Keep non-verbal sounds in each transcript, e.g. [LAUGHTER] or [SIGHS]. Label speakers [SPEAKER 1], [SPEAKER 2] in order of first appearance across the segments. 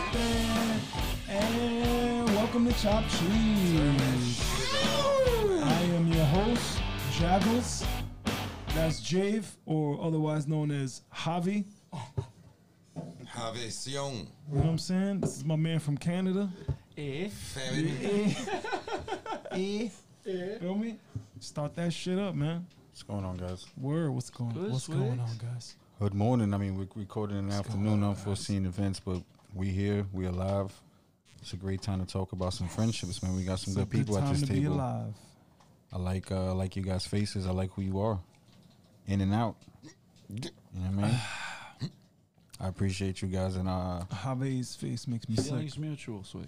[SPEAKER 1] Hey! And welcome to Chop Cheese. I am your host, Jaggles. That's Jave, or otherwise known as Javi.
[SPEAKER 2] Javi
[SPEAKER 1] You
[SPEAKER 2] Sion,
[SPEAKER 1] know what I'm saying? This is my man from Canada.
[SPEAKER 2] family.
[SPEAKER 1] Eh. [LAUGHS] eh. Feel me? Start that shit up, man.
[SPEAKER 3] What's going on, guys?
[SPEAKER 1] Word, what's going on?
[SPEAKER 4] Good
[SPEAKER 1] What's going
[SPEAKER 4] switch.
[SPEAKER 1] on, guys?
[SPEAKER 3] Good morning. I mean, we're recording in the afternoon, unforeseen events, but we here, we alive. It's a great time to talk about some friendships, man. We got some
[SPEAKER 1] It's a
[SPEAKER 3] good people
[SPEAKER 1] time
[SPEAKER 3] at this
[SPEAKER 1] to be
[SPEAKER 3] table.
[SPEAKER 1] alive.
[SPEAKER 3] I like, uh, I like you guys' faces. I like who you are, in and out. You know what I mean?
[SPEAKER 1] [SIGHS]
[SPEAKER 3] I appreciate you guys, and uh,
[SPEAKER 1] Javi's face makes me sick.
[SPEAKER 4] Feelings mutual, Swix.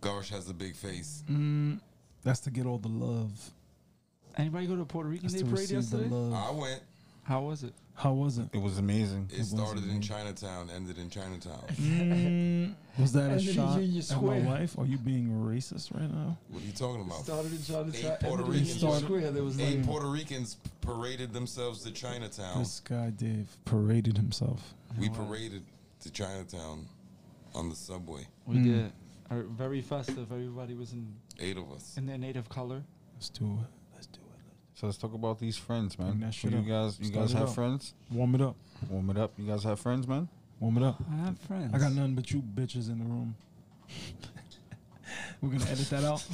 [SPEAKER 2] Garsh has a big face.
[SPEAKER 1] Mm, that's to get all the love.
[SPEAKER 4] Anybody go to Puerto Rican
[SPEAKER 1] That's
[SPEAKER 4] Day
[SPEAKER 1] to
[SPEAKER 4] Parade
[SPEAKER 1] receive the
[SPEAKER 4] yesterday?
[SPEAKER 1] love.
[SPEAKER 3] Ah.
[SPEAKER 2] I went.
[SPEAKER 4] How was it?
[SPEAKER 1] How was
[SPEAKER 4] [LAUGHS]
[SPEAKER 1] it?
[SPEAKER 3] it was amazing.
[SPEAKER 2] It started in Chinatown, ended in Chinatown.
[SPEAKER 1] Mm, was that a
[SPEAKER 4] And then
[SPEAKER 1] shot
[SPEAKER 4] Union
[SPEAKER 1] at my
[SPEAKER 4] Square.
[SPEAKER 1] wife? Are you being racist right now?
[SPEAKER 2] What are you talking about?
[SPEAKER 4] Started in Chinatown.
[SPEAKER 2] Eight Puerto
[SPEAKER 4] ended in
[SPEAKER 2] Ricans.
[SPEAKER 4] Union
[SPEAKER 1] Started-
[SPEAKER 4] Square. There was
[SPEAKER 2] Eight
[SPEAKER 4] like-
[SPEAKER 2] Puerto Ricans paraded themselves to Chinatown.
[SPEAKER 1] This guy Dave paraded himself.
[SPEAKER 2] We paraded to Chinatown on the subway.
[SPEAKER 4] We
[SPEAKER 1] Mm.
[SPEAKER 4] did. Our- very festive. Everybody was in,
[SPEAKER 2] Eight of us.
[SPEAKER 4] in their native color.
[SPEAKER 1] Let's do it. Let's do it.
[SPEAKER 3] So let's talk about these friends, man.
[SPEAKER 1] Bring that
[SPEAKER 3] So
[SPEAKER 1] shit
[SPEAKER 3] you
[SPEAKER 1] up.
[SPEAKER 3] guys, you
[SPEAKER 1] Start
[SPEAKER 3] guys
[SPEAKER 1] it
[SPEAKER 3] have
[SPEAKER 1] up.
[SPEAKER 3] friends.
[SPEAKER 1] Warm it up.
[SPEAKER 3] Warm it up. You guys have friends, man.
[SPEAKER 1] Warm it up.
[SPEAKER 4] I have friends.
[SPEAKER 1] I got nothing but you bitches in the room. We're gonna edit that out.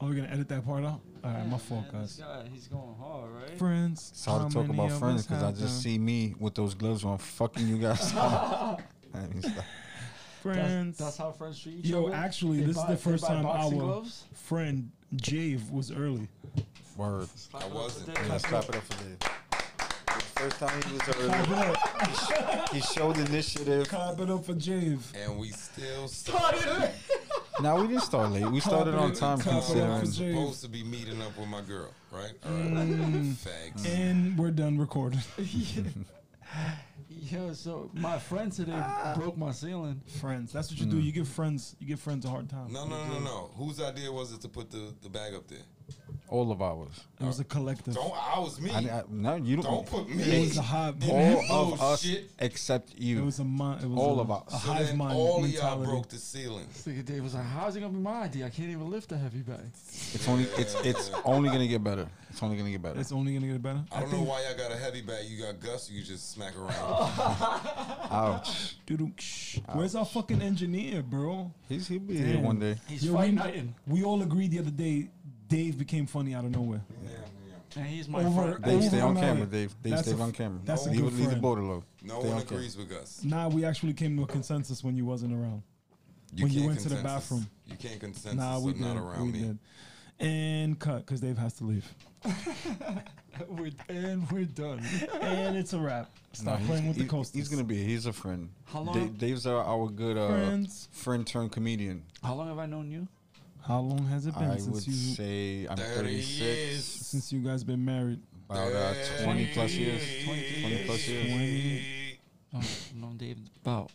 [SPEAKER 1] Oh, we're gonna edit that part out. All right, my fault, guys.
[SPEAKER 4] he's going hard, right?
[SPEAKER 1] Friends.
[SPEAKER 3] It's hard to talk
[SPEAKER 1] many
[SPEAKER 3] about
[SPEAKER 1] of
[SPEAKER 3] friends
[SPEAKER 1] us
[SPEAKER 3] because I
[SPEAKER 1] have
[SPEAKER 3] just
[SPEAKER 1] them?
[SPEAKER 3] see me with those gloves on, fucking
[SPEAKER 1] [LAUGHS]
[SPEAKER 3] you guys. Let me stop.
[SPEAKER 1] friends.
[SPEAKER 4] That's, that's how friends treat each
[SPEAKER 1] Yo,
[SPEAKER 4] other.
[SPEAKER 1] actually,
[SPEAKER 4] They
[SPEAKER 1] this is
[SPEAKER 4] buy-
[SPEAKER 1] the
[SPEAKER 4] they
[SPEAKER 1] first
[SPEAKER 4] buy
[SPEAKER 1] time our
[SPEAKER 4] boxing gloves? [LAUGHS]
[SPEAKER 1] friend Jave was early.
[SPEAKER 3] Word.
[SPEAKER 4] Clap it up
[SPEAKER 2] wasn't.
[SPEAKER 4] for Dave.
[SPEAKER 3] Let's clap it up for Dave. First time he was
[SPEAKER 1] Clap it
[SPEAKER 3] early,
[SPEAKER 1] up.
[SPEAKER 3] he showed initiative.
[SPEAKER 1] Clap it up for Jave.
[SPEAKER 2] And we still
[SPEAKER 3] Now we didn't start late. We started on time
[SPEAKER 1] Clap it up for
[SPEAKER 3] considering.
[SPEAKER 1] Jave.
[SPEAKER 2] supposed to be meeting up with my girl, right? All
[SPEAKER 4] Mm.
[SPEAKER 2] right. Facts.
[SPEAKER 1] And we're done recording.
[SPEAKER 4] Yo, so my friend today broke my ceiling.
[SPEAKER 1] friends. That's what you
[SPEAKER 3] Mm.
[SPEAKER 1] do. You give friends. You give friends a hard time.
[SPEAKER 2] No, no, no, no. Whose idea was it to put the, the bag up there?
[SPEAKER 3] All of ours.
[SPEAKER 1] It was a collective.
[SPEAKER 2] Don't I was me.
[SPEAKER 3] I, I, no, you don't.
[SPEAKER 2] Don't put me.
[SPEAKER 1] It was a hive.
[SPEAKER 3] All
[SPEAKER 2] Oh,
[SPEAKER 3] of us
[SPEAKER 2] shit.
[SPEAKER 3] except
[SPEAKER 1] It
[SPEAKER 3] you.
[SPEAKER 1] was a mind. It was
[SPEAKER 3] All
[SPEAKER 1] a,
[SPEAKER 3] of us.
[SPEAKER 1] A
[SPEAKER 2] so
[SPEAKER 1] hive
[SPEAKER 2] then
[SPEAKER 1] mind
[SPEAKER 2] all of y'all
[SPEAKER 1] mentality.
[SPEAKER 2] broke the ceiling.
[SPEAKER 4] So Dave was like, "How's it gonna be my idea? I can't even lift a heavy bag."
[SPEAKER 3] It's only. It's. It's only gonna get better. It's only gonna get better.
[SPEAKER 1] It's only gonna get better.
[SPEAKER 2] I don't know why y'all got a heavy bag. You got Gus, you just smack
[SPEAKER 4] [LAUGHS]
[SPEAKER 2] around.
[SPEAKER 3] Ouch.
[SPEAKER 1] Doo-doo, shh. Where's our fucking engineer, bro?
[SPEAKER 3] He's. He'll be here
[SPEAKER 1] Damn.
[SPEAKER 3] one day.
[SPEAKER 4] He's
[SPEAKER 1] Yo, we-
[SPEAKER 4] fighting fighting,
[SPEAKER 1] We all agreed the other day. Dave became funny out of nowhere.
[SPEAKER 4] and he's my
[SPEAKER 1] Over-
[SPEAKER 4] friend.
[SPEAKER 3] Dave, stay on
[SPEAKER 1] Overnight.
[SPEAKER 3] camera. Dave. Dave,
[SPEAKER 1] That's
[SPEAKER 3] stay
[SPEAKER 1] a-
[SPEAKER 3] on camera.
[SPEAKER 1] that's a
[SPEAKER 3] leave,
[SPEAKER 1] good
[SPEAKER 3] leave the
[SPEAKER 1] friend.
[SPEAKER 3] border low.
[SPEAKER 2] No
[SPEAKER 3] Stay
[SPEAKER 2] one
[SPEAKER 3] on camera.
[SPEAKER 2] agrees with Gus.
[SPEAKER 1] Nah, we actually came to a consensus when you wasn't around. When you
[SPEAKER 2] can't
[SPEAKER 1] went to the
[SPEAKER 2] consensus.
[SPEAKER 1] bathroom.
[SPEAKER 2] You can't consensus.
[SPEAKER 1] nah, we
[SPEAKER 2] I'm
[SPEAKER 1] did.
[SPEAKER 2] not around
[SPEAKER 1] we
[SPEAKER 2] me.
[SPEAKER 1] did. And cut, cause Dave has to leave.
[SPEAKER 4] We're, and we're done.
[SPEAKER 1] and it's a wrap. Stop
[SPEAKER 3] Nah,
[SPEAKER 1] playing
[SPEAKER 3] he's,
[SPEAKER 1] with the
[SPEAKER 3] he-
[SPEAKER 1] coasters.
[SPEAKER 3] He's gonna be. He's a friend.
[SPEAKER 4] How long-
[SPEAKER 3] Dave, Dave's our, our good uh,
[SPEAKER 1] Friends.
[SPEAKER 3] friend turned comedian.
[SPEAKER 4] How long have I known you?
[SPEAKER 1] How long has it been
[SPEAKER 3] I would
[SPEAKER 1] since you
[SPEAKER 3] say I'm
[SPEAKER 2] 30
[SPEAKER 3] 36,
[SPEAKER 2] years.
[SPEAKER 1] since you guys been married?
[SPEAKER 3] about uh, 20 plus years. 20 plus years.
[SPEAKER 4] Oh, I've known Dave about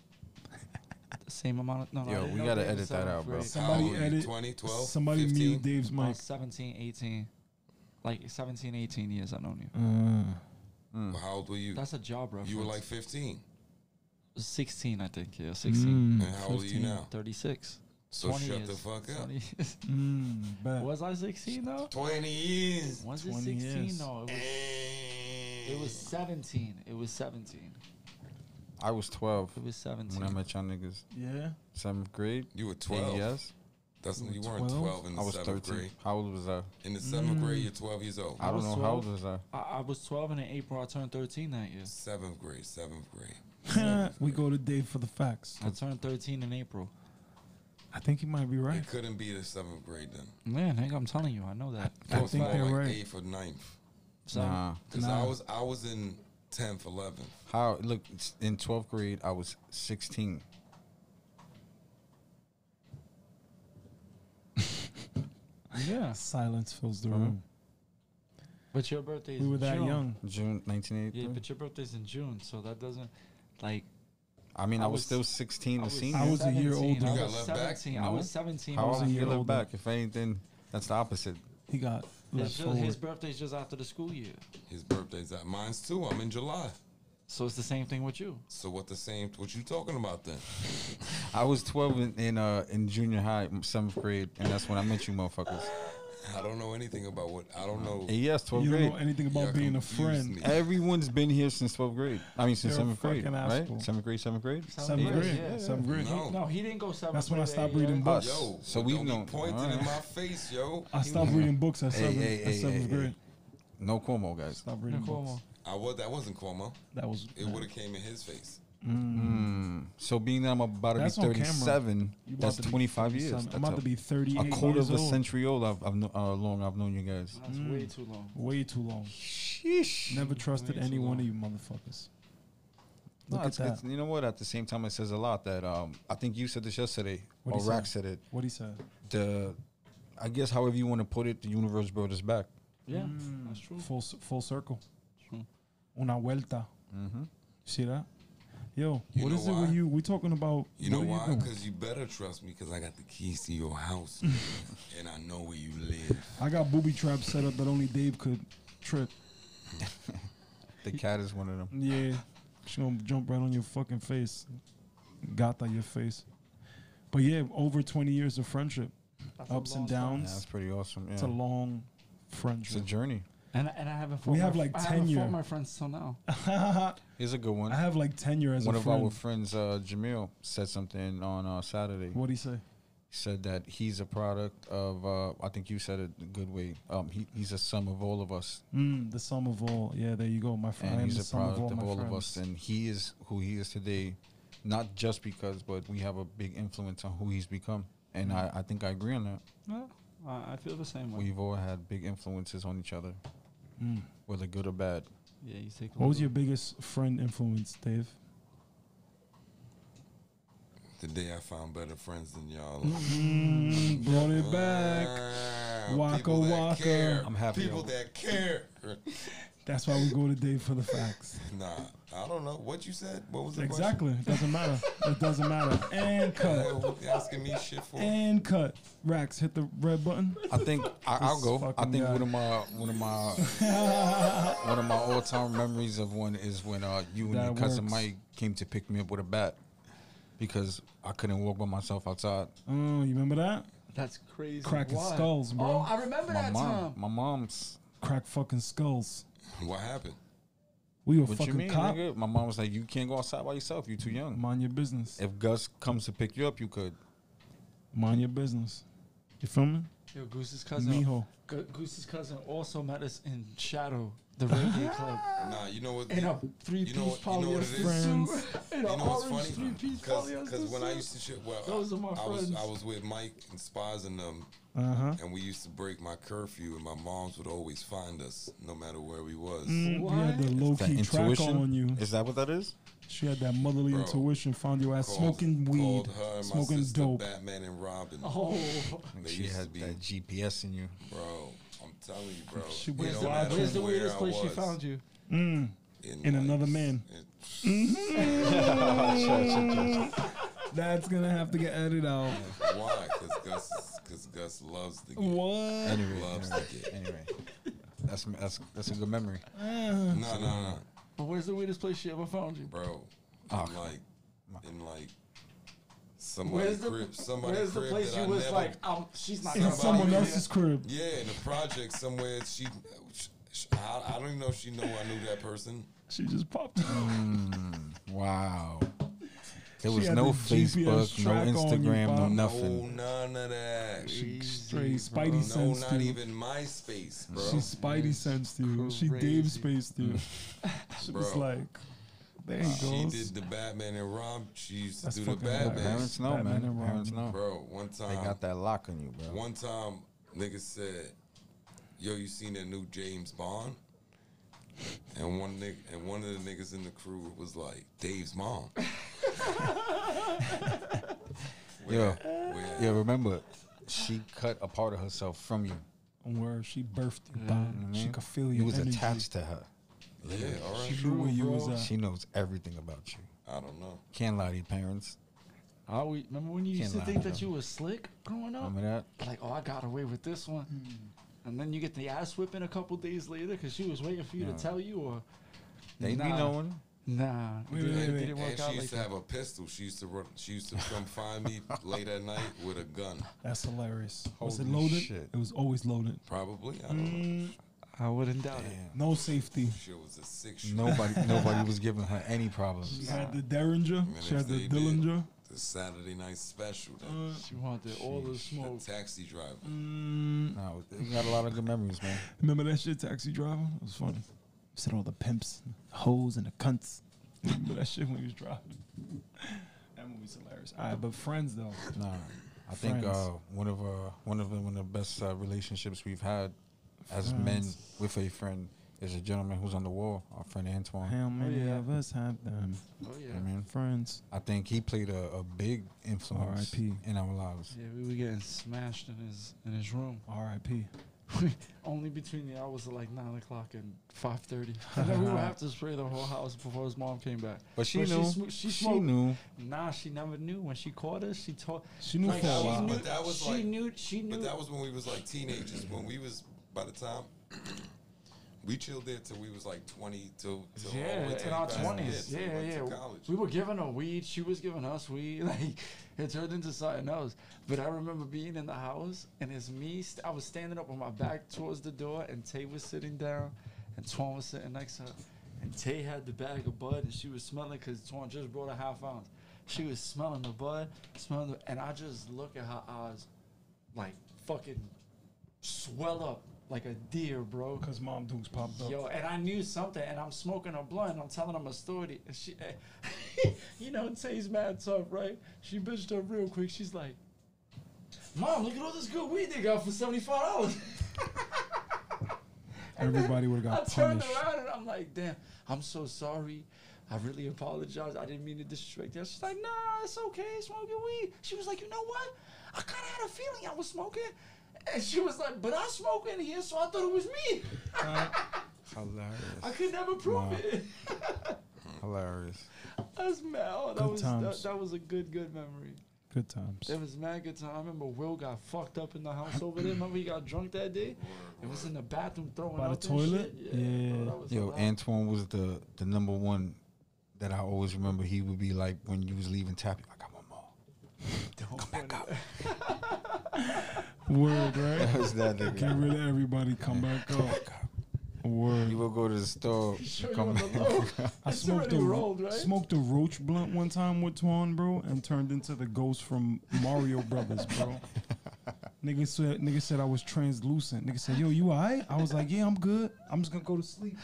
[SPEAKER 4] the same amount of. No, no, I
[SPEAKER 3] Yo,
[SPEAKER 4] didn't
[SPEAKER 3] we
[SPEAKER 4] know
[SPEAKER 3] gotta
[SPEAKER 4] Dave
[SPEAKER 3] edit
[SPEAKER 4] was
[SPEAKER 3] that
[SPEAKER 4] seventh
[SPEAKER 3] out, bro.
[SPEAKER 4] grade.
[SPEAKER 1] Somebody
[SPEAKER 2] How old are you,
[SPEAKER 1] edit-
[SPEAKER 2] 20, 12,
[SPEAKER 1] Somebody
[SPEAKER 2] 15?
[SPEAKER 1] mute Dave's
[SPEAKER 4] About
[SPEAKER 1] mic.
[SPEAKER 4] 17, 18, like 17, 18 years I've known you.
[SPEAKER 1] Uh,
[SPEAKER 2] Well,
[SPEAKER 3] Mm.
[SPEAKER 2] How old were you?
[SPEAKER 4] That's a job reference.
[SPEAKER 2] you were like 15.
[SPEAKER 4] 16, I think. Yeah, 16.
[SPEAKER 1] Hmm, Mm.
[SPEAKER 2] And how old are you
[SPEAKER 4] Mm.
[SPEAKER 2] now?
[SPEAKER 4] 36.
[SPEAKER 2] So
[SPEAKER 4] 20
[SPEAKER 2] shut
[SPEAKER 4] years.
[SPEAKER 2] the fuck up.
[SPEAKER 4] 20 [LAUGHS] years.
[SPEAKER 1] Mm, bet.
[SPEAKER 4] Was I 16 though?
[SPEAKER 2] 20 years.
[SPEAKER 4] Was it
[SPEAKER 1] 20
[SPEAKER 4] 16?
[SPEAKER 1] years.
[SPEAKER 4] No, it was, it was 17. It was 17.
[SPEAKER 3] I was 12
[SPEAKER 4] It was 17.
[SPEAKER 3] when I met y'all niggas.
[SPEAKER 1] Yeah.
[SPEAKER 3] Seventh grade.
[SPEAKER 2] You were 12.
[SPEAKER 3] Yes.
[SPEAKER 2] That's
[SPEAKER 1] You
[SPEAKER 2] you
[SPEAKER 1] were
[SPEAKER 2] weren't
[SPEAKER 1] 12?
[SPEAKER 2] 12 in
[SPEAKER 3] I
[SPEAKER 2] the
[SPEAKER 3] was
[SPEAKER 2] 7th
[SPEAKER 3] 13.
[SPEAKER 2] grade.
[SPEAKER 3] How old was I?
[SPEAKER 2] In the 7th
[SPEAKER 1] Mm.
[SPEAKER 2] grade, you're 12 years old.
[SPEAKER 3] I,
[SPEAKER 4] I
[SPEAKER 3] don't
[SPEAKER 4] was
[SPEAKER 3] know. How
[SPEAKER 4] 12.
[SPEAKER 3] old was I?
[SPEAKER 4] I, I was 12 and in April. I turned 13 that year.
[SPEAKER 2] 7th grade, 7th grade.
[SPEAKER 1] [LAUGHS] we go to Dave for the facts.
[SPEAKER 4] I turned 13 in April.
[SPEAKER 1] I think he might be right.
[SPEAKER 2] It couldn't be the 7th grade then.
[SPEAKER 4] Man, nigga, I'm telling you, I know that.
[SPEAKER 2] It was
[SPEAKER 1] think
[SPEAKER 2] more
[SPEAKER 1] they're
[SPEAKER 2] like
[SPEAKER 1] right.
[SPEAKER 2] 8th or 9th.
[SPEAKER 4] So
[SPEAKER 3] Nah.
[SPEAKER 2] Because
[SPEAKER 1] Nah.
[SPEAKER 2] I was I was in 10th, 11th.
[SPEAKER 3] How? Look, it's- in 12th grade, I was 16.
[SPEAKER 4] yeah,
[SPEAKER 1] Silence fills the
[SPEAKER 3] Mhm.
[SPEAKER 1] room.
[SPEAKER 4] but your birthday is
[SPEAKER 1] We were
[SPEAKER 4] in
[SPEAKER 1] that
[SPEAKER 4] June.
[SPEAKER 1] young.
[SPEAKER 3] June
[SPEAKER 4] Yeah,
[SPEAKER 3] 1983.
[SPEAKER 4] but your birthday's in June, so that doesn't like
[SPEAKER 3] I mean, I,
[SPEAKER 4] I
[SPEAKER 3] was,
[SPEAKER 4] was-
[SPEAKER 3] still 16 to senior.
[SPEAKER 1] I was a year
[SPEAKER 4] 17,
[SPEAKER 1] older.
[SPEAKER 2] You
[SPEAKER 4] I
[SPEAKER 2] got
[SPEAKER 4] was
[SPEAKER 2] left back?
[SPEAKER 4] 17. I
[SPEAKER 3] No.
[SPEAKER 4] was 17.
[SPEAKER 3] How
[SPEAKER 1] was
[SPEAKER 3] was
[SPEAKER 1] a
[SPEAKER 3] he
[SPEAKER 1] year
[SPEAKER 3] look
[SPEAKER 1] older.
[SPEAKER 3] back? If anything, that's the opposite.
[SPEAKER 1] He got left
[SPEAKER 4] It's just-
[SPEAKER 1] forward.
[SPEAKER 4] his birthday's just after the school year.
[SPEAKER 2] His birthday's out. Mine's too. I'm in July.
[SPEAKER 4] So it's the same thing with you.
[SPEAKER 2] So what the same? What you talking about then?
[SPEAKER 3] I was 12 in in, uh, in junior high, m- seventh grade, and that's when I met you, motherfuckers.
[SPEAKER 2] I don't know anything about what. I don't know.
[SPEAKER 3] And yes, 12th
[SPEAKER 1] You don't
[SPEAKER 3] grade.
[SPEAKER 1] know anything about
[SPEAKER 2] Y'all
[SPEAKER 1] being a
[SPEAKER 2] confuse
[SPEAKER 1] friend.
[SPEAKER 2] me.
[SPEAKER 3] Everyone's been here since 12th grade. I mean, since
[SPEAKER 1] You're a
[SPEAKER 3] seventh grade,
[SPEAKER 1] fucking
[SPEAKER 3] right?
[SPEAKER 1] asshole.
[SPEAKER 3] Seventh grade, seventh grade.
[SPEAKER 1] Seventh
[SPEAKER 4] Yeah,
[SPEAKER 1] grade.
[SPEAKER 4] yeah.
[SPEAKER 1] Seventh grade.
[SPEAKER 2] No.
[SPEAKER 4] No, he didn't go seven.
[SPEAKER 1] That's when I
[SPEAKER 4] grade,
[SPEAKER 1] stopped
[SPEAKER 4] eight,
[SPEAKER 1] reading
[SPEAKER 4] yeah.
[SPEAKER 3] Us.
[SPEAKER 2] Yo,
[SPEAKER 3] So
[SPEAKER 2] don't
[SPEAKER 3] we've
[SPEAKER 2] be
[SPEAKER 3] known-
[SPEAKER 2] pointing
[SPEAKER 3] alright.
[SPEAKER 2] in my face, yo.
[SPEAKER 1] I stopped reading books at
[SPEAKER 3] Hey,
[SPEAKER 1] seventh,
[SPEAKER 3] hey,
[SPEAKER 1] at
[SPEAKER 3] hey,
[SPEAKER 1] seventh
[SPEAKER 3] hey, hey.
[SPEAKER 1] grade.
[SPEAKER 3] No Cuomo, guys.
[SPEAKER 1] Stopped reading
[SPEAKER 4] Nicole Mo.
[SPEAKER 1] books.
[SPEAKER 2] I was. That wasn't Cuomo.
[SPEAKER 1] That was Mm.
[SPEAKER 2] It would have came in his face.
[SPEAKER 3] Mm. So being that I'm about to
[SPEAKER 1] That's
[SPEAKER 3] be
[SPEAKER 1] on camera.
[SPEAKER 3] 37,
[SPEAKER 1] You about
[SPEAKER 3] that's
[SPEAKER 1] to be
[SPEAKER 3] 25 years.
[SPEAKER 1] 37.
[SPEAKER 3] That's
[SPEAKER 1] I'm about to be 38
[SPEAKER 3] a quarter
[SPEAKER 1] years
[SPEAKER 3] of a
[SPEAKER 1] old.
[SPEAKER 3] century old. I've, I've kno- uh, long I've known you guys.
[SPEAKER 4] That's way too long.
[SPEAKER 1] Way too long.
[SPEAKER 3] Sheesh.
[SPEAKER 1] Never trusted
[SPEAKER 4] too
[SPEAKER 1] any one
[SPEAKER 4] long.
[SPEAKER 1] of you motherfuckers.
[SPEAKER 3] No,
[SPEAKER 1] Look at
[SPEAKER 3] it's- it's-
[SPEAKER 1] that.
[SPEAKER 3] you know what? At the same time, it says a lot that um, I think you said this yesterday,
[SPEAKER 1] What'd
[SPEAKER 3] or
[SPEAKER 1] he
[SPEAKER 3] Rack
[SPEAKER 1] say?
[SPEAKER 3] said it.
[SPEAKER 1] What he said.
[SPEAKER 3] The, I guess, however you want to put it, the universe brought us back.
[SPEAKER 4] Yeah, that's true.
[SPEAKER 1] Full c- full circle.
[SPEAKER 4] True.
[SPEAKER 1] Una vuelta.
[SPEAKER 3] Mm-hmm.
[SPEAKER 1] See that? Yo,
[SPEAKER 2] You
[SPEAKER 1] what
[SPEAKER 2] know
[SPEAKER 1] is it with
[SPEAKER 2] why?
[SPEAKER 1] you? We talking about?
[SPEAKER 2] You know
[SPEAKER 1] what are
[SPEAKER 2] why?
[SPEAKER 1] doing?
[SPEAKER 2] Because you better trust me, because I got the keys to your house, and I know where you live.
[SPEAKER 1] I got booby traps set up that only Dave could trip.
[SPEAKER 3] The cat is one
[SPEAKER 1] [LAUGHS]
[SPEAKER 3] of them.
[SPEAKER 1] Yeah, she gonna jump right on your fucking face, gata your face. But yeah, over twenty years of friendship,
[SPEAKER 4] That's a
[SPEAKER 1] ups and
[SPEAKER 4] long time.
[SPEAKER 3] Yeah,
[SPEAKER 1] downs.
[SPEAKER 3] that's pretty awesome. Yeah.
[SPEAKER 1] It's a long
[SPEAKER 3] It's a
[SPEAKER 1] friendship.
[SPEAKER 3] journey.
[SPEAKER 4] And, and I haven't fought my
[SPEAKER 1] have,
[SPEAKER 4] fr-
[SPEAKER 1] like,
[SPEAKER 4] I haven't fought
[SPEAKER 1] tenure.
[SPEAKER 4] my friends till
[SPEAKER 1] [LAUGHS]
[SPEAKER 4] now.
[SPEAKER 3] It's a good one.
[SPEAKER 1] I have like tenure as
[SPEAKER 3] one
[SPEAKER 1] a
[SPEAKER 3] of
[SPEAKER 1] friend.
[SPEAKER 3] our friends, uh, Jamil, said something on uh, Saturday.
[SPEAKER 1] What'd he say?
[SPEAKER 3] said that he's a product of uh, I think you said it a good way. Um, he, he's a sum of all of us,
[SPEAKER 1] Mm, the sum of all. Yeah, there you go, my friend.
[SPEAKER 3] and
[SPEAKER 1] I am the
[SPEAKER 3] he's a
[SPEAKER 1] sum of
[SPEAKER 3] product
[SPEAKER 1] all,
[SPEAKER 3] of
[SPEAKER 1] my
[SPEAKER 3] all
[SPEAKER 1] friends.
[SPEAKER 3] of us, and he is who he is today, not just because, but we have a big influence on who he's become. And
[SPEAKER 1] Mm-hmm.
[SPEAKER 3] I, I think I agree on that.
[SPEAKER 4] Yeah, I I feel the same way.
[SPEAKER 3] We've all had big influences on each other,
[SPEAKER 1] Mm.
[SPEAKER 3] whether good or bad.
[SPEAKER 4] Yeah, you take. a
[SPEAKER 1] What was
[SPEAKER 4] little-
[SPEAKER 1] your biggest friend influence, Dave?
[SPEAKER 2] The day I found better friends than y'all.
[SPEAKER 4] Mm,
[SPEAKER 1] Brought it Mm. back.
[SPEAKER 2] Ah,
[SPEAKER 1] Waka
[SPEAKER 2] people that
[SPEAKER 1] waka.
[SPEAKER 2] care.
[SPEAKER 3] I'm happy
[SPEAKER 2] People
[SPEAKER 3] I'm-
[SPEAKER 2] that care. [LAUGHS]
[SPEAKER 1] That's why we go to Dave for the facts.
[SPEAKER 2] Nah, I don't know what you said. What was the question?
[SPEAKER 1] Exactly. It doesn't matter. It doesn't matter. And cut.
[SPEAKER 2] What you asking me shit for?
[SPEAKER 1] And cut. Rax, hit the red button. [LAUGHS]
[SPEAKER 3] I think I, I'll
[SPEAKER 1] This
[SPEAKER 3] go. I
[SPEAKER 1] fucking
[SPEAKER 3] think
[SPEAKER 1] guy.
[SPEAKER 3] one of my one
[SPEAKER 1] [LAUGHS]
[SPEAKER 3] of my one of my all time memories of one is when uh, you and
[SPEAKER 1] That
[SPEAKER 3] your cousin
[SPEAKER 1] works.
[SPEAKER 3] Mike came to pick me up with a bat because I couldn't walk by myself outside.
[SPEAKER 1] Oh, you remember that?
[SPEAKER 4] That's crazy.
[SPEAKER 1] Cracking
[SPEAKER 4] Why?
[SPEAKER 1] skulls, bro.
[SPEAKER 4] Oh, I remember
[SPEAKER 3] My
[SPEAKER 4] that
[SPEAKER 3] mom,
[SPEAKER 4] time.
[SPEAKER 3] my mom's.
[SPEAKER 1] Crack fucking skulls.
[SPEAKER 2] What happened?
[SPEAKER 1] We were
[SPEAKER 3] What you
[SPEAKER 1] fucking
[SPEAKER 3] mean,
[SPEAKER 1] cop.
[SPEAKER 3] nigga? My mom was like, "You can't go outside by yourself. You're too young.
[SPEAKER 1] Mind your business.
[SPEAKER 3] If Gus comes to pick you up, you could."
[SPEAKER 1] Mind your business. You feel me?
[SPEAKER 4] Yo, Goose's cousin.
[SPEAKER 1] Mijo.
[SPEAKER 4] Go- Goose's cousin also met us in Shadow, the reggae club,
[SPEAKER 2] Nah, you know what?
[SPEAKER 4] in a
[SPEAKER 2] you
[SPEAKER 4] three-piece
[SPEAKER 2] know what- you know what it
[SPEAKER 4] polyester
[SPEAKER 2] is?
[SPEAKER 1] Friends.
[SPEAKER 4] suit, in
[SPEAKER 2] You
[SPEAKER 4] an
[SPEAKER 2] know what's
[SPEAKER 4] orange
[SPEAKER 2] funny?
[SPEAKER 4] three-piece polyester
[SPEAKER 2] Because when I
[SPEAKER 4] suit.
[SPEAKER 2] used to shit, well,
[SPEAKER 4] Those are my
[SPEAKER 2] I was
[SPEAKER 4] friends.
[SPEAKER 2] I was with Mike and Spaz and them,
[SPEAKER 1] Uh huh.
[SPEAKER 2] and we used to break my curfew, and my moms would always find us no matter where we was.
[SPEAKER 1] Mm,
[SPEAKER 4] Mm.
[SPEAKER 1] We had the low
[SPEAKER 3] That
[SPEAKER 1] key track on you.
[SPEAKER 3] Is that what that is?
[SPEAKER 1] She had that motherly
[SPEAKER 2] Bro.
[SPEAKER 1] intuition. Found your ass
[SPEAKER 2] Called-
[SPEAKER 1] smoking weed,
[SPEAKER 2] called her and my
[SPEAKER 1] smoking
[SPEAKER 2] sister
[SPEAKER 1] dope.
[SPEAKER 2] Batman and Robin.
[SPEAKER 4] Oh,
[SPEAKER 2] They
[SPEAKER 3] She
[SPEAKER 2] used to
[SPEAKER 3] had
[SPEAKER 2] be,
[SPEAKER 3] that GPS in you.
[SPEAKER 2] bro. I'm telling you, bro.
[SPEAKER 1] She
[SPEAKER 2] it
[SPEAKER 1] was
[SPEAKER 2] don't
[SPEAKER 1] the-
[SPEAKER 2] matter
[SPEAKER 4] where's the
[SPEAKER 2] where
[SPEAKER 4] weirdest
[SPEAKER 2] I
[SPEAKER 4] place she
[SPEAKER 2] was.
[SPEAKER 4] found you?
[SPEAKER 1] In another man.
[SPEAKER 2] it-
[SPEAKER 1] That's gonna have to get edited out.
[SPEAKER 2] Why? Because Gus, because Gus loves the game.
[SPEAKER 1] What?
[SPEAKER 3] Anyway,
[SPEAKER 2] Loves
[SPEAKER 3] anyway,
[SPEAKER 2] to get-
[SPEAKER 3] anyway. That's that's that's a good memory.
[SPEAKER 2] No, no, no,
[SPEAKER 4] But where's the weirdest place she ever found you?
[SPEAKER 2] bro.
[SPEAKER 3] Ah,
[SPEAKER 2] I'm
[SPEAKER 3] come
[SPEAKER 2] like, in like somebody
[SPEAKER 4] Where's the
[SPEAKER 2] crib, somebody
[SPEAKER 4] where's the
[SPEAKER 2] crib
[SPEAKER 4] place
[SPEAKER 2] that
[SPEAKER 4] you
[SPEAKER 2] I
[SPEAKER 4] was
[SPEAKER 2] never,
[SPEAKER 4] like, um, she's not
[SPEAKER 1] In
[SPEAKER 4] gonna
[SPEAKER 1] someone
[SPEAKER 4] find me
[SPEAKER 1] else's crib.
[SPEAKER 2] yeah, in a project somewhere. She, sh sh I, I don't even know if she know I knew that person.
[SPEAKER 1] She just popped. up.
[SPEAKER 3] Wow. There
[SPEAKER 1] She
[SPEAKER 3] was
[SPEAKER 1] had
[SPEAKER 3] no
[SPEAKER 1] the GPS
[SPEAKER 3] Facebook, no
[SPEAKER 1] track on you,
[SPEAKER 3] Instagram, no
[SPEAKER 1] Bob.
[SPEAKER 2] Oh,
[SPEAKER 3] nothing.
[SPEAKER 2] none of that.
[SPEAKER 4] here.
[SPEAKER 1] Straight Spidey
[SPEAKER 2] No,
[SPEAKER 1] sensed
[SPEAKER 2] not
[SPEAKER 1] you.
[SPEAKER 2] even MySpace, bro.
[SPEAKER 1] she Spidey sensed you. She Dave
[SPEAKER 4] crazy.
[SPEAKER 1] spaced
[SPEAKER 2] [LAUGHS]
[SPEAKER 1] you. she was
[SPEAKER 2] Bro.
[SPEAKER 1] like, there he
[SPEAKER 2] She
[SPEAKER 1] goes.
[SPEAKER 2] did the Batman and Rob. She used to
[SPEAKER 1] That's
[SPEAKER 2] do the
[SPEAKER 1] fucking
[SPEAKER 2] Batman.
[SPEAKER 1] hilarious.
[SPEAKER 3] Parents know,
[SPEAKER 1] Batman
[SPEAKER 3] man.
[SPEAKER 1] and
[SPEAKER 3] Parents
[SPEAKER 1] Robin.
[SPEAKER 3] know.
[SPEAKER 2] Bro, one time,
[SPEAKER 3] They got that lock on you, bro.
[SPEAKER 2] one time, nigga said, "Yo, you seen that new James Bond?" And one nigga, and one of the niggas in the crew was like, "Dave's mom." [LAUGHS]
[SPEAKER 3] Yeah.
[SPEAKER 2] Where-
[SPEAKER 3] Yeah, remember, she cut a part of herself from you.
[SPEAKER 1] Where she birthed you, Bob. She could feel
[SPEAKER 3] You
[SPEAKER 1] your
[SPEAKER 3] was
[SPEAKER 1] energy.
[SPEAKER 3] attached to her.
[SPEAKER 2] yeah, all right.
[SPEAKER 1] She knew where you was at.
[SPEAKER 3] She knows everything about you.
[SPEAKER 2] I don't know.
[SPEAKER 3] Can't lie to your parents.
[SPEAKER 4] I always remember when you
[SPEAKER 3] Can't
[SPEAKER 4] used to
[SPEAKER 3] lie,
[SPEAKER 4] think
[SPEAKER 3] though.
[SPEAKER 4] that you was slick growing up.
[SPEAKER 3] Remember that?
[SPEAKER 4] Like, oh, I got away with this one, and then you get the ass whipping a couple days later because she was waiting for you
[SPEAKER 3] No.
[SPEAKER 4] to tell you, or
[SPEAKER 3] They be
[SPEAKER 4] Nah.
[SPEAKER 3] knowing.
[SPEAKER 4] nah,
[SPEAKER 1] Wait,
[SPEAKER 4] it
[SPEAKER 1] wait,
[SPEAKER 4] didn't-
[SPEAKER 1] wait,
[SPEAKER 4] it
[SPEAKER 1] wait.
[SPEAKER 4] didn't
[SPEAKER 2] And
[SPEAKER 4] work
[SPEAKER 2] she
[SPEAKER 4] out like
[SPEAKER 2] used to
[SPEAKER 4] that.
[SPEAKER 2] have a pistol. She used to run. She used to come find
[SPEAKER 3] [LAUGHS]
[SPEAKER 2] me late at night with a gun.
[SPEAKER 1] That's hilarious. was it
[SPEAKER 3] Holy
[SPEAKER 1] loaded?
[SPEAKER 3] shit.
[SPEAKER 1] It was always loaded.
[SPEAKER 2] Probably. I don't know.
[SPEAKER 4] I wouldn't doubt it.
[SPEAKER 3] Damn.
[SPEAKER 1] No safety.
[SPEAKER 2] She was a six shooter.
[SPEAKER 3] Mm.
[SPEAKER 1] [LAUGHS]
[SPEAKER 3] Nobody, nobody was giving her any problems.
[SPEAKER 1] She had the Derringer.
[SPEAKER 2] And
[SPEAKER 1] She
[SPEAKER 2] if
[SPEAKER 1] had
[SPEAKER 2] they
[SPEAKER 1] the
[SPEAKER 2] did,
[SPEAKER 1] Dillinger.
[SPEAKER 2] The Saturday night special. The,
[SPEAKER 4] She wanted all the Mm. smoke.
[SPEAKER 2] the taxi driver.
[SPEAKER 1] Mm,
[SPEAKER 3] No, you got a lot of good memories, man.
[SPEAKER 1] remember that shit, Taxi Driver? It was funny. Said all the pimps, hoes, and the cunts. remember that shit when he was driving? That movie's hilarious. All right, but Friends though.
[SPEAKER 3] Nah, I think
[SPEAKER 1] Friends.
[SPEAKER 3] uh, one of uh, one of the, one of the best uh, relationships we've had as men
[SPEAKER 1] Friends.
[SPEAKER 3] with a friend is a gentleman who's on the wall. Our friend Antoine.
[SPEAKER 1] How many
[SPEAKER 4] yeah.
[SPEAKER 1] of us have them?
[SPEAKER 4] Oh yeah.
[SPEAKER 3] I mean,
[SPEAKER 1] Friends.
[SPEAKER 3] I think he played a, a big influence
[SPEAKER 1] R.I.P..
[SPEAKER 3] in our lives.
[SPEAKER 4] Yeah, we were getting smashed in his in his room.
[SPEAKER 1] R.I.P.
[SPEAKER 4] Only between the hours of like nine o'clock and five thirty. [LAUGHS] and then we would have to spray the whole house before his mom came back.
[SPEAKER 3] But she
[SPEAKER 4] But she
[SPEAKER 3] knew. She,
[SPEAKER 4] smo- she smoked.
[SPEAKER 3] knew.
[SPEAKER 4] Nah, she never knew. When she caught us, she told.
[SPEAKER 1] She knew
[SPEAKER 4] Like,
[SPEAKER 1] for a
[SPEAKER 4] she
[SPEAKER 1] while.
[SPEAKER 4] knew.
[SPEAKER 2] But that was
[SPEAKER 4] she
[SPEAKER 2] like-
[SPEAKER 4] knew. She knew.
[SPEAKER 2] But that was when we was like teenagers. When we was by the time we chilled there till we was like twenty till, till all the way
[SPEAKER 4] yeah,
[SPEAKER 2] till
[SPEAKER 4] in
[SPEAKER 2] he
[SPEAKER 4] our
[SPEAKER 2] passed
[SPEAKER 4] twenties.
[SPEAKER 2] till
[SPEAKER 4] Yeah,
[SPEAKER 2] he went
[SPEAKER 4] yeah.
[SPEAKER 2] to
[SPEAKER 4] yeah.
[SPEAKER 2] college.
[SPEAKER 4] We were giving her weed. She was giving us weed. [LAUGHS] Like it turned into something else. But I remember being in the house, and it's me. St- I was standing up with my back towards the door, and Tay was sitting down, and Twan was sitting next to her. And Tay had the bag of bud, and she was smelling because Twan just brought a half ounce. She was smelling the bud, smelling, the, and I just look at her eyes, like fucking swell up like a deer, bro.
[SPEAKER 1] Because Mom Dukes popped up.
[SPEAKER 4] Yo, and I knew something, and I'm smoking a blunt. and I'm telling him a story, and she, eh, [LAUGHS] you know, Tay's mad tough, right? She bitched up real quick. She's like, "Mom, look at all this good weed they got for seventy five dollars." [LAUGHS]
[SPEAKER 1] Everybody would have
[SPEAKER 4] [LAUGHS] I
[SPEAKER 1] got
[SPEAKER 4] turned
[SPEAKER 1] punished.
[SPEAKER 4] around and I'm like, "Damn, I'm so sorry. I really apologize. I didn't mean to disrespect you." She's like, "Nah, it's okay. Smoke your weed." She was like, "You know what? I kind of had a feeling I was smoking." And she was like, but I smoke in here, so I thought it was me.
[SPEAKER 3] Hilarious.
[SPEAKER 4] I could never prove
[SPEAKER 3] Wow.
[SPEAKER 4] it.
[SPEAKER 3] Hilarious.
[SPEAKER 4] That's mad. Oh, that
[SPEAKER 1] Good
[SPEAKER 4] was
[SPEAKER 1] times.
[SPEAKER 4] that, that was a good good memory.
[SPEAKER 1] Good times.
[SPEAKER 4] It was mad good time. I remember Will got fucked up in the house over there. Remember he got drunk that day? It was in the bathroom throwing
[SPEAKER 1] By the
[SPEAKER 4] up and
[SPEAKER 1] toilet?
[SPEAKER 4] shit. Yeah.
[SPEAKER 1] Yeah.
[SPEAKER 4] bro, that was [LAUGHS]
[SPEAKER 3] Yo,
[SPEAKER 4] hilarious.
[SPEAKER 3] Antoine was the the number one that I always remember. He would be like when you was leaving tap. I got one more. Come back out.
[SPEAKER 1] Word, right?
[SPEAKER 3] [LAUGHS] That was that
[SPEAKER 1] Get
[SPEAKER 3] nigga.
[SPEAKER 1] rid of everybody. Come back up.
[SPEAKER 3] You
[SPEAKER 1] Word.
[SPEAKER 3] would go to
[SPEAKER 1] [LAUGHS]
[SPEAKER 3] the store.
[SPEAKER 4] Show you
[SPEAKER 3] Come
[SPEAKER 4] on the
[SPEAKER 3] back. [LAUGHS]
[SPEAKER 4] low.
[SPEAKER 1] I
[SPEAKER 4] It's
[SPEAKER 1] smoked
[SPEAKER 4] already
[SPEAKER 1] a,
[SPEAKER 4] rolled, right?
[SPEAKER 1] smoked a roach blunt one time with Twan, bro, and turned into the ghost from Mario Brothers,
[SPEAKER 4] [LAUGHS]
[SPEAKER 1] bro. nigga said, nigga said I was translucent. Nigga said, "Yo, you alright?" I was like, "Yeah, I'm good. I'm just gonna go to
[SPEAKER 4] [LAUGHS]
[SPEAKER 1] sleep."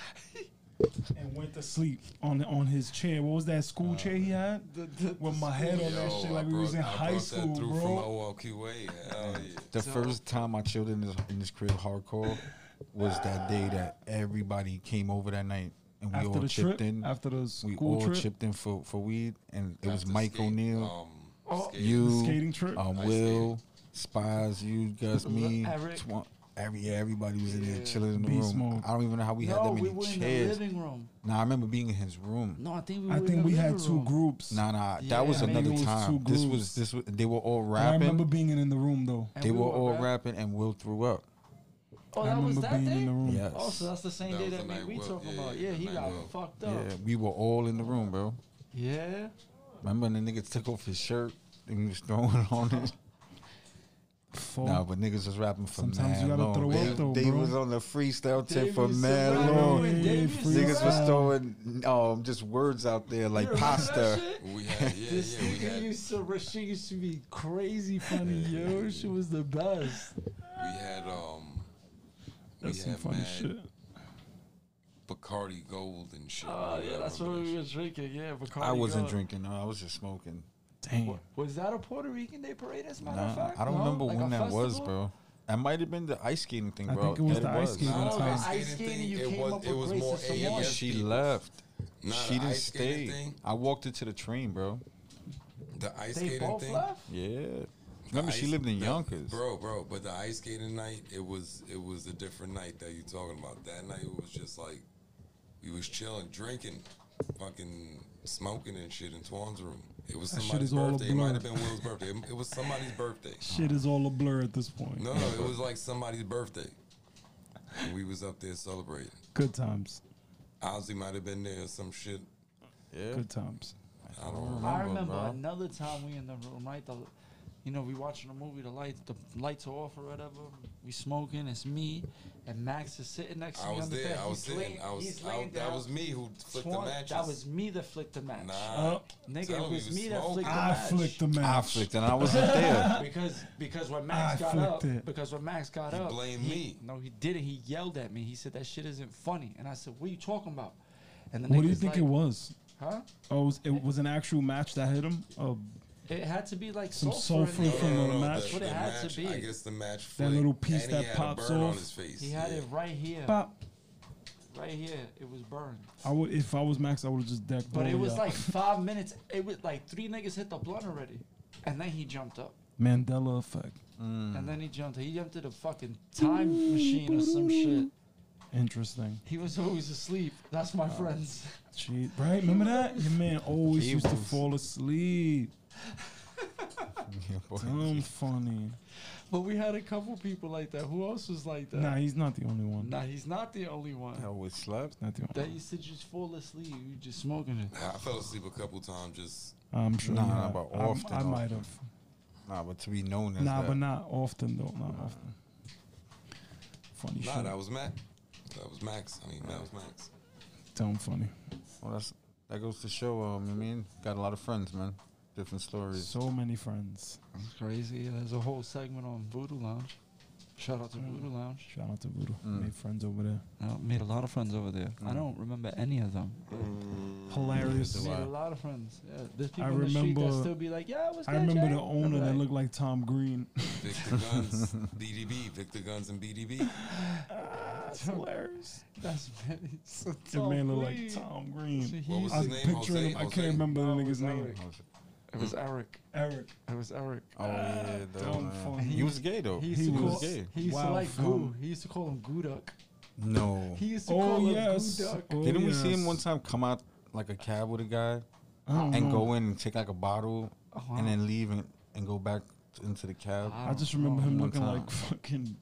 [SPEAKER 1] and went to sleep on on his chair. What was that school chair he had?
[SPEAKER 4] Oh, The- the-
[SPEAKER 1] With my head on that
[SPEAKER 2] Yo,
[SPEAKER 1] shit,
[SPEAKER 2] I
[SPEAKER 1] like we
[SPEAKER 2] brought-
[SPEAKER 1] was in
[SPEAKER 2] I
[SPEAKER 1] high
[SPEAKER 2] brought
[SPEAKER 1] school,
[SPEAKER 2] that through
[SPEAKER 1] bro.
[SPEAKER 2] From OLQA. Hell yeah.
[SPEAKER 3] The
[SPEAKER 4] So-
[SPEAKER 3] first time I chilled in this, in this crib hardcore was that day that everybody came over that night and we
[SPEAKER 1] after
[SPEAKER 3] all
[SPEAKER 1] the
[SPEAKER 3] chipped
[SPEAKER 1] trip,
[SPEAKER 3] in.
[SPEAKER 1] after the
[SPEAKER 3] We
[SPEAKER 1] school
[SPEAKER 3] all
[SPEAKER 1] trip,
[SPEAKER 3] chipped in for, for weed and it was
[SPEAKER 2] After
[SPEAKER 3] Mike
[SPEAKER 2] skate,
[SPEAKER 3] O'Neal,
[SPEAKER 2] Um,
[SPEAKER 4] Oh,
[SPEAKER 2] skate.
[SPEAKER 3] you,
[SPEAKER 1] skating trip?
[SPEAKER 3] um,
[SPEAKER 2] Ice
[SPEAKER 3] Will, Spies, you, Gus, me,
[SPEAKER 4] Eric.
[SPEAKER 3] Twan- every yeah, everybody was in there
[SPEAKER 4] Yeah.
[SPEAKER 3] chilling in the
[SPEAKER 1] Beast
[SPEAKER 3] room.
[SPEAKER 1] mode.
[SPEAKER 3] I don't even know how we had
[SPEAKER 4] no,
[SPEAKER 3] that many
[SPEAKER 4] we were in the
[SPEAKER 3] chairs.
[SPEAKER 4] living room.
[SPEAKER 3] Nah, I remember being in his room.
[SPEAKER 4] No, I think we were
[SPEAKER 1] I
[SPEAKER 4] in the
[SPEAKER 1] think we had
[SPEAKER 4] living
[SPEAKER 1] two
[SPEAKER 4] room.
[SPEAKER 1] groups.
[SPEAKER 3] Nah, nah,
[SPEAKER 4] Yeah,
[SPEAKER 3] that was
[SPEAKER 4] maybe
[SPEAKER 3] another
[SPEAKER 1] it was
[SPEAKER 3] time.
[SPEAKER 1] two
[SPEAKER 3] This
[SPEAKER 1] groups.
[SPEAKER 3] was this was they were all
[SPEAKER 1] I remember
[SPEAKER 3] rapping.
[SPEAKER 1] being in the room though.
[SPEAKER 4] And
[SPEAKER 3] They
[SPEAKER 4] we
[SPEAKER 3] were all
[SPEAKER 4] rap-
[SPEAKER 3] rapping and Will threw up.
[SPEAKER 4] Oh,
[SPEAKER 1] I
[SPEAKER 4] that was
[SPEAKER 1] remember
[SPEAKER 4] that
[SPEAKER 1] being
[SPEAKER 4] day?
[SPEAKER 1] in the room.
[SPEAKER 3] Yes.
[SPEAKER 4] Oh, so that's the same
[SPEAKER 2] That
[SPEAKER 4] day
[SPEAKER 2] was
[SPEAKER 4] that
[SPEAKER 2] the
[SPEAKER 4] me
[SPEAKER 2] night
[SPEAKER 4] we
[SPEAKER 2] Will-
[SPEAKER 4] talking
[SPEAKER 2] yeah,
[SPEAKER 4] about. Yeah,
[SPEAKER 2] the
[SPEAKER 4] he
[SPEAKER 2] night
[SPEAKER 4] got
[SPEAKER 2] Will.
[SPEAKER 4] fucked up.
[SPEAKER 3] Yeah, we were all in the room, bro.
[SPEAKER 4] yeah.
[SPEAKER 3] Remember when the nigga took off his shirt and he was throwing [LAUGHS] it on it?
[SPEAKER 1] Fuck.
[SPEAKER 3] Nah, but niggas was rapping for
[SPEAKER 1] Oh. Sometimes you
[SPEAKER 3] mad
[SPEAKER 1] gotta
[SPEAKER 3] long.
[SPEAKER 1] throw
[SPEAKER 3] They,
[SPEAKER 1] up though,
[SPEAKER 3] they
[SPEAKER 1] bro.
[SPEAKER 3] was on the freestyle tip
[SPEAKER 4] Dave
[SPEAKER 3] for
[SPEAKER 4] used to
[SPEAKER 3] mad
[SPEAKER 4] rap.
[SPEAKER 3] long.
[SPEAKER 4] Remember when Dave
[SPEAKER 1] Yeah,
[SPEAKER 4] used to
[SPEAKER 1] free-
[SPEAKER 3] Niggas was
[SPEAKER 4] rap?
[SPEAKER 3] throwing um, just words out there like
[SPEAKER 4] You remember that
[SPEAKER 3] pasta.
[SPEAKER 4] shit?
[SPEAKER 1] [LAUGHS]
[SPEAKER 2] We had yeah, [LAUGHS] yeah,
[SPEAKER 4] This
[SPEAKER 2] we
[SPEAKER 4] nigga
[SPEAKER 2] had we
[SPEAKER 4] used to, re- she used to be crazy [LAUGHS] funny, yo. She was the best.
[SPEAKER 2] had um we
[SPEAKER 1] That's some
[SPEAKER 2] had
[SPEAKER 1] funny
[SPEAKER 2] mad
[SPEAKER 1] shit.
[SPEAKER 2] Bacardi Gold and shit.
[SPEAKER 4] [LAUGHS] Oh, yeah, that's what we
[SPEAKER 2] was.
[SPEAKER 4] were drinking. Yeah, Bacardi
[SPEAKER 3] I wasn't
[SPEAKER 4] Gold.
[SPEAKER 3] drinking. No, I was just smoking.
[SPEAKER 1] Damn.
[SPEAKER 4] Was that a Puerto Rican Day parade, as a matter of
[SPEAKER 3] Nah,
[SPEAKER 4] fact?
[SPEAKER 3] I don't
[SPEAKER 4] No?
[SPEAKER 3] remember
[SPEAKER 4] Like a
[SPEAKER 3] when that was,
[SPEAKER 4] festival?
[SPEAKER 3] bro. That might have been the ice skating thing,
[SPEAKER 1] I
[SPEAKER 3] bro.
[SPEAKER 1] think it was
[SPEAKER 3] That
[SPEAKER 1] the ice skating
[SPEAKER 2] Nah,
[SPEAKER 1] one
[SPEAKER 2] the
[SPEAKER 1] time.
[SPEAKER 2] ice
[SPEAKER 4] Ice
[SPEAKER 2] skating
[SPEAKER 4] skating,
[SPEAKER 2] thing,
[SPEAKER 4] you
[SPEAKER 2] it
[SPEAKER 4] came
[SPEAKER 2] was
[SPEAKER 4] up
[SPEAKER 2] it
[SPEAKER 4] with
[SPEAKER 2] was
[SPEAKER 4] Grace
[SPEAKER 2] more
[SPEAKER 4] and
[SPEAKER 2] AMS.
[SPEAKER 4] Simone.
[SPEAKER 3] Yeah,
[SPEAKER 4] Yes,
[SPEAKER 3] she
[SPEAKER 2] people.
[SPEAKER 3] left.
[SPEAKER 2] Nah,
[SPEAKER 3] she
[SPEAKER 2] the
[SPEAKER 3] didn't
[SPEAKER 2] ice skating
[SPEAKER 3] stay.
[SPEAKER 2] Thing,
[SPEAKER 3] I walked into the train, bro.
[SPEAKER 2] the ice
[SPEAKER 4] They
[SPEAKER 2] skating
[SPEAKER 4] both
[SPEAKER 2] thing.
[SPEAKER 4] left?
[SPEAKER 3] Yeah.
[SPEAKER 2] the
[SPEAKER 3] Remember, she
[SPEAKER 2] ice-
[SPEAKER 3] lived in
[SPEAKER 2] the-
[SPEAKER 3] Yonkers.
[SPEAKER 2] bro, bro. But the ice skating night, it was it was a different night that you talking about. That night it was just like we was chilling, drinking, fucking smoking and shit in Twan's room. It was
[SPEAKER 1] That shit
[SPEAKER 2] somebody's
[SPEAKER 1] is all a
[SPEAKER 2] birthday. It might
[SPEAKER 1] blur.
[SPEAKER 2] have been Will's birthday. It, it was
[SPEAKER 1] [LAUGHS]
[SPEAKER 2] somebody's birthday.
[SPEAKER 1] Shit is all a blur at this point.
[SPEAKER 2] No, no, it was like somebody's birthday. And we was up there celebrating.
[SPEAKER 1] Good times.
[SPEAKER 2] Ozzy might have been there or some shit.
[SPEAKER 3] Yeah.
[SPEAKER 1] Good times.
[SPEAKER 2] I don't remember.
[SPEAKER 4] I
[SPEAKER 3] Remember,
[SPEAKER 4] remember
[SPEAKER 3] bro.
[SPEAKER 4] another time we in the room, right? The, you know, we watching a movie, the lights, the lights are off or whatever. We smoking. It's me and Max is sitting next to
[SPEAKER 2] I
[SPEAKER 4] me
[SPEAKER 2] was
[SPEAKER 4] on the bed.
[SPEAKER 2] there. I was
[SPEAKER 4] He's
[SPEAKER 2] sitting.
[SPEAKER 4] laying-
[SPEAKER 2] I was.
[SPEAKER 4] he's
[SPEAKER 2] I,
[SPEAKER 4] laying
[SPEAKER 2] that
[SPEAKER 4] down.
[SPEAKER 2] was me who flicked
[SPEAKER 4] Twan-
[SPEAKER 2] the matches.
[SPEAKER 4] That was me that flicked the match.
[SPEAKER 2] Nah.
[SPEAKER 4] Nigga,
[SPEAKER 2] Tell
[SPEAKER 4] it
[SPEAKER 2] him
[SPEAKER 4] was
[SPEAKER 2] he was
[SPEAKER 4] me that flicked the
[SPEAKER 2] smoking.
[SPEAKER 1] I
[SPEAKER 4] match.
[SPEAKER 1] flicked the match.
[SPEAKER 3] I flicked and I wasn't there. [LAUGHS]
[SPEAKER 4] because because when
[SPEAKER 1] Ah, I
[SPEAKER 4] Max got
[SPEAKER 1] flicked
[SPEAKER 4] up,
[SPEAKER 1] it.
[SPEAKER 4] because when Max got
[SPEAKER 2] He
[SPEAKER 4] up,
[SPEAKER 2] blamed
[SPEAKER 4] he-
[SPEAKER 2] me.
[SPEAKER 4] No, he didn't. He yelled at me. He said that shit isn't funny, and I said, "What are you talking about?" And the
[SPEAKER 1] What do you
[SPEAKER 4] nigga's
[SPEAKER 1] think
[SPEAKER 4] like,
[SPEAKER 1] it was?
[SPEAKER 4] Huh?
[SPEAKER 1] Oh, it was, it was an actual match that hit him. Oh,
[SPEAKER 4] It had to be like
[SPEAKER 1] Some
[SPEAKER 4] sulfur. in
[SPEAKER 1] sulfur
[SPEAKER 4] there.
[SPEAKER 1] from the match?
[SPEAKER 2] the-
[SPEAKER 4] What
[SPEAKER 2] the
[SPEAKER 4] it had to
[SPEAKER 2] match,
[SPEAKER 4] be.
[SPEAKER 2] I guess the match.
[SPEAKER 1] That
[SPEAKER 2] flicked,
[SPEAKER 1] little piece
[SPEAKER 2] and
[SPEAKER 1] that
[SPEAKER 2] he had
[SPEAKER 1] pops
[SPEAKER 2] a burn
[SPEAKER 1] off.
[SPEAKER 2] on his face.
[SPEAKER 4] He had
[SPEAKER 2] yeah.
[SPEAKER 4] it right here,
[SPEAKER 1] pop.
[SPEAKER 4] right here. It was burned.
[SPEAKER 1] I would if I was Max, I would have just decked.
[SPEAKER 4] But
[SPEAKER 1] all
[SPEAKER 4] it
[SPEAKER 1] of
[SPEAKER 4] was
[SPEAKER 1] y'all. [LAUGHS]
[SPEAKER 4] like five minutes. It was like three niggas hit the blunt already, and then he jumped up.
[SPEAKER 1] Mandela effect.
[SPEAKER 4] And then he jumped. He jumped to the fucking time machine or some shit.
[SPEAKER 1] Interesting.
[SPEAKER 4] He was always asleep. That's
[SPEAKER 1] Oh.
[SPEAKER 4] my friends. [LAUGHS]
[SPEAKER 1] Gee, right? Remember that? Your man always
[SPEAKER 3] He
[SPEAKER 1] used to
[SPEAKER 3] was-
[SPEAKER 1] fall asleep.
[SPEAKER 3] Yeah, boy.
[SPEAKER 1] Dumb funny.
[SPEAKER 4] But we had a couple people like that. Who else was like that?
[SPEAKER 1] Nah, he's not the only one.
[SPEAKER 4] Nah, he's not the only one.
[SPEAKER 3] I was slept.
[SPEAKER 1] Not the only.
[SPEAKER 4] That
[SPEAKER 1] One.
[SPEAKER 4] used to just fall asleep. You just smoking it.
[SPEAKER 2] I fell asleep a couple times. Just
[SPEAKER 1] I'm sure.
[SPEAKER 3] Nah,
[SPEAKER 1] you
[SPEAKER 3] nah,
[SPEAKER 1] have.
[SPEAKER 3] but
[SPEAKER 1] I'm-
[SPEAKER 3] often,
[SPEAKER 1] I
[SPEAKER 3] often.
[SPEAKER 1] might have.
[SPEAKER 3] Nah, but to be known as
[SPEAKER 1] Nah,
[SPEAKER 3] that.
[SPEAKER 1] but not often though. Not often. Funny
[SPEAKER 2] nah,
[SPEAKER 1] shit.
[SPEAKER 2] that was Max. That was Max. I mean, that was Max.
[SPEAKER 1] Dumb funny.
[SPEAKER 3] Well, that's that goes to show. Um, I mean, got a lot of friends, man. Different stories.
[SPEAKER 1] So many friends.
[SPEAKER 4] That's crazy. Yeah, there's a whole segment on Voodoo Lounge. Shout out to Voodoo Lounge.
[SPEAKER 1] Shout out to Voodoo.
[SPEAKER 3] Mm.
[SPEAKER 1] Made friends over there.
[SPEAKER 4] Mm. I made a lot of friends over there. I
[SPEAKER 3] Mm.
[SPEAKER 4] don't remember any of them.
[SPEAKER 1] Hilarious.
[SPEAKER 3] Wow.
[SPEAKER 4] Mm, Made a lot of friends. Yeah, there's people
[SPEAKER 1] I
[SPEAKER 4] in the street that
[SPEAKER 1] remember-
[SPEAKER 4] still be like, "Yeah, what's
[SPEAKER 1] I
[SPEAKER 4] good,
[SPEAKER 1] remember
[SPEAKER 4] Jay?"
[SPEAKER 1] the owner that
[SPEAKER 4] Like,
[SPEAKER 1] looked like Tom Green.
[SPEAKER 4] Ah,
[SPEAKER 2] Victor
[SPEAKER 4] [LAUGHS]
[SPEAKER 2] Guns, BDB, Victor Guns and BDB.
[SPEAKER 1] [LAUGHS] That's hilarious. [LAUGHS]
[SPEAKER 4] That's many.
[SPEAKER 1] That man looked like Tom Green.
[SPEAKER 2] What was
[SPEAKER 1] I
[SPEAKER 2] his
[SPEAKER 1] was picturing
[SPEAKER 2] name? Jose?
[SPEAKER 1] him. I
[SPEAKER 2] Jose?
[SPEAKER 1] can't remember the
[SPEAKER 4] No, it
[SPEAKER 1] nigga's
[SPEAKER 4] was
[SPEAKER 1] name.
[SPEAKER 4] Eric. It was Eric.
[SPEAKER 1] Eric.
[SPEAKER 4] It was Eric.
[SPEAKER 3] Oh yeah, though.
[SPEAKER 1] dumb
[SPEAKER 3] man.
[SPEAKER 1] phone.
[SPEAKER 3] He was gay though.
[SPEAKER 4] He
[SPEAKER 3] He,
[SPEAKER 4] used
[SPEAKER 1] He
[SPEAKER 4] to
[SPEAKER 3] was
[SPEAKER 4] call,
[SPEAKER 3] gay.
[SPEAKER 4] He used to
[SPEAKER 1] Wow,
[SPEAKER 4] like
[SPEAKER 1] from-
[SPEAKER 4] Goo. He used to call him Goo Duck.
[SPEAKER 3] No.
[SPEAKER 4] He used to call
[SPEAKER 1] Oh
[SPEAKER 4] him
[SPEAKER 1] yes.
[SPEAKER 4] Goo Duck.
[SPEAKER 1] Oh,
[SPEAKER 3] Didn't we see him
[SPEAKER 1] yes.
[SPEAKER 3] one time come out like a cab with a guy
[SPEAKER 1] I don't
[SPEAKER 3] and
[SPEAKER 1] know.
[SPEAKER 3] go in and take like a bottle
[SPEAKER 4] Oh,
[SPEAKER 3] and then leave and, and go back t- into the cab?
[SPEAKER 4] Wow.
[SPEAKER 1] I just remember
[SPEAKER 4] Oh,
[SPEAKER 1] him
[SPEAKER 3] one
[SPEAKER 1] looking
[SPEAKER 3] time.
[SPEAKER 1] like fucking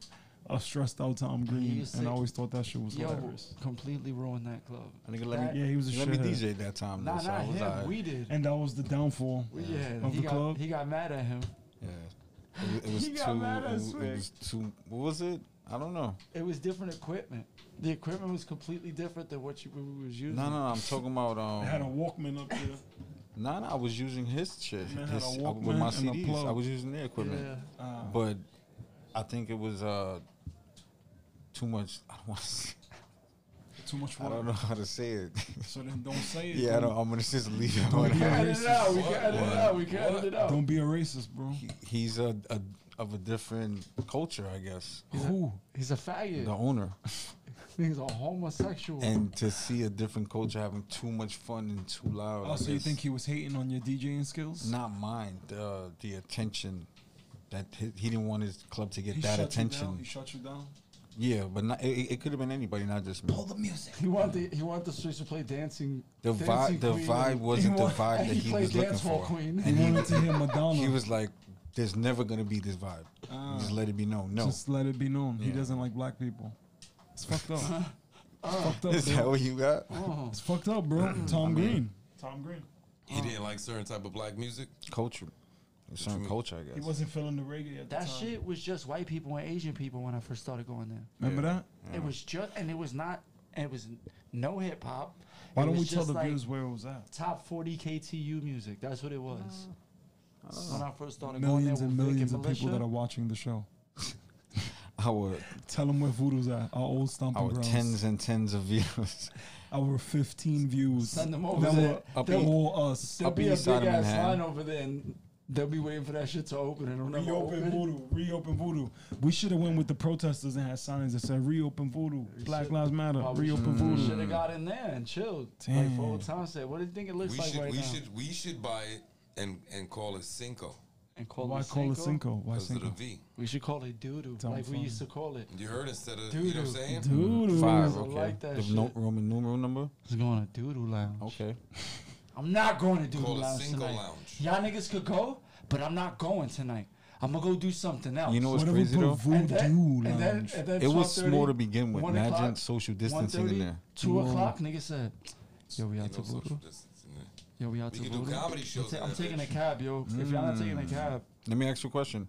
[SPEAKER 1] a stressed out Tom Green,
[SPEAKER 4] used
[SPEAKER 1] and I
[SPEAKER 4] to-
[SPEAKER 1] always thought that shit was
[SPEAKER 4] Yo,
[SPEAKER 1] hilarious.
[SPEAKER 4] completely ruined that club.
[SPEAKER 3] I think let me
[SPEAKER 1] Yeah, he was a
[SPEAKER 3] let me
[SPEAKER 1] shithead.
[SPEAKER 3] DJ that time.
[SPEAKER 4] Nah,
[SPEAKER 3] though, so
[SPEAKER 4] not
[SPEAKER 3] I was
[SPEAKER 4] him.
[SPEAKER 3] alright.
[SPEAKER 4] We did.
[SPEAKER 1] And that was the downfall.
[SPEAKER 4] We- yeah,
[SPEAKER 1] Of
[SPEAKER 4] he
[SPEAKER 1] the
[SPEAKER 4] got
[SPEAKER 1] club?
[SPEAKER 4] he got mad at him.
[SPEAKER 3] Yeah. It, wa- it was
[SPEAKER 1] [LAUGHS]
[SPEAKER 4] He
[SPEAKER 3] too.
[SPEAKER 4] got mad at
[SPEAKER 3] it, wa-
[SPEAKER 4] Swig.
[SPEAKER 3] it was too. What was it? I don't know.
[SPEAKER 4] It was different equipment. The equipment was completely different than what you, we was using.
[SPEAKER 3] No, no, I'm talking about
[SPEAKER 1] [LAUGHS] They had a
[SPEAKER 3] um.
[SPEAKER 1] Walkman up there.
[SPEAKER 3] No, no, I was using his shit.
[SPEAKER 1] Man had
[SPEAKER 3] His,
[SPEAKER 1] a
[SPEAKER 3] uh, with
[SPEAKER 1] Walkman
[SPEAKER 3] my
[SPEAKER 1] and a
[SPEAKER 3] CDs,
[SPEAKER 1] plug.
[SPEAKER 3] I was using their equipment.
[SPEAKER 4] Yeah.
[SPEAKER 1] Uh,
[SPEAKER 3] but I think it was uh too much. I don't, want to say,
[SPEAKER 1] too much
[SPEAKER 3] I
[SPEAKER 1] water.
[SPEAKER 3] don't know how to
[SPEAKER 1] [LAUGHS]
[SPEAKER 3] say it.
[SPEAKER 1] So then don't say it.
[SPEAKER 3] yeah, I
[SPEAKER 1] dude.
[SPEAKER 3] don't, I'm gonna just leave it.
[SPEAKER 1] Don't
[SPEAKER 3] on
[SPEAKER 1] be a
[SPEAKER 3] that.
[SPEAKER 4] Cut it out. We
[SPEAKER 2] What?
[SPEAKER 4] got it
[SPEAKER 2] What?
[SPEAKER 4] out. We got
[SPEAKER 2] What?
[SPEAKER 4] it out.
[SPEAKER 1] Don't be a racist, bro.
[SPEAKER 3] He- He's a, a of a different culture, I guess.
[SPEAKER 1] Who?
[SPEAKER 4] He's a faggot.
[SPEAKER 3] The owner,
[SPEAKER 4] He's a homosexual.
[SPEAKER 3] and to see a different culture having too much fun and too loud. I
[SPEAKER 1] Oh, so you
[SPEAKER 3] guess.
[SPEAKER 1] think he was hating on your DJing skills?
[SPEAKER 3] not mine? The the attention that he, he didn't want his club to get
[SPEAKER 1] He shut You
[SPEAKER 3] that
[SPEAKER 1] down? He
[SPEAKER 3] attention.
[SPEAKER 1] shut you down.
[SPEAKER 3] Yeah, but not, it, it could have been anybody, not just me.
[SPEAKER 1] the music.
[SPEAKER 4] he wanted the, he wanted the streets to play dancing.
[SPEAKER 3] The
[SPEAKER 4] dancing
[SPEAKER 3] vibe, the
[SPEAKER 4] queen
[SPEAKER 3] vibe
[SPEAKER 4] and-
[SPEAKER 3] wasn't the
[SPEAKER 4] wa-
[SPEAKER 1] [LAUGHS]
[SPEAKER 3] vibe
[SPEAKER 4] and
[SPEAKER 3] that he
[SPEAKER 4] played
[SPEAKER 3] was looking
[SPEAKER 4] dance hall
[SPEAKER 3] for.
[SPEAKER 4] Queen.
[SPEAKER 1] He wanted to hear Madonna.
[SPEAKER 3] [LAUGHS] He was like, "There's never gonna be this vibe.
[SPEAKER 1] Ah.
[SPEAKER 3] Just let it be known. No, [LAUGHS]
[SPEAKER 1] Just let it be known. He
[SPEAKER 3] Yeah.
[SPEAKER 1] doesn't like black people. It's fucked
[SPEAKER 4] [LAUGHS]
[SPEAKER 1] up. it's fucked up.
[SPEAKER 3] is
[SPEAKER 1] bro.
[SPEAKER 3] that what you got?
[SPEAKER 4] Oh.
[SPEAKER 1] It's fucked up, bro.
[SPEAKER 3] [CLEARS THROAT]
[SPEAKER 1] Tom Green. Tom Green.
[SPEAKER 2] He didn't like certain type of black music.
[SPEAKER 3] Culture, There's certain
[SPEAKER 2] mean?
[SPEAKER 3] culture, I guess.
[SPEAKER 1] He wasn't feeling the reggae at
[SPEAKER 4] That
[SPEAKER 1] the time.
[SPEAKER 4] shit was just white people and Asian people when I first started going there.
[SPEAKER 1] Remember
[SPEAKER 3] Yeah.
[SPEAKER 1] that?
[SPEAKER 4] It was just, and it was not, it was no hip hop.
[SPEAKER 1] Why
[SPEAKER 4] It
[SPEAKER 1] don't
[SPEAKER 4] was
[SPEAKER 1] we tell
[SPEAKER 4] just
[SPEAKER 1] the
[SPEAKER 4] like
[SPEAKER 1] viewers where it was at?
[SPEAKER 4] Top 40 KTU music. That's what it was. Oh.
[SPEAKER 2] Oh.
[SPEAKER 4] when I first started
[SPEAKER 1] Millions
[SPEAKER 4] going
[SPEAKER 1] and
[SPEAKER 4] there with Vic
[SPEAKER 1] millions of
[SPEAKER 4] Militia,
[SPEAKER 1] people that are watching the show.
[SPEAKER 3] Our
[SPEAKER 1] Tell them where Voodoo's at. Our old stomping
[SPEAKER 3] our
[SPEAKER 1] grounds.
[SPEAKER 3] tens and tens of [LAUGHS] views.
[SPEAKER 1] Our 15 views.
[SPEAKER 4] Send them over
[SPEAKER 1] That
[SPEAKER 4] there.
[SPEAKER 1] were-
[SPEAKER 3] Up
[SPEAKER 1] that
[SPEAKER 3] east-
[SPEAKER 1] were all us.
[SPEAKER 4] there'll
[SPEAKER 3] Up
[SPEAKER 4] be a
[SPEAKER 3] east
[SPEAKER 4] big
[SPEAKER 3] side of
[SPEAKER 4] ass
[SPEAKER 3] Manhattan.
[SPEAKER 4] line over there, and they'll be waiting for that shit to open, and it'll never
[SPEAKER 1] Reopen
[SPEAKER 4] open.
[SPEAKER 1] Voodoo. Reopen Voodoo. We should have went with the protesters and had signs that said reopen Voodoo. Black Lives Matter.
[SPEAKER 4] Oh, we
[SPEAKER 1] reopen
[SPEAKER 4] We
[SPEAKER 1] Voodoo.
[SPEAKER 4] should have got in there and chilled. Like
[SPEAKER 1] Damn.
[SPEAKER 4] for old times said, what do you think it looks
[SPEAKER 2] We
[SPEAKER 4] like
[SPEAKER 2] should,
[SPEAKER 4] right
[SPEAKER 2] we
[SPEAKER 4] now?
[SPEAKER 2] should, we should buy it and and call it Cinco
[SPEAKER 4] and call
[SPEAKER 1] Why
[SPEAKER 4] it
[SPEAKER 1] call it
[SPEAKER 4] Cinco?
[SPEAKER 1] Cinco? Why
[SPEAKER 2] because of the
[SPEAKER 1] Cinco?
[SPEAKER 2] V.
[SPEAKER 4] We should call it doodoo,
[SPEAKER 1] Dumb
[SPEAKER 4] like we
[SPEAKER 1] fun.
[SPEAKER 4] used to call it.
[SPEAKER 2] You heard instead of you know what I'm saying?
[SPEAKER 1] Voodoo.
[SPEAKER 3] Five,
[SPEAKER 4] I
[SPEAKER 3] okay.
[SPEAKER 4] like that
[SPEAKER 3] the no,
[SPEAKER 4] shit.
[SPEAKER 3] Roman numeral number.
[SPEAKER 4] Let's go on a doodoo lounge.
[SPEAKER 3] Okay,
[SPEAKER 4] I'm not going to do
[SPEAKER 2] Called a
[SPEAKER 4] the lounge
[SPEAKER 2] single
[SPEAKER 4] tonight.
[SPEAKER 2] lounge.
[SPEAKER 4] Y'all niggas could go, but I'm not going tonight. I'm gonna go do something else.
[SPEAKER 3] You know what's
[SPEAKER 1] Whatever
[SPEAKER 3] crazy
[SPEAKER 1] put
[SPEAKER 3] though?
[SPEAKER 1] voodoo lounge.
[SPEAKER 3] It was small to begin with. Imagine social distancing in there.
[SPEAKER 4] Two o'clock, nigga said, "Yo, we out
[SPEAKER 2] Ain't
[SPEAKER 4] to
[SPEAKER 2] no social
[SPEAKER 4] voodoo.
[SPEAKER 2] distancing there.
[SPEAKER 4] Yo, we out
[SPEAKER 2] We
[SPEAKER 4] to
[SPEAKER 2] can do
[SPEAKER 4] voodoo."
[SPEAKER 2] comedy
[SPEAKER 4] I'm
[SPEAKER 2] shows
[SPEAKER 4] ta-
[SPEAKER 2] in
[SPEAKER 4] I'm
[SPEAKER 2] that
[SPEAKER 4] taking a
[SPEAKER 2] bitch.
[SPEAKER 4] cab, yo. If y'all not taking a cab,
[SPEAKER 3] Let me ask you a question.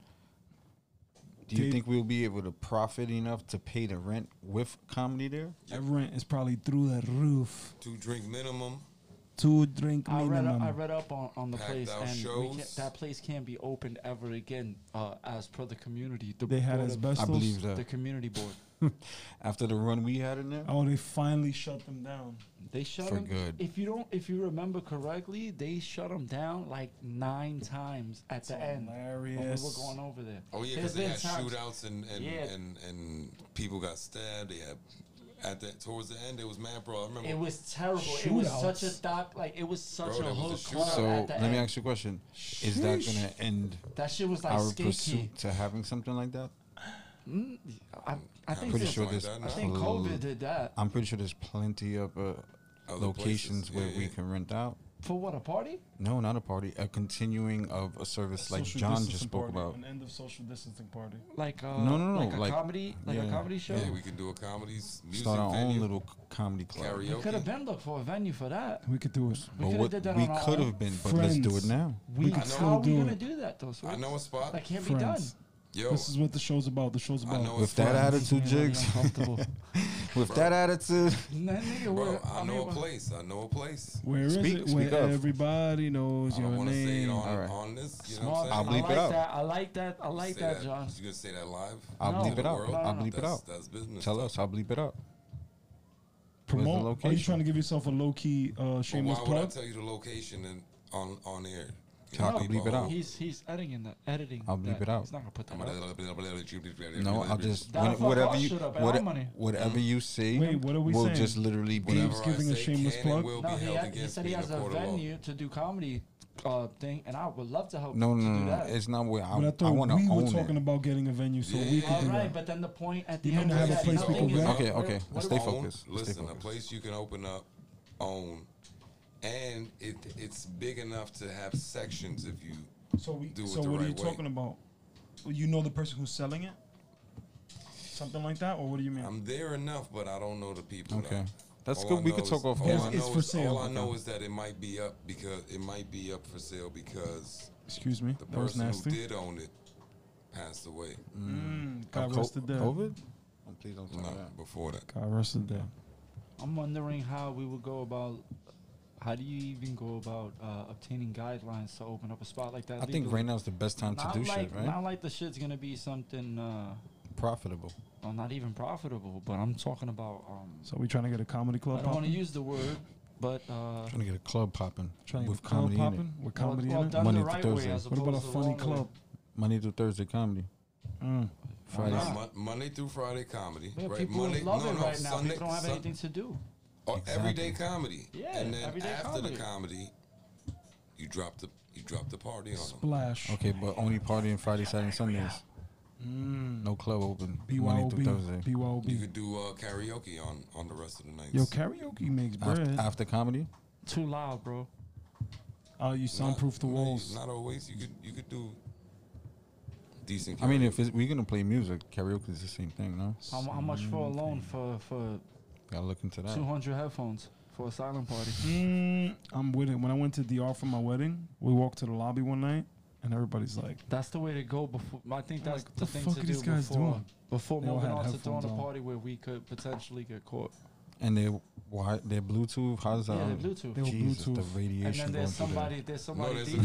[SPEAKER 3] Do you
[SPEAKER 1] Dave-
[SPEAKER 3] think we'll be able to profit enough to pay the rent with comedy there?
[SPEAKER 1] That rent is probably through the roof.
[SPEAKER 2] Two drink minimum.
[SPEAKER 1] Two drink
[SPEAKER 4] I read
[SPEAKER 1] minimum.
[SPEAKER 4] up, I read up on, on the
[SPEAKER 2] Packed
[SPEAKER 4] place,
[SPEAKER 2] out
[SPEAKER 4] and we
[SPEAKER 2] shows.
[SPEAKER 4] can't, that place can't be opened ever again uh, as per the community. The
[SPEAKER 1] they had
[SPEAKER 4] board of-
[SPEAKER 1] asbestos.
[SPEAKER 3] I believe
[SPEAKER 4] the
[SPEAKER 3] that.
[SPEAKER 4] community board.
[SPEAKER 3] After the run we had in there,
[SPEAKER 1] Oh, they finally shut them down.
[SPEAKER 4] They shut
[SPEAKER 3] For
[SPEAKER 4] him.
[SPEAKER 3] good.
[SPEAKER 4] If you don't, if you remember correctly, they shut him down like nine times at the end. When we were
[SPEAKER 1] hilarious.
[SPEAKER 4] going over there.
[SPEAKER 2] Oh yeah, because
[SPEAKER 4] There's
[SPEAKER 2] they
[SPEAKER 4] been
[SPEAKER 2] had
[SPEAKER 4] times-
[SPEAKER 2] shootouts and and,
[SPEAKER 4] Yeah.
[SPEAKER 2] and and people got stabbed. They had at that towards the end it was mad, bro. I remember.
[SPEAKER 4] It was terrible. It was such a
[SPEAKER 1] Shootouts.
[SPEAKER 4] thought. Like it was such
[SPEAKER 2] Bro,
[SPEAKER 4] a
[SPEAKER 2] there
[SPEAKER 4] hood
[SPEAKER 2] was a
[SPEAKER 4] corner
[SPEAKER 2] shootout.
[SPEAKER 3] so
[SPEAKER 4] at
[SPEAKER 3] let
[SPEAKER 4] the
[SPEAKER 3] me
[SPEAKER 4] end.
[SPEAKER 3] ask you a question: Is that going to end
[SPEAKER 4] that shit was like
[SPEAKER 3] our
[SPEAKER 4] skate key.
[SPEAKER 3] pursuit to having something like that?
[SPEAKER 4] Mm, I, I think.
[SPEAKER 3] pretty
[SPEAKER 4] that-
[SPEAKER 3] sure Uh,
[SPEAKER 2] like
[SPEAKER 3] there's.
[SPEAKER 2] that
[SPEAKER 4] I
[SPEAKER 2] now.
[SPEAKER 4] think
[SPEAKER 3] pl-
[SPEAKER 4] COVID did that.
[SPEAKER 3] I'm pretty sure there's plenty of uh,
[SPEAKER 2] Other
[SPEAKER 3] locations
[SPEAKER 2] places,
[SPEAKER 3] where
[SPEAKER 2] yeah,
[SPEAKER 3] we
[SPEAKER 2] yeah.
[SPEAKER 3] can rent out.
[SPEAKER 4] For what a party?
[SPEAKER 3] No, not a party. A continuing of a service like
[SPEAKER 1] Social
[SPEAKER 3] John
[SPEAKER 1] distancing
[SPEAKER 3] just spoke
[SPEAKER 1] party,
[SPEAKER 3] about.
[SPEAKER 1] An end of social distancing party.
[SPEAKER 4] Like uh,
[SPEAKER 3] No, no, no,
[SPEAKER 4] Like a
[SPEAKER 3] like-
[SPEAKER 4] comedy, like a
[SPEAKER 3] yeah.
[SPEAKER 4] comedy show.
[SPEAKER 2] yeah, we can do a comedies music
[SPEAKER 3] Start our
[SPEAKER 2] venue,
[SPEAKER 3] own little c- comedy club.
[SPEAKER 4] we could have
[SPEAKER 2] karaoke.
[SPEAKER 4] been looked for a venue for that.
[SPEAKER 1] We could do it.
[SPEAKER 4] We
[SPEAKER 3] But
[SPEAKER 4] coulda
[SPEAKER 3] what
[SPEAKER 4] did that
[SPEAKER 3] we
[SPEAKER 4] on our
[SPEAKER 3] could
[SPEAKER 4] own.
[SPEAKER 3] have been, but let's do it
[SPEAKER 1] Friends.
[SPEAKER 3] now.
[SPEAKER 4] We,
[SPEAKER 1] could
[SPEAKER 4] how
[SPEAKER 1] still
[SPEAKER 4] are we
[SPEAKER 1] do
[SPEAKER 4] gonna
[SPEAKER 1] it.
[SPEAKER 4] do that though? Swiss?
[SPEAKER 2] I know a spot.
[SPEAKER 4] That can't be done.
[SPEAKER 1] Friends.
[SPEAKER 2] Yo,
[SPEAKER 1] This is what the show's about. The show's
[SPEAKER 2] I
[SPEAKER 1] about.
[SPEAKER 2] know a
[SPEAKER 3] With that
[SPEAKER 2] spot.
[SPEAKER 3] attitude,
[SPEAKER 4] Really
[SPEAKER 3] Jigs.
[SPEAKER 4] uncomfortable. [LAUGHS]
[SPEAKER 3] [LAUGHS] With that attitude.
[SPEAKER 4] Nah, nigga,
[SPEAKER 2] bro,
[SPEAKER 4] we're-
[SPEAKER 2] I
[SPEAKER 4] mean,
[SPEAKER 2] know a
[SPEAKER 4] we're-
[SPEAKER 2] place. I know a place.
[SPEAKER 1] Where is
[SPEAKER 3] Speak-
[SPEAKER 1] it?
[SPEAKER 3] speak
[SPEAKER 1] Where
[SPEAKER 3] up.
[SPEAKER 1] everybody knows
[SPEAKER 2] I don't
[SPEAKER 1] your
[SPEAKER 2] want to say it
[SPEAKER 1] name.
[SPEAKER 2] on,
[SPEAKER 3] Alright.
[SPEAKER 2] on this. You know
[SPEAKER 4] Small-
[SPEAKER 2] what
[SPEAKER 4] I
[SPEAKER 2] I'm
[SPEAKER 3] I'll
[SPEAKER 2] saying?
[SPEAKER 3] bleep it
[SPEAKER 4] like
[SPEAKER 3] out.
[SPEAKER 4] that. I like that. I like
[SPEAKER 2] Say
[SPEAKER 4] that, John.
[SPEAKER 2] You gonna say that live?
[SPEAKER 3] I'll
[SPEAKER 4] Oh. No.
[SPEAKER 3] bleep it out.
[SPEAKER 2] World?
[SPEAKER 3] I'll
[SPEAKER 4] No, no,
[SPEAKER 3] bleep it
[SPEAKER 2] That's,
[SPEAKER 3] out.
[SPEAKER 2] that's business.
[SPEAKER 3] Tell us. I'll bleep it out.
[SPEAKER 1] Promote. Are you
[SPEAKER 3] location?
[SPEAKER 1] trying to give yourself a low key uh,
[SPEAKER 2] But
[SPEAKER 1] shameless
[SPEAKER 2] why would I
[SPEAKER 1] plug?
[SPEAKER 2] tell you the location and on on air?
[SPEAKER 3] Talk, bleep it out.
[SPEAKER 4] He's he's editing that. Editing.
[SPEAKER 3] I'll bleep
[SPEAKER 4] that.
[SPEAKER 3] it out.
[SPEAKER 4] He's not gonna put that. out.
[SPEAKER 3] No,
[SPEAKER 2] No,
[SPEAKER 3] I'll just
[SPEAKER 4] Nah,
[SPEAKER 3] when-
[SPEAKER 4] fuck
[SPEAKER 3] whatever
[SPEAKER 4] off,
[SPEAKER 3] you
[SPEAKER 4] shut up,
[SPEAKER 3] what- e,
[SPEAKER 4] our money.
[SPEAKER 3] whatever you say.
[SPEAKER 1] Wait, what are we
[SPEAKER 3] We'll
[SPEAKER 1] saying?
[SPEAKER 3] just literally be.
[SPEAKER 1] Whatever. giving a shameless plug.
[SPEAKER 2] Will
[SPEAKER 4] No,
[SPEAKER 2] be
[SPEAKER 4] he,
[SPEAKER 2] held
[SPEAKER 4] had, he
[SPEAKER 2] against
[SPEAKER 4] said he
[SPEAKER 2] me in
[SPEAKER 4] has
[SPEAKER 2] the
[SPEAKER 4] a
[SPEAKER 2] court of law.
[SPEAKER 4] venue to do comedy uh, thing, and I would love to help.
[SPEAKER 3] No,
[SPEAKER 4] to
[SPEAKER 3] no,
[SPEAKER 4] do
[SPEAKER 3] no, no.
[SPEAKER 4] that.
[SPEAKER 3] It's not where I,
[SPEAKER 1] But I
[SPEAKER 3] I
[SPEAKER 1] thought
[SPEAKER 3] want to
[SPEAKER 1] we were
[SPEAKER 3] own
[SPEAKER 1] talking
[SPEAKER 3] it.
[SPEAKER 1] about getting a venue so we
[SPEAKER 2] Yeah.
[SPEAKER 1] could
[SPEAKER 4] All
[SPEAKER 1] do
[SPEAKER 4] right,
[SPEAKER 1] that.
[SPEAKER 4] but then the point at the
[SPEAKER 1] You
[SPEAKER 4] end
[SPEAKER 1] don't
[SPEAKER 4] of
[SPEAKER 1] have a
[SPEAKER 4] that,
[SPEAKER 1] place we
[SPEAKER 4] nothing
[SPEAKER 1] can
[SPEAKER 4] is-
[SPEAKER 1] work.
[SPEAKER 3] Okay,
[SPEAKER 4] where-
[SPEAKER 3] okay.
[SPEAKER 4] what
[SPEAKER 3] Let's
[SPEAKER 4] about-
[SPEAKER 3] stay
[SPEAKER 2] Own-
[SPEAKER 3] focused. Let's stay
[SPEAKER 2] Listen, a
[SPEAKER 3] focused.
[SPEAKER 2] place you can open up, own, and it it's big enough to have sections if you.
[SPEAKER 1] So we.
[SPEAKER 2] Do it
[SPEAKER 1] so
[SPEAKER 2] the
[SPEAKER 1] what are
[SPEAKER 2] right
[SPEAKER 1] you
[SPEAKER 2] way.
[SPEAKER 1] talking about? Well, You know the person who's selling it. Something like that, or what do you mean?
[SPEAKER 2] I'm there enough, but I don't know the people.
[SPEAKER 3] Okay.
[SPEAKER 2] though.
[SPEAKER 3] That's
[SPEAKER 2] All
[SPEAKER 3] good.
[SPEAKER 2] I
[SPEAKER 3] We could
[SPEAKER 2] know
[SPEAKER 3] talk
[SPEAKER 2] is-
[SPEAKER 3] off
[SPEAKER 2] all I
[SPEAKER 1] camera. It's- it's
[SPEAKER 2] know
[SPEAKER 1] for
[SPEAKER 2] is-
[SPEAKER 1] sale.
[SPEAKER 2] All I
[SPEAKER 1] Okay.
[SPEAKER 2] know is that it might be up because it might be up for sale because
[SPEAKER 1] Excuse me.
[SPEAKER 2] the
[SPEAKER 1] That was
[SPEAKER 2] person who
[SPEAKER 1] nasty.
[SPEAKER 2] did own it passed away.
[SPEAKER 1] Mm,
[SPEAKER 3] Uh,
[SPEAKER 1] God
[SPEAKER 3] co-
[SPEAKER 1] rest the dead.
[SPEAKER 3] COVID? Oh, please don't tell me
[SPEAKER 2] No,
[SPEAKER 3] that.
[SPEAKER 2] before that.
[SPEAKER 1] God rest the dead.
[SPEAKER 4] I'm wondering how we would go about. How do you even go about uh, obtaining guidelines to open up a spot like that?
[SPEAKER 3] I think
[SPEAKER 4] legally?
[SPEAKER 3] right now is the best time to
[SPEAKER 4] not
[SPEAKER 3] do
[SPEAKER 4] like
[SPEAKER 3] shit, right?
[SPEAKER 4] not like the shit's gonna be something. Uh,
[SPEAKER 3] Profitable.
[SPEAKER 4] well, not even profitable, but I'm talking about. Um,
[SPEAKER 1] So we trying to get a comedy
[SPEAKER 4] I
[SPEAKER 1] club.
[SPEAKER 4] don't want to
[SPEAKER 1] poppin'?
[SPEAKER 4] use the word, but uh,
[SPEAKER 3] Trying to get a club popping
[SPEAKER 1] Trying to
[SPEAKER 3] with
[SPEAKER 1] get a club
[SPEAKER 3] comedy in it.
[SPEAKER 1] poppin' with comedy
[SPEAKER 4] well, well
[SPEAKER 1] in it.
[SPEAKER 4] done
[SPEAKER 3] Monday
[SPEAKER 4] the
[SPEAKER 3] to
[SPEAKER 4] right
[SPEAKER 3] Thursday.
[SPEAKER 4] way as
[SPEAKER 1] What about a
[SPEAKER 4] opposed to the
[SPEAKER 1] funny
[SPEAKER 4] wrong way.
[SPEAKER 1] club?
[SPEAKER 3] Monday through Thursday comedy.
[SPEAKER 1] Mm.
[SPEAKER 4] Why
[SPEAKER 3] Friday.
[SPEAKER 2] No,
[SPEAKER 4] not?
[SPEAKER 2] Mon- Monday through Friday comedy,
[SPEAKER 4] Yeah,
[SPEAKER 2] right?
[SPEAKER 4] people
[SPEAKER 2] Monday,
[SPEAKER 4] love
[SPEAKER 2] no,
[SPEAKER 4] it
[SPEAKER 2] no,
[SPEAKER 4] right now.
[SPEAKER 2] Sunday,
[SPEAKER 4] People don't have
[SPEAKER 2] Sun-
[SPEAKER 4] anything to do.
[SPEAKER 2] or everyday
[SPEAKER 3] Exactly.
[SPEAKER 2] comedy.
[SPEAKER 4] Yeah,
[SPEAKER 2] and then
[SPEAKER 4] everyday
[SPEAKER 2] after
[SPEAKER 4] comedy.
[SPEAKER 2] the comedy, you drop the you drop the party on them.
[SPEAKER 1] Splash.
[SPEAKER 3] Okay, but only partying Friday, Saturday, and Sundays.
[SPEAKER 1] Mm.
[SPEAKER 3] No club open. Monday
[SPEAKER 1] BYOB.
[SPEAKER 3] through Thursday.
[SPEAKER 2] You
[SPEAKER 1] BYOB.
[SPEAKER 2] could do uh, karaoke on on the rest of the nights.
[SPEAKER 1] Yo, karaoke makes bread.
[SPEAKER 3] After, after comedy?
[SPEAKER 4] Too loud, bro.
[SPEAKER 1] Oh, you soundproof the
[SPEAKER 2] Not-
[SPEAKER 1] walls.
[SPEAKER 2] Not always. You could you could do decent.
[SPEAKER 3] I mean,
[SPEAKER 2] karaoke.
[SPEAKER 3] if it's, we're gonna play music, karaoke is the same thing, no?
[SPEAKER 4] How, mu- how much for a loan for for
[SPEAKER 3] Gotta look into that.
[SPEAKER 4] 200 headphones for a silent party?
[SPEAKER 1] Mm, I'm with it. When I went to DR for my wedding, we walked to the lobby one night, and everybody's like,
[SPEAKER 4] That's the way to go. Before I think
[SPEAKER 1] Like,
[SPEAKER 4] that's
[SPEAKER 1] what
[SPEAKER 4] the,
[SPEAKER 1] the
[SPEAKER 4] thing
[SPEAKER 1] fuck
[SPEAKER 4] to
[SPEAKER 1] are
[SPEAKER 4] do
[SPEAKER 1] these guys
[SPEAKER 4] before
[SPEAKER 1] doing?
[SPEAKER 4] before
[SPEAKER 1] They all
[SPEAKER 4] moving
[SPEAKER 1] had
[SPEAKER 4] on to throwing
[SPEAKER 1] headphones
[SPEAKER 4] a
[SPEAKER 1] on.
[SPEAKER 4] party where we could potentially get caught.
[SPEAKER 3] And they why their Bluetooth? How's that?
[SPEAKER 4] yeah, they're
[SPEAKER 3] um,
[SPEAKER 4] Bluetooth.
[SPEAKER 1] they were
[SPEAKER 3] Jesus, the
[SPEAKER 1] Bluetooth.
[SPEAKER 3] radiation.
[SPEAKER 4] And then
[SPEAKER 3] going
[SPEAKER 4] there's
[SPEAKER 3] through there.
[SPEAKER 4] somebody, there's
[SPEAKER 2] no,
[SPEAKER 4] somebody
[SPEAKER 2] there's [LAUGHS] a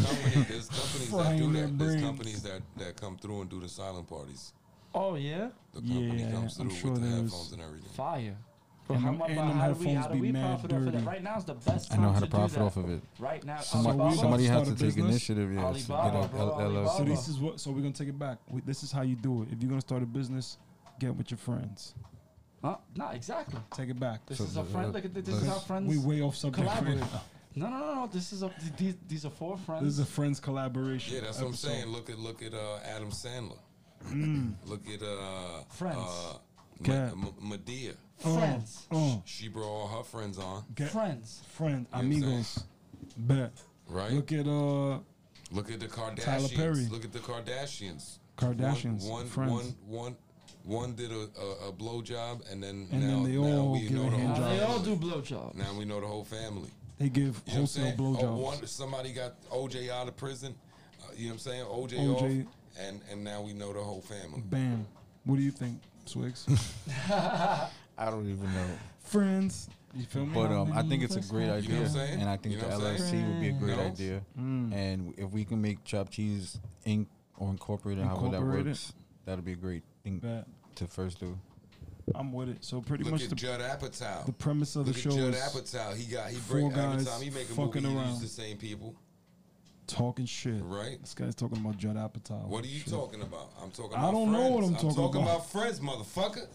[SPEAKER 1] [LAUGHS]
[SPEAKER 4] DJing.
[SPEAKER 2] company. There's companies that
[SPEAKER 1] Frying
[SPEAKER 2] do
[SPEAKER 1] their
[SPEAKER 2] that. There's
[SPEAKER 1] brains.
[SPEAKER 2] companies that that come through and do the silent parties.
[SPEAKER 4] Oh yeah,
[SPEAKER 2] The company
[SPEAKER 1] Yeah,
[SPEAKER 2] comes
[SPEAKER 1] I'm
[SPEAKER 2] through
[SPEAKER 1] sure
[SPEAKER 2] with the
[SPEAKER 1] there's-
[SPEAKER 2] headphones and everything.
[SPEAKER 4] fire. But
[SPEAKER 1] And
[SPEAKER 4] how,
[SPEAKER 1] them-
[SPEAKER 4] mu-
[SPEAKER 1] and
[SPEAKER 4] but
[SPEAKER 1] them
[SPEAKER 4] how do we, how
[SPEAKER 1] headphones
[SPEAKER 4] do
[SPEAKER 1] be
[SPEAKER 4] we
[SPEAKER 1] mad
[SPEAKER 4] profit off of
[SPEAKER 1] dirty.
[SPEAKER 4] that? Right now is the best
[SPEAKER 3] I
[SPEAKER 4] time
[SPEAKER 3] know how to
[SPEAKER 4] to,
[SPEAKER 3] profit
[SPEAKER 4] do that.
[SPEAKER 3] off of it.
[SPEAKER 4] Right now,
[SPEAKER 3] Somebody,
[SPEAKER 1] Alibaba.
[SPEAKER 3] somebody has to
[SPEAKER 1] Start a
[SPEAKER 3] take
[SPEAKER 1] business?
[SPEAKER 3] initiative. Yeah, to
[SPEAKER 4] Alibaba,
[SPEAKER 3] get a
[SPEAKER 4] bro,
[SPEAKER 3] L-
[SPEAKER 1] so
[SPEAKER 4] Alibaba.
[SPEAKER 3] LLC.
[SPEAKER 1] this is what. So we're gonna take it back. We, this is how you do it. If you're gonna start a business, get with your friends.
[SPEAKER 4] Huh? Nah, exactly.
[SPEAKER 1] Take it back.
[SPEAKER 4] This
[SPEAKER 3] So
[SPEAKER 4] is a
[SPEAKER 3] the-
[SPEAKER 4] friend.
[SPEAKER 3] uh,
[SPEAKER 4] Look at th- this
[SPEAKER 3] the-
[SPEAKER 4] is our friends.
[SPEAKER 1] We way off subject. right
[SPEAKER 4] collaborate.
[SPEAKER 1] now.
[SPEAKER 4] No, no, no, no. This is a th- these these are four
[SPEAKER 1] [LAUGHS]
[SPEAKER 4] friends.
[SPEAKER 1] This is a friends collaboration.
[SPEAKER 2] Yeah, that's what I'm
[SPEAKER 1] episode.
[SPEAKER 2] saying. Look at look at uh, Adam Sandler.
[SPEAKER 1] Mm.
[SPEAKER 2] [CLEARS THROAT] look at uh,
[SPEAKER 4] Friends.
[SPEAKER 2] Uh, Ma-
[SPEAKER 1] Gap.
[SPEAKER 2] M- Medea.
[SPEAKER 1] Uh,
[SPEAKER 4] friends.
[SPEAKER 1] uh,
[SPEAKER 2] She brought all her friends on.
[SPEAKER 1] get
[SPEAKER 4] Friends.
[SPEAKER 1] friend
[SPEAKER 2] You know what I'm
[SPEAKER 1] amigos. Bet.
[SPEAKER 2] right? Look,
[SPEAKER 1] Look at uh
[SPEAKER 2] at the Kardashians.
[SPEAKER 1] Perry.
[SPEAKER 2] Look at the Kardashians.
[SPEAKER 1] Kardashians,
[SPEAKER 2] One, one,
[SPEAKER 1] friends.
[SPEAKER 2] one, one, one did a, a, a blowjob, and then
[SPEAKER 1] And
[SPEAKER 2] now,
[SPEAKER 1] then they
[SPEAKER 2] now
[SPEAKER 1] all
[SPEAKER 2] we
[SPEAKER 1] give
[SPEAKER 2] know
[SPEAKER 1] a
[SPEAKER 2] the whole
[SPEAKER 1] hand
[SPEAKER 4] Now, they all
[SPEAKER 2] family.
[SPEAKER 4] do blowjobs.
[SPEAKER 2] Now we know the whole family.
[SPEAKER 1] they give
[SPEAKER 2] You know what
[SPEAKER 1] wholesale
[SPEAKER 2] I'm saying? Oh,
[SPEAKER 1] blowjobs.
[SPEAKER 2] one- somebody got OJ out of prison. Uh, you know what I'm saying? OJ,
[SPEAKER 1] OJ.
[SPEAKER 2] off, and and now we know the whole family.
[SPEAKER 1] Bam. What do you think, Swigs?
[SPEAKER 2] [LAUGHS]
[SPEAKER 3] I don't even know.
[SPEAKER 1] Friends. You feel me?
[SPEAKER 3] But um, I think it's a great
[SPEAKER 2] You know what
[SPEAKER 3] idea,
[SPEAKER 2] I'm saying?
[SPEAKER 3] and I think
[SPEAKER 2] You know
[SPEAKER 3] the
[SPEAKER 2] what I'm
[SPEAKER 3] LLC
[SPEAKER 2] saying?
[SPEAKER 3] would be a great
[SPEAKER 2] No.
[SPEAKER 3] idea.
[SPEAKER 1] Mm.
[SPEAKER 3] And if we can make chopped cheese Inc. or incorporate it, however that
[SPEAKER 1] Incorporate it.
[SPEAKER 3] works, that'll be a great thing
[SPEAKER 1] Bet.
[SPEAKER 3] to first do.
[SPEAKER 1] I'm with it. So pretty
[SPEAKER 2] Look
[SPEAKER 1] much
[SPEAKER 2] at
[SPEAKER 1] the,
[SPEAKER 2] Judd Apatow.
[SPEAKER 1] the premise of the
[SPEAKER 2] Look
[SPEAKER 1] show
[SPEAKER 2] at Judd
[SPEAKER 1] is
[SPEAKER 2] Apatow. He got he
[SPEAKER 1] four
[SPEAKER 2] break every
[SPEAKER 1] guys
[SPEAKER 2] time he make a movie.
[SPEAKER 1] fucking
[SPEAKER 2] He
[SPEAKER 1] around.
[SPEAKER 2] use the same people,
[SPEAKER 1] talking shit.
[SPEAKER 2] right?
[SPEAKER 1] This guy's talking about Judd Apatow.
[SPEAKER 2] What are you
[SPEAKER 1] Shit.
[SPEAKER 2] talking about? I'm talking.
[SPEAKER 1] I
[SPEAKER 2] About
[SPEAKER 1] don't know
[SPEAKER 2] friends.
[SPEAKER 1] what I'm talking about.
[SPEAKER 2] friends, motherfucker.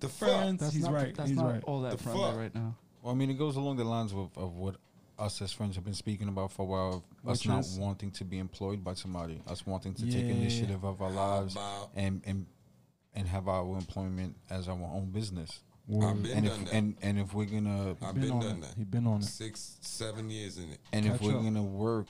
[SPEAKER 2] The
[SPEAKER 1] Friends.
[SPEAKER 2] friends.
[SPEAKER 1] He's
[SPEAKER 4] not,
[SPEAKER 1] right,
[SPEAKER 4] That's
[SPEAKER 1] he's
[SPEAKER 4] not
[SPEAKER 1] right.
[SPEAKER 4] all that
[SPEAKER 2] The
[SPEAKER 4] friendly
[SPEAKER 2] fuck?
[SPEAKER 4] right now.
[SPEAKER 3] Well, I mean, it goes along the lines of, of what us as friends have been speaking about for a while.
[SPEAKER 1] Which
[SPEAKER 3] us not
[SPEAKER 1] is?
[SPEAKER 3] wanting to be employed by somebody. Us wanting to take
[SPEAKER 1] Yeah.
[SPEAKER 3] initiative of our lives
[SPEAKER 2] about-
[SPEAKER 3] and and and have our employment as our own business.
[SPEAKER 2] I've been
[SPEAKER 3] and
[SPEAKER 2] done
[SPEAKER 3] if
[SPEAKER 2] that.
[SPEAKER 3] and and if we're gonna
[SPEAKER 2] I've
[SPEAKER 1] Been
[SPEAKER 2] been
[SPEAKER 1] on
[SPEAKER 2] done
[SPEAKER 1] it.
[SPEAKER 2] that.
[SPEAKER 1] He been on it.
[SPEAKER 2] Six, seven years in it.
[SPEAKER 3] and if
[SPEAKER 1] Catch
[SPEAKER 3] we're
[SPEAKER 1] up.
[SPEAKER 3] gonna work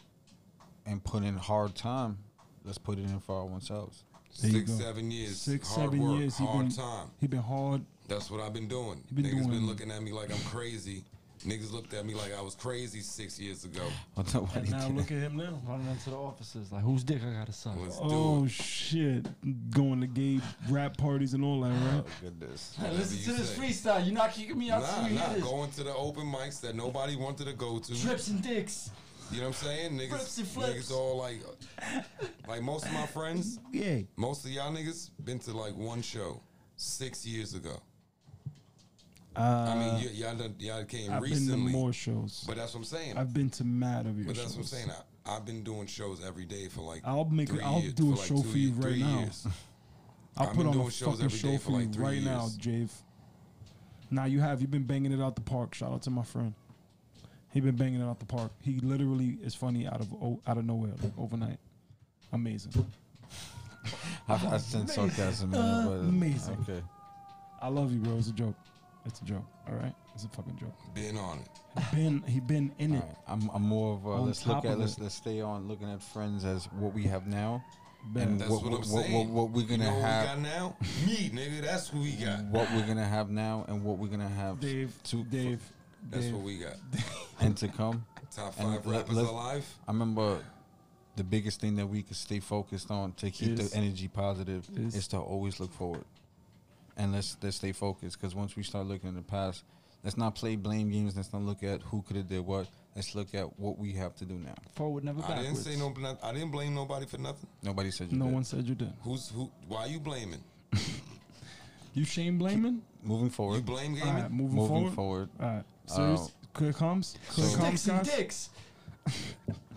[SPEAKER 3] and put in hard time, let's put it in for our ourselves. [LAUGHS]
[SPEAKER 1] There you
[SPEAKER 2] Six,
[SPEAKER 1] go.
[SPEAKER 2] seven years.
[SPEAKER 1] Six,
[SPEAKER 2] hard
[SPEAKER 1] seven
[SPEAKER 2] work,
[SPEAKER 1] years. He
[SPEAKER 2] Hard
[SPEAKER 1] been
[SPEAKER 2] time.
[SPEAKER 1] he been hard.
[SPEAKER 2] That's what I've been doing.
[SPEAKER 1] You been
[SPEAKER 2] Niggas
[SPEAKER 1] doing-
[SPEAKER 2] been looking at me like I'm crazy. Niggas looked at me like I was crazy six years ago.
[SPEAKER 3] I'll tell what
[SPEAKER 1] And
[SPEAKER 3] he
[SPEAKER 1] now
[SPEAKER 3] did.
[SPEAKER 1] look at him now.
[SPEAKER 4] Running into the offices, like, whose dick I gotta suck?
[SPEAKER 2] Let's
[SPEAKER 1] Oh
[SPEAKER 2] do it.
[SPEAKER 1] shit! Going to gay rap parties and all that, right?
[SPEAKER 2] Uh,
[SPEAKER 3] Oh, goodness.
[SPEAKER 4] Hey,
[SPEAKER 2] Whatever
[SPEAKER 4] listen
[SPEAKER 2] you
[SPEAKER 4] to this
[SPEAKER 2] say.
[SPEAKER 4] freestyle. You're not kicking me out
[SPEAKER 2] Nah,
[SPEAKER 4] till you
[SPEAKER 2] nah.
[SPEAKER 4] hear this.
[SPEAKER 2] Going to the open mics that nobody wanted to go to.
[SPEAKER 4] Trips and dicks.
[SPEAKER 2] You know what I'm saying?
[SPEAKER 4] Flips
[SPEAKER 2] Niggas,
[SPEAKER 4] and flips.
[SPEAKER 2] niggas all like, like most of my friends,
[SPEAKER 1] Yeah.
[SPEAKER 2] most of y'all niggas been to like one show six years ago.
[SPEAKER 1] Uh,
[SPEAKER 2] I mean, y- y'all done, y'all came
[SPEAKER 1] I've been
[SPEAKER 2] recently,
[SPEAKER 1] to more shows.
[SPEAKER 2] but that's what I'm saying.
[SPEAKER 1] I've been to mad of your
[SPEAKER 2] but
[SPEAKER 1] shows.
[SPEAKER 2] that's what I'm saying. I, I've been doing shows every day for like
[SPEAKER 1] I'll make.
[SPEAKER 2] three
[SPEAKER 1] I'll
[SPEAKER 2] years,
[SPEAKER 1] do a
[SPEAKER 2] for like
[SPEAKER 1] show
[SPEAKER 2] two
[SPEAKER 1] for you
[SPEAKER 2] years-
[SPEAKER 1] right
[SPEAKER 2] three
[SPEAKER 1] now.
[SPEAKER 2] years.
[SPEAKER 1] I'll
[SPEAKER 2] I've
[SPEAKER 1] put
[SPEAKER 2] been
[SPEAKER 1] on a
[SPEAKER 2] doing shows
[SPEAKER 1] fucking
[SPEAKER 2] every
[SPEAKER 1] show
[SPEAKER 2] day
[SPEAKER 1] for
[SPEAKER 2] for
[SPEAKER 1] you
[SPEAKER 2] like three
[SPEAKER 1] right now,
[SPEAKER 2] years.
[SPEAKER 1] Jave. Now you have. You've been banging it out the park. Shout out to my friend. He been banging it out the park. He literally is funny out of o- out of nowhere, like overnight. Amazing.
[SPEAKER 3] I, I
[SPEAKER 1] [LAUGHS]
[SPEAKER 3] sense sarcasm. in it, but
[SPEAKER 1] Amazing.
[SPEAKER 3] Okay.
[SPEAKER 1] I love you, bro. It's a joke. It's a joke. All right. It's a fucking joke.
[SPEAKER 2] Been on it.
[SPEAKER 1] Been he been in
[SPEAKER 3] All
[SPEAKER 1] it.
[SPEAKER 3] right. I'm, I'm more of a,
[SPEAKER 1] On
[SPEAKER 3] let's look
[SPEAKER 1] top
[SPEAKER 3] at
[SPEAKER 1] of
[SPEAKER 3] let's,
[SPEAKER 1] it.
[SPEAKER 3] let's stay on looking at friends as what we have now
[SPEAKER 1] Bet.
[SPEAKER 3] and
[SPEAKER 2] That's
[SPEAKER 3] what
[SPEAKER 2] what,
[SPEAKER 3] what,
[SPEAKER 2] I'm
[SPEAKER 3] what,
[SPEAKER 2] saying.
[SPEAKER 3] what, what we're gonna
[SPEAKER 2] you know
[SPEAKER 3] have
[SPEAKER 2] What we got now? Me, nigga. That's what we got.
[SPEAKER 3] what we're gonna have now and what we're gonna have
[SPEAKER 1] Dave,
[SPEAKER 3] to
[SPEAKER 1] Dave,
[SPEAKER 2] That's
[SPEAKER 1] Dave.
[SPEAKER 2] what we got.
[SPEAKER 3] and to come.
[SPEAKER 2] Top
[SPEAKER 3] And
[SPEAKER 2] five
[SPEAKER 3] let-
[SPEAKER 2] rappers
[SPEAKER 3] let's-
[SPEAKER 2] alive.
[SPEAKER 3] I remember the biggest thing that we could stay focused on to keep
[SPEAKER 1] Is-
[SPEAKER 3] the energy positive
[SPEAKER 1] is-
[SPEAKER 3] is, to always look forward. And let's let's stay focused because once we start looking in the past, let's not play blame games. Let's not look at who could have did what. Let's look at what we have to do now.
[SPEAKER 4] Forward, never
[SPEAKER 2] I didn't
[SPEAKER 4] backwards.
[SPEAKER 2] say no. not- I didn't blame nobody for nothing.
[SPEAKER 3] Nobody said you
[SPEAKER 1] no
[SPEAKER 3] did.
[SPEAKER 1] one said you did.
[SPEAKER 2] Who's who? Why you blaming?
[SPEAKER 1] You shame blaming?
[SPEAKER 3] moving
[SPEAKER 2] You
[SPEAKER 3] forward.
[SPEAKER 2] blame
[SPEAKER 1] All
[SPEAKER 2] gaming?
[SPEAKER 1] right, moving, forward.
[SPEAKER 3] moving forward.
[SPEAKER 1] All right, serious.
[SPEAKER 2] Oh.
[SPEAKER 1] Clear comms. Clear
[SPEAKER 3] So-
[SPEAKER 1] comms,
[SPEAKER 4] Sticks and
[SPEAKER 1] guys.
[SPEAKER 4] dicks.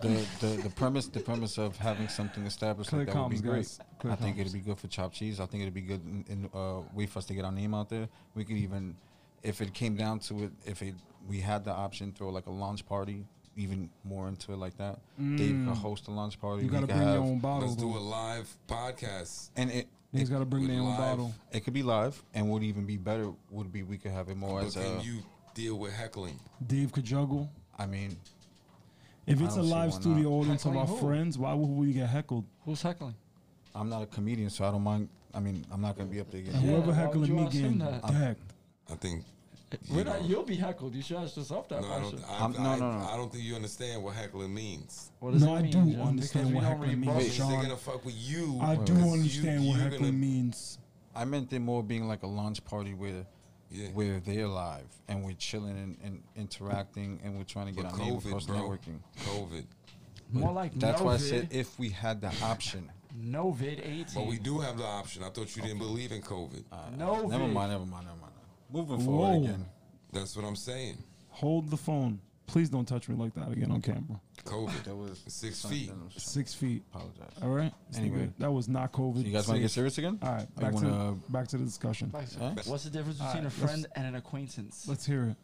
[SPEAKER 3] The, the the premise the premise of having something established
[SPEAKER 1] Clear
[SPEAKER 3] like that would be
[SPEAKER 1] comms,
[SPEAKER 3] great.
[SPEAKER 1] guys. Clear
[SPEAKER 3] I think
[SPEAKER 1] comms.
[SPEAKER 3] it'd be good for chopped cheese. I think it'd be good in, in uh, way for us to get our name out there. We could even, if it came down to it, if it we had the option, throw like a launch party, even more into it like that. Dave could host a launch party.
[SPEAKER 1] Mm. You
[SPEAKER 3] we
[SPEAKER 1] gotta
[SPEAKER 3] could
[SPEAKER 1] bring your
[SPEAKER 3] have-
[SPEAKER 1] own bottle.
[SPEAKER 2] Let's do a
[SPEAKER 1] Though.
[SPEAKER 2] live podcast.
[SPEAKER 3] And it
[SPEAKER 1] Niggas gotta bring
[SPEAKER 2] with
[SPEAKER 1] their own
[SPEAKER 2] live.
[SPEAKER 1] bottle.
[SPEAKER 3] it could be live, and would even be better would be we could have it more
[SPEAKER 2] But
[SPEAKER 3] as
[SPEAKER 2] can
[SPEAKER 3] a.
[SPEAKER 2] you deal with heckling?
[SPEAKER 1] Dave could juggle.
[SPEAKER 3] I mean,
[SPEAKER 1] If
[SPEAKER 3] I
[SPEAKER 1] it's a
[SPEAKER 3] don't see
[SPEAKER 1] live
[SPEAKER 3] why
[SPEAKER 1] studio
[SPEAKER 3] not.
[SPEAKER 1] audience of our
[SPEAKER 4] Heckling who?
[SPEAKER 1] friends, why would we get heckled?
[SPEAKER 4] Who's heckling?
[SPEAKER 3] I'm not a comedian, so I don't mind. I mean, I'm not gonna be up there
[SPEAKER 1] And
[SPEAKER 3] again.
[SPEAKER 4] Yeah,
[SPEAKER 1] whoever
[SPEAKER 4] why would
[SPEAKER 1] heckling
[SPEAKER 4] you
[SPEAKER 1] me
[SPEAKER 4] wanna assume
[SPEAKER 1] getting
[SPEAKER 4] that?
[SPEAKER 1] decked.
[SPEAKER 2] I think.
[SPEAKER 4] We're
[SPEAKER 2] you
[SPEAKER 4] not,
[SPEAKER 2] know-
[SPEAKER 4] you'll be heckled. You should ask yourself that
[SPEAKER 2] No, I
[SPEAKER 4] question.
[SPEAKER 2] don't. I,
[SPEAKER 3] I'm- no,
[SPEAKER 2] I,
[SPEAKER 3] no, no.
[SPEAKER 2] I don't think you understand what heckling means.
[SPEAKER 4] What
[SPEAKER 1] No, I do understand
[SPEAKER 4] Because we
[SPEAKER 1] what
[SPEAKER 4] don't
[SPEAKER 1] heckling
[SPEAKER 4] read
[SPEAKER 1] means.
[SPEAKER 4] books.
[SPEAKER 2] Because
[SPEAKER 1] Sean,
[SPEAKER 2] they're gonna fuck with you.
[SPEAKER 1] I do
[SPEAKER 2] because you-
[SPEAKER 1] understand what
[SPEAKER 2] you're
[SPEAKER 1] heckling
[SPEAKER 2] gonna-
[SPEAKER 1] means.
[SPEAKER 3] I meant it more being like a launch party where
[SPEAKER 2] Yeah.
[SPEAKER 3] where they're live and we're chilling and, and interacting and we're trying to get
[SPEAKER 2] But
[SPEAKER 3] our name across
[SPEAKER 2] COVID, bro.
[SPEAKER 3] networking.
[SPEAKER 2] COVID.
[SPEAKER 4] More like
[SPEAKER 3] That's
[SPEAKER 4] no
[SPEAKER 3] why I
[SPEAKER 4] vid,
[SPEAKER 3] said if we had the option.
[SPEAKER 4] no vid 18.
[SPEAKER 2] But we do have the option. I thought you didn't believe in COVID.
[SPEAKER 4] no
[SPEAKER 3] Never
[SPEAKER 4] vid.
[SPEAKER 3] mind, never mind, never mind. Moving forward
[SPEAKER 1] Whoa.
[SPEAKER 3] again.
[SPEAKER 2] That's what I'm saying.
[SPEAKER 1] Hold the phone. Please don't touch me like that again on camera.
[SPEAKER 2] COVID.
[SPEAKER 3] There was
[SPEAKER 2] Six
[SPEAKER 3] something
[SPEAKER 2] feet.
[SPEAKER 3] else.
[SPEAKER 1] Six feet.
[SPEAKER 3] Apologize.
[SPEAKER 1] All right. This
[SPEAKER 3] Anyway.
[SPEAKER 1] nigga- that was not COVID.
[SPEAKER 3] So you guys want to get
[SPEAKER 1] safe.
[SPEAKER 3] serious again?
[SPEAKER 1] All right, Uh,
[SPEAKER 3] I
[SPEAKER 1] back to the,
[SPEAKER 3] wanna-
[SPEAKER 1] back to the discussion.
[SPEAKER 3] Huh?
[SPEAKER 4] What's the difference
[SPEAKER 1] Alright,
[SPEAKER 4] between a
[SPEAKER 1] let's-
[SPEAKER 4] friend and an acquaintance?
[SPEAKER 1] Let's hear it.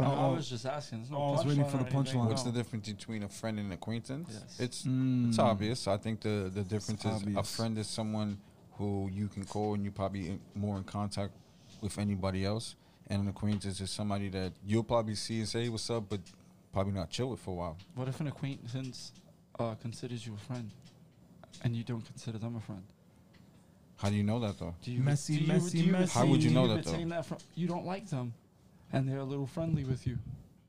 [SPEAKER 4] No, I
[SPEAKER 1] oh,
[SPEAKER 4] was just asking. There's no
[SPEAKER 1] oh, I was waiting
[SPEAKER 4] punchline
[SPEAKER 1] for
[SPEAKER 4] or
[SPEAKER 1] the
[SPEAKER 4] anything.
[SPEAKER 1] punchline.
[SPEAKER 3] What's
[SPEAKER 4] No.
[SPEAKER 3] the difference between a friend and an acquaintance?
[SPEAKER 4] Yes.
[SPEAKER 3] It's
[SPEAKER 1] Mm.
[SPEAKER 4] Hmm.
[SPEAKER 3] it's obvious. I think the the difference is a
[SPEAKER 1] obvious.
[SPEAKER 3] friend is someone who you can call and you probably in, more in contact with anybody else, and an acquaintance is somebody that you'll probably see and say "Hey, what's up, but probably not chill with for a while.
[SPEAKER 4] What if an acquaintance uh, considers you a friend, and you don't consider them a friend?
[SPEAKER 3] How do you know that though?
[SPEAKER 4] Do you
[SPEAKER 1] Messy,
[SPEAKER 4] do you,
[SPEAKER 1] messy,
[SPEAKER 4] do you
[SPEAKER 1] messy.
[SPEAKER 3] How would you
[SPEAKER 4] do
[SPEAKER 3] know that, though?
[SPEAKER 4] retain That fr- you don't like them, and they're a little friendly with you, and,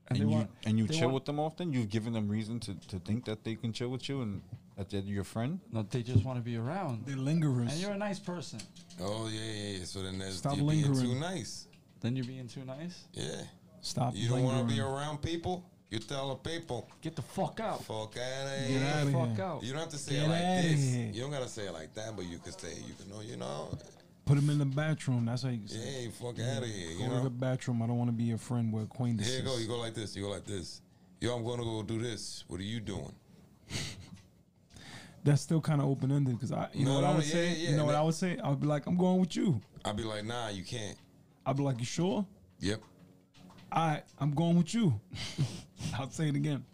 [SPEAKER 3] And,
[SPEAKER 4] they
[SPEAKER 3] you
[SPEAKER 4] want.
[SPEAKER 3] and you
[SPEAKER 4] they
[SPEAKER 3] chill
[SPEAKER 4] want-
[SPEAKER 3] with them often. You've given them reason to, to think that they can chill with you and that they're your friend.
[SPEAKER 4] No, they just want to be around.
[SPEAKER 1] They're lingerers.
[SPEAKER 4] And you're a nice person.
[SPEAKER 2] Oh yeah, yeah, yeah. So then there's
[SPEAKER 1] Stop
[SPEAKER 2] you being too
[SPEAKER 1] lingering.
[SPEAKER 2] nice.
[SPEAKER 4] Then you're being too nice.
[SPEAKER 2] Yeah.
[SPEAKER 1] Stop
[SPEAKER 2] You don't want to be
[SPEAKER 1] lingering.
[SPEAKER 2] around people. You tell the people,
[SPEAKER 4] Get the fuck out.
[SPEAKER 2] fuck out of
[SPEAKER 1] Get
[SPEAKER 2] here.
[SPEAKER 1] outta
[SPEAKER 4] fuck
[SPEAKER 1] here.
[SPEAKER 4] out.
[SPEAKER 2] You don't have to say
[SPEAKER 1] Get
[SPEAKER 2] it like
[SPEAKER 1] outta
[SPEAKER 2] this.
[SPEAKER 1] here.
[SPEAKER 2] You don't gotta say it like that, but you can say you can know, you know,
[SPEAKER 1] Put him in the bathroom. That's how you can say. it.
[SPEAKER 2] yeah, you fuck out of
[SPEAKER 1] Go
[SPEAKER 2] here. You
[SPEAKER 1] to the
[SPEAKER 2] know,
[SPEAKER 1] bathroom. I don't want to be your friend. We're acquaintances.
[SPEAKER 2] here you go. You go like this. You go like this. Yo, I'm gonna go do this. What are you doing?
[SPEAKER 1] That's still kind of open ended because I, you know
[SPEAKER 2] No,
[SPEAKER 1] what I
[SPEAKER 2] no,
[SPEAKER 1] would
[SPEAKER 2] yeah,
[SPEAKER 1] say.
[SPEAKER 2] yeah,
[SPEAKER 1] you know what
[SPEAKER 2] yeah.
[SPEAKER 1] I would say. I'd be like, I'm going with you.
[SPEAKER 2] I'd be like, nah, you can't.
[SPEAKER 1] I'd be like, you sure?
[SPEAKER 2] Yep.
[SPEAKER 1] I, I'm going with you. [LAUGHS] I'll say it again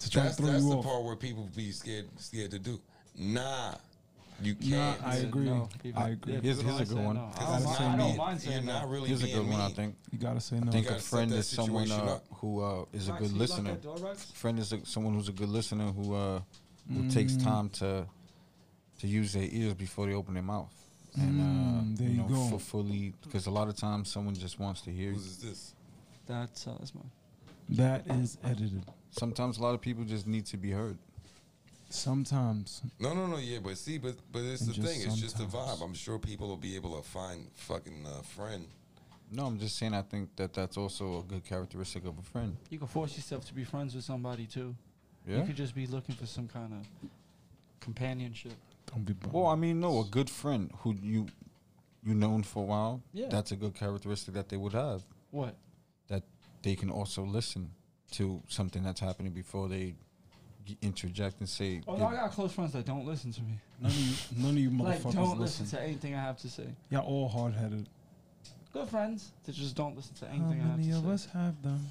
[SPEAKER 1] to try
[SPEAKER 2] That's
[SPEAKER 1] to throw
[SPEAKER 2] that's
[SPEAKER 1] you
[SPEAKER 2] the
[SPEAKER 1] off.
[SPEAKER 2] part where people be scared scared to do. Nah, you
[SPEAKER 1] Nah,
[SPEAKER 2] can't.
[SPEAKER 1] I agree.
[SPEAKER 4] No,
[SPEAKER 1] I
[SPEAKER 4] people-
[SPEAKER 1] agree.
[SPEAKER 4] yeah,
[SPEAKER 3] Here's-
[SPEAKER 4] people
[SPEAKER 3] here's a
[SPEAKER 4] don't like saying
[SPEAKER 3] good one.
[SPEAKER 4] no. I
[SPEAKER 1] That's the
[SPEAKER 4] don't, mind, I
[SPEAKER 1] same
[SPEAKER 4] don't
[SPEAKER 1] thing.
[SPEAKER 4] mind saying
[SPEAKER 2] You're
[SPEAKER 4] no.
[SPEAKER 2] not really.
[SPEAKER 3] Here's a
[SPEAKER 2] being
[SPEAKER 3] good one, I
[SPEAKER 2] mean.
[SPEAKER 3] think.
[SPEAKER 1] You gotta say
[SPEAKER 3] I
[SPEAKER 1] no.
[SPEAKER 3] think
[SPEAKER 2] gotta
[SPEAKER 3] a
[SPEAKER 2] set
[SPEAKER 3] friend
[SPEAKER 2] that
[SPEAKER 3] is someone
[SPEAKER 2] situation
[SPEAKER 3] uh,
[SPEAKER 2] up.
[SPEAKER 3] who uh, is a
[SPEAKER 4] Roxy,
[SPEAKER 3] good
[SPEAKER 4] you lock that
[SPEAKER 3] listener.
[SPEAKER 4] door, Rox?
[SPEAKER 3] Friend is a, someone who's a good listener who uh, who takes
[SPEAKER 1] Mm.
[SPEAKER 3] time to to use their ears before they open their mouth. And
[SPEAKER 1] Mm,
[SPEAKER 3] uh,
[SPEAKER 1] there
[SPEAKER 3] you
[SPEAKER 1] you
[SPEAKER 3] know,
[SPEAKER 1] go.
[SPEAKER 3] for fully because a lot of times someone just wants to hear. you.
[SPEAKER 2] Who's this?
[SPEAKER 4] That's, uh, that's mine.
[SPEAKER 1] that is edited.
[SPEAKER 3] Sometimes a lot of people just need to be heard.
[SPEAKER 1] Sometimes
[SPEAKER 2] No, no, no. Yeah, but see, but but it's
[SPEAKER 1] And
[SPEAKER 2] the
[SPEAKER 1] just
[SPEAKER 2] thing. It's just the
[SPEAKER 1] sometimes.
[SPEAKER 2] vibe. I'm sure people will be able to find fucking uh, friend.
[SPEAKER 3] No, I'm just saying. I think that that's also a good characteristic of a friend.
[SPEAKER 4] You can force yourself to be friends with somebody too. You
[SPEAKER 3] Yeah.
[SPEAKER 4] could just be looking for some kind of companionship.
[SPEAKER 1] don't be. bummed.
[SPEAKER 3] Well, I mean, no, a good friend who you you known for a while.
[SPEAKER 4] Yeah.
[SPEAKER 3] That's a good characteristic that they would have.
[SPEAKER 4] What?
[SPEAKER 3] That they can also listen to something that's happening before they g- interject and say.
[SPEAKER 4] Oh,
[SPEAKER 3] yeah,
[SPEAKER 4] I got close friends that don't listen to me.
[SPEAKER 1] none of you, none of you
[SPEAKER 4] Like,
[SPEAKER 1] motherfuckers
[SPEAKER 4] don't listen
[SPEAKER 1] listen.
[SPEAKER 4] to anything I have to say.
[SPEAKER 1] Y'all all hard headed.
[SPEAKER 4] Good friends that just don't listen to
[SPEAKER 1] How
[SPEAKER 4] anything I have
[SPEAKER 1] many
[SPEAKER 4] to
[SPEAKER 1] of
[SPEAKER 4] say.
[SPEAKER 1] us have them?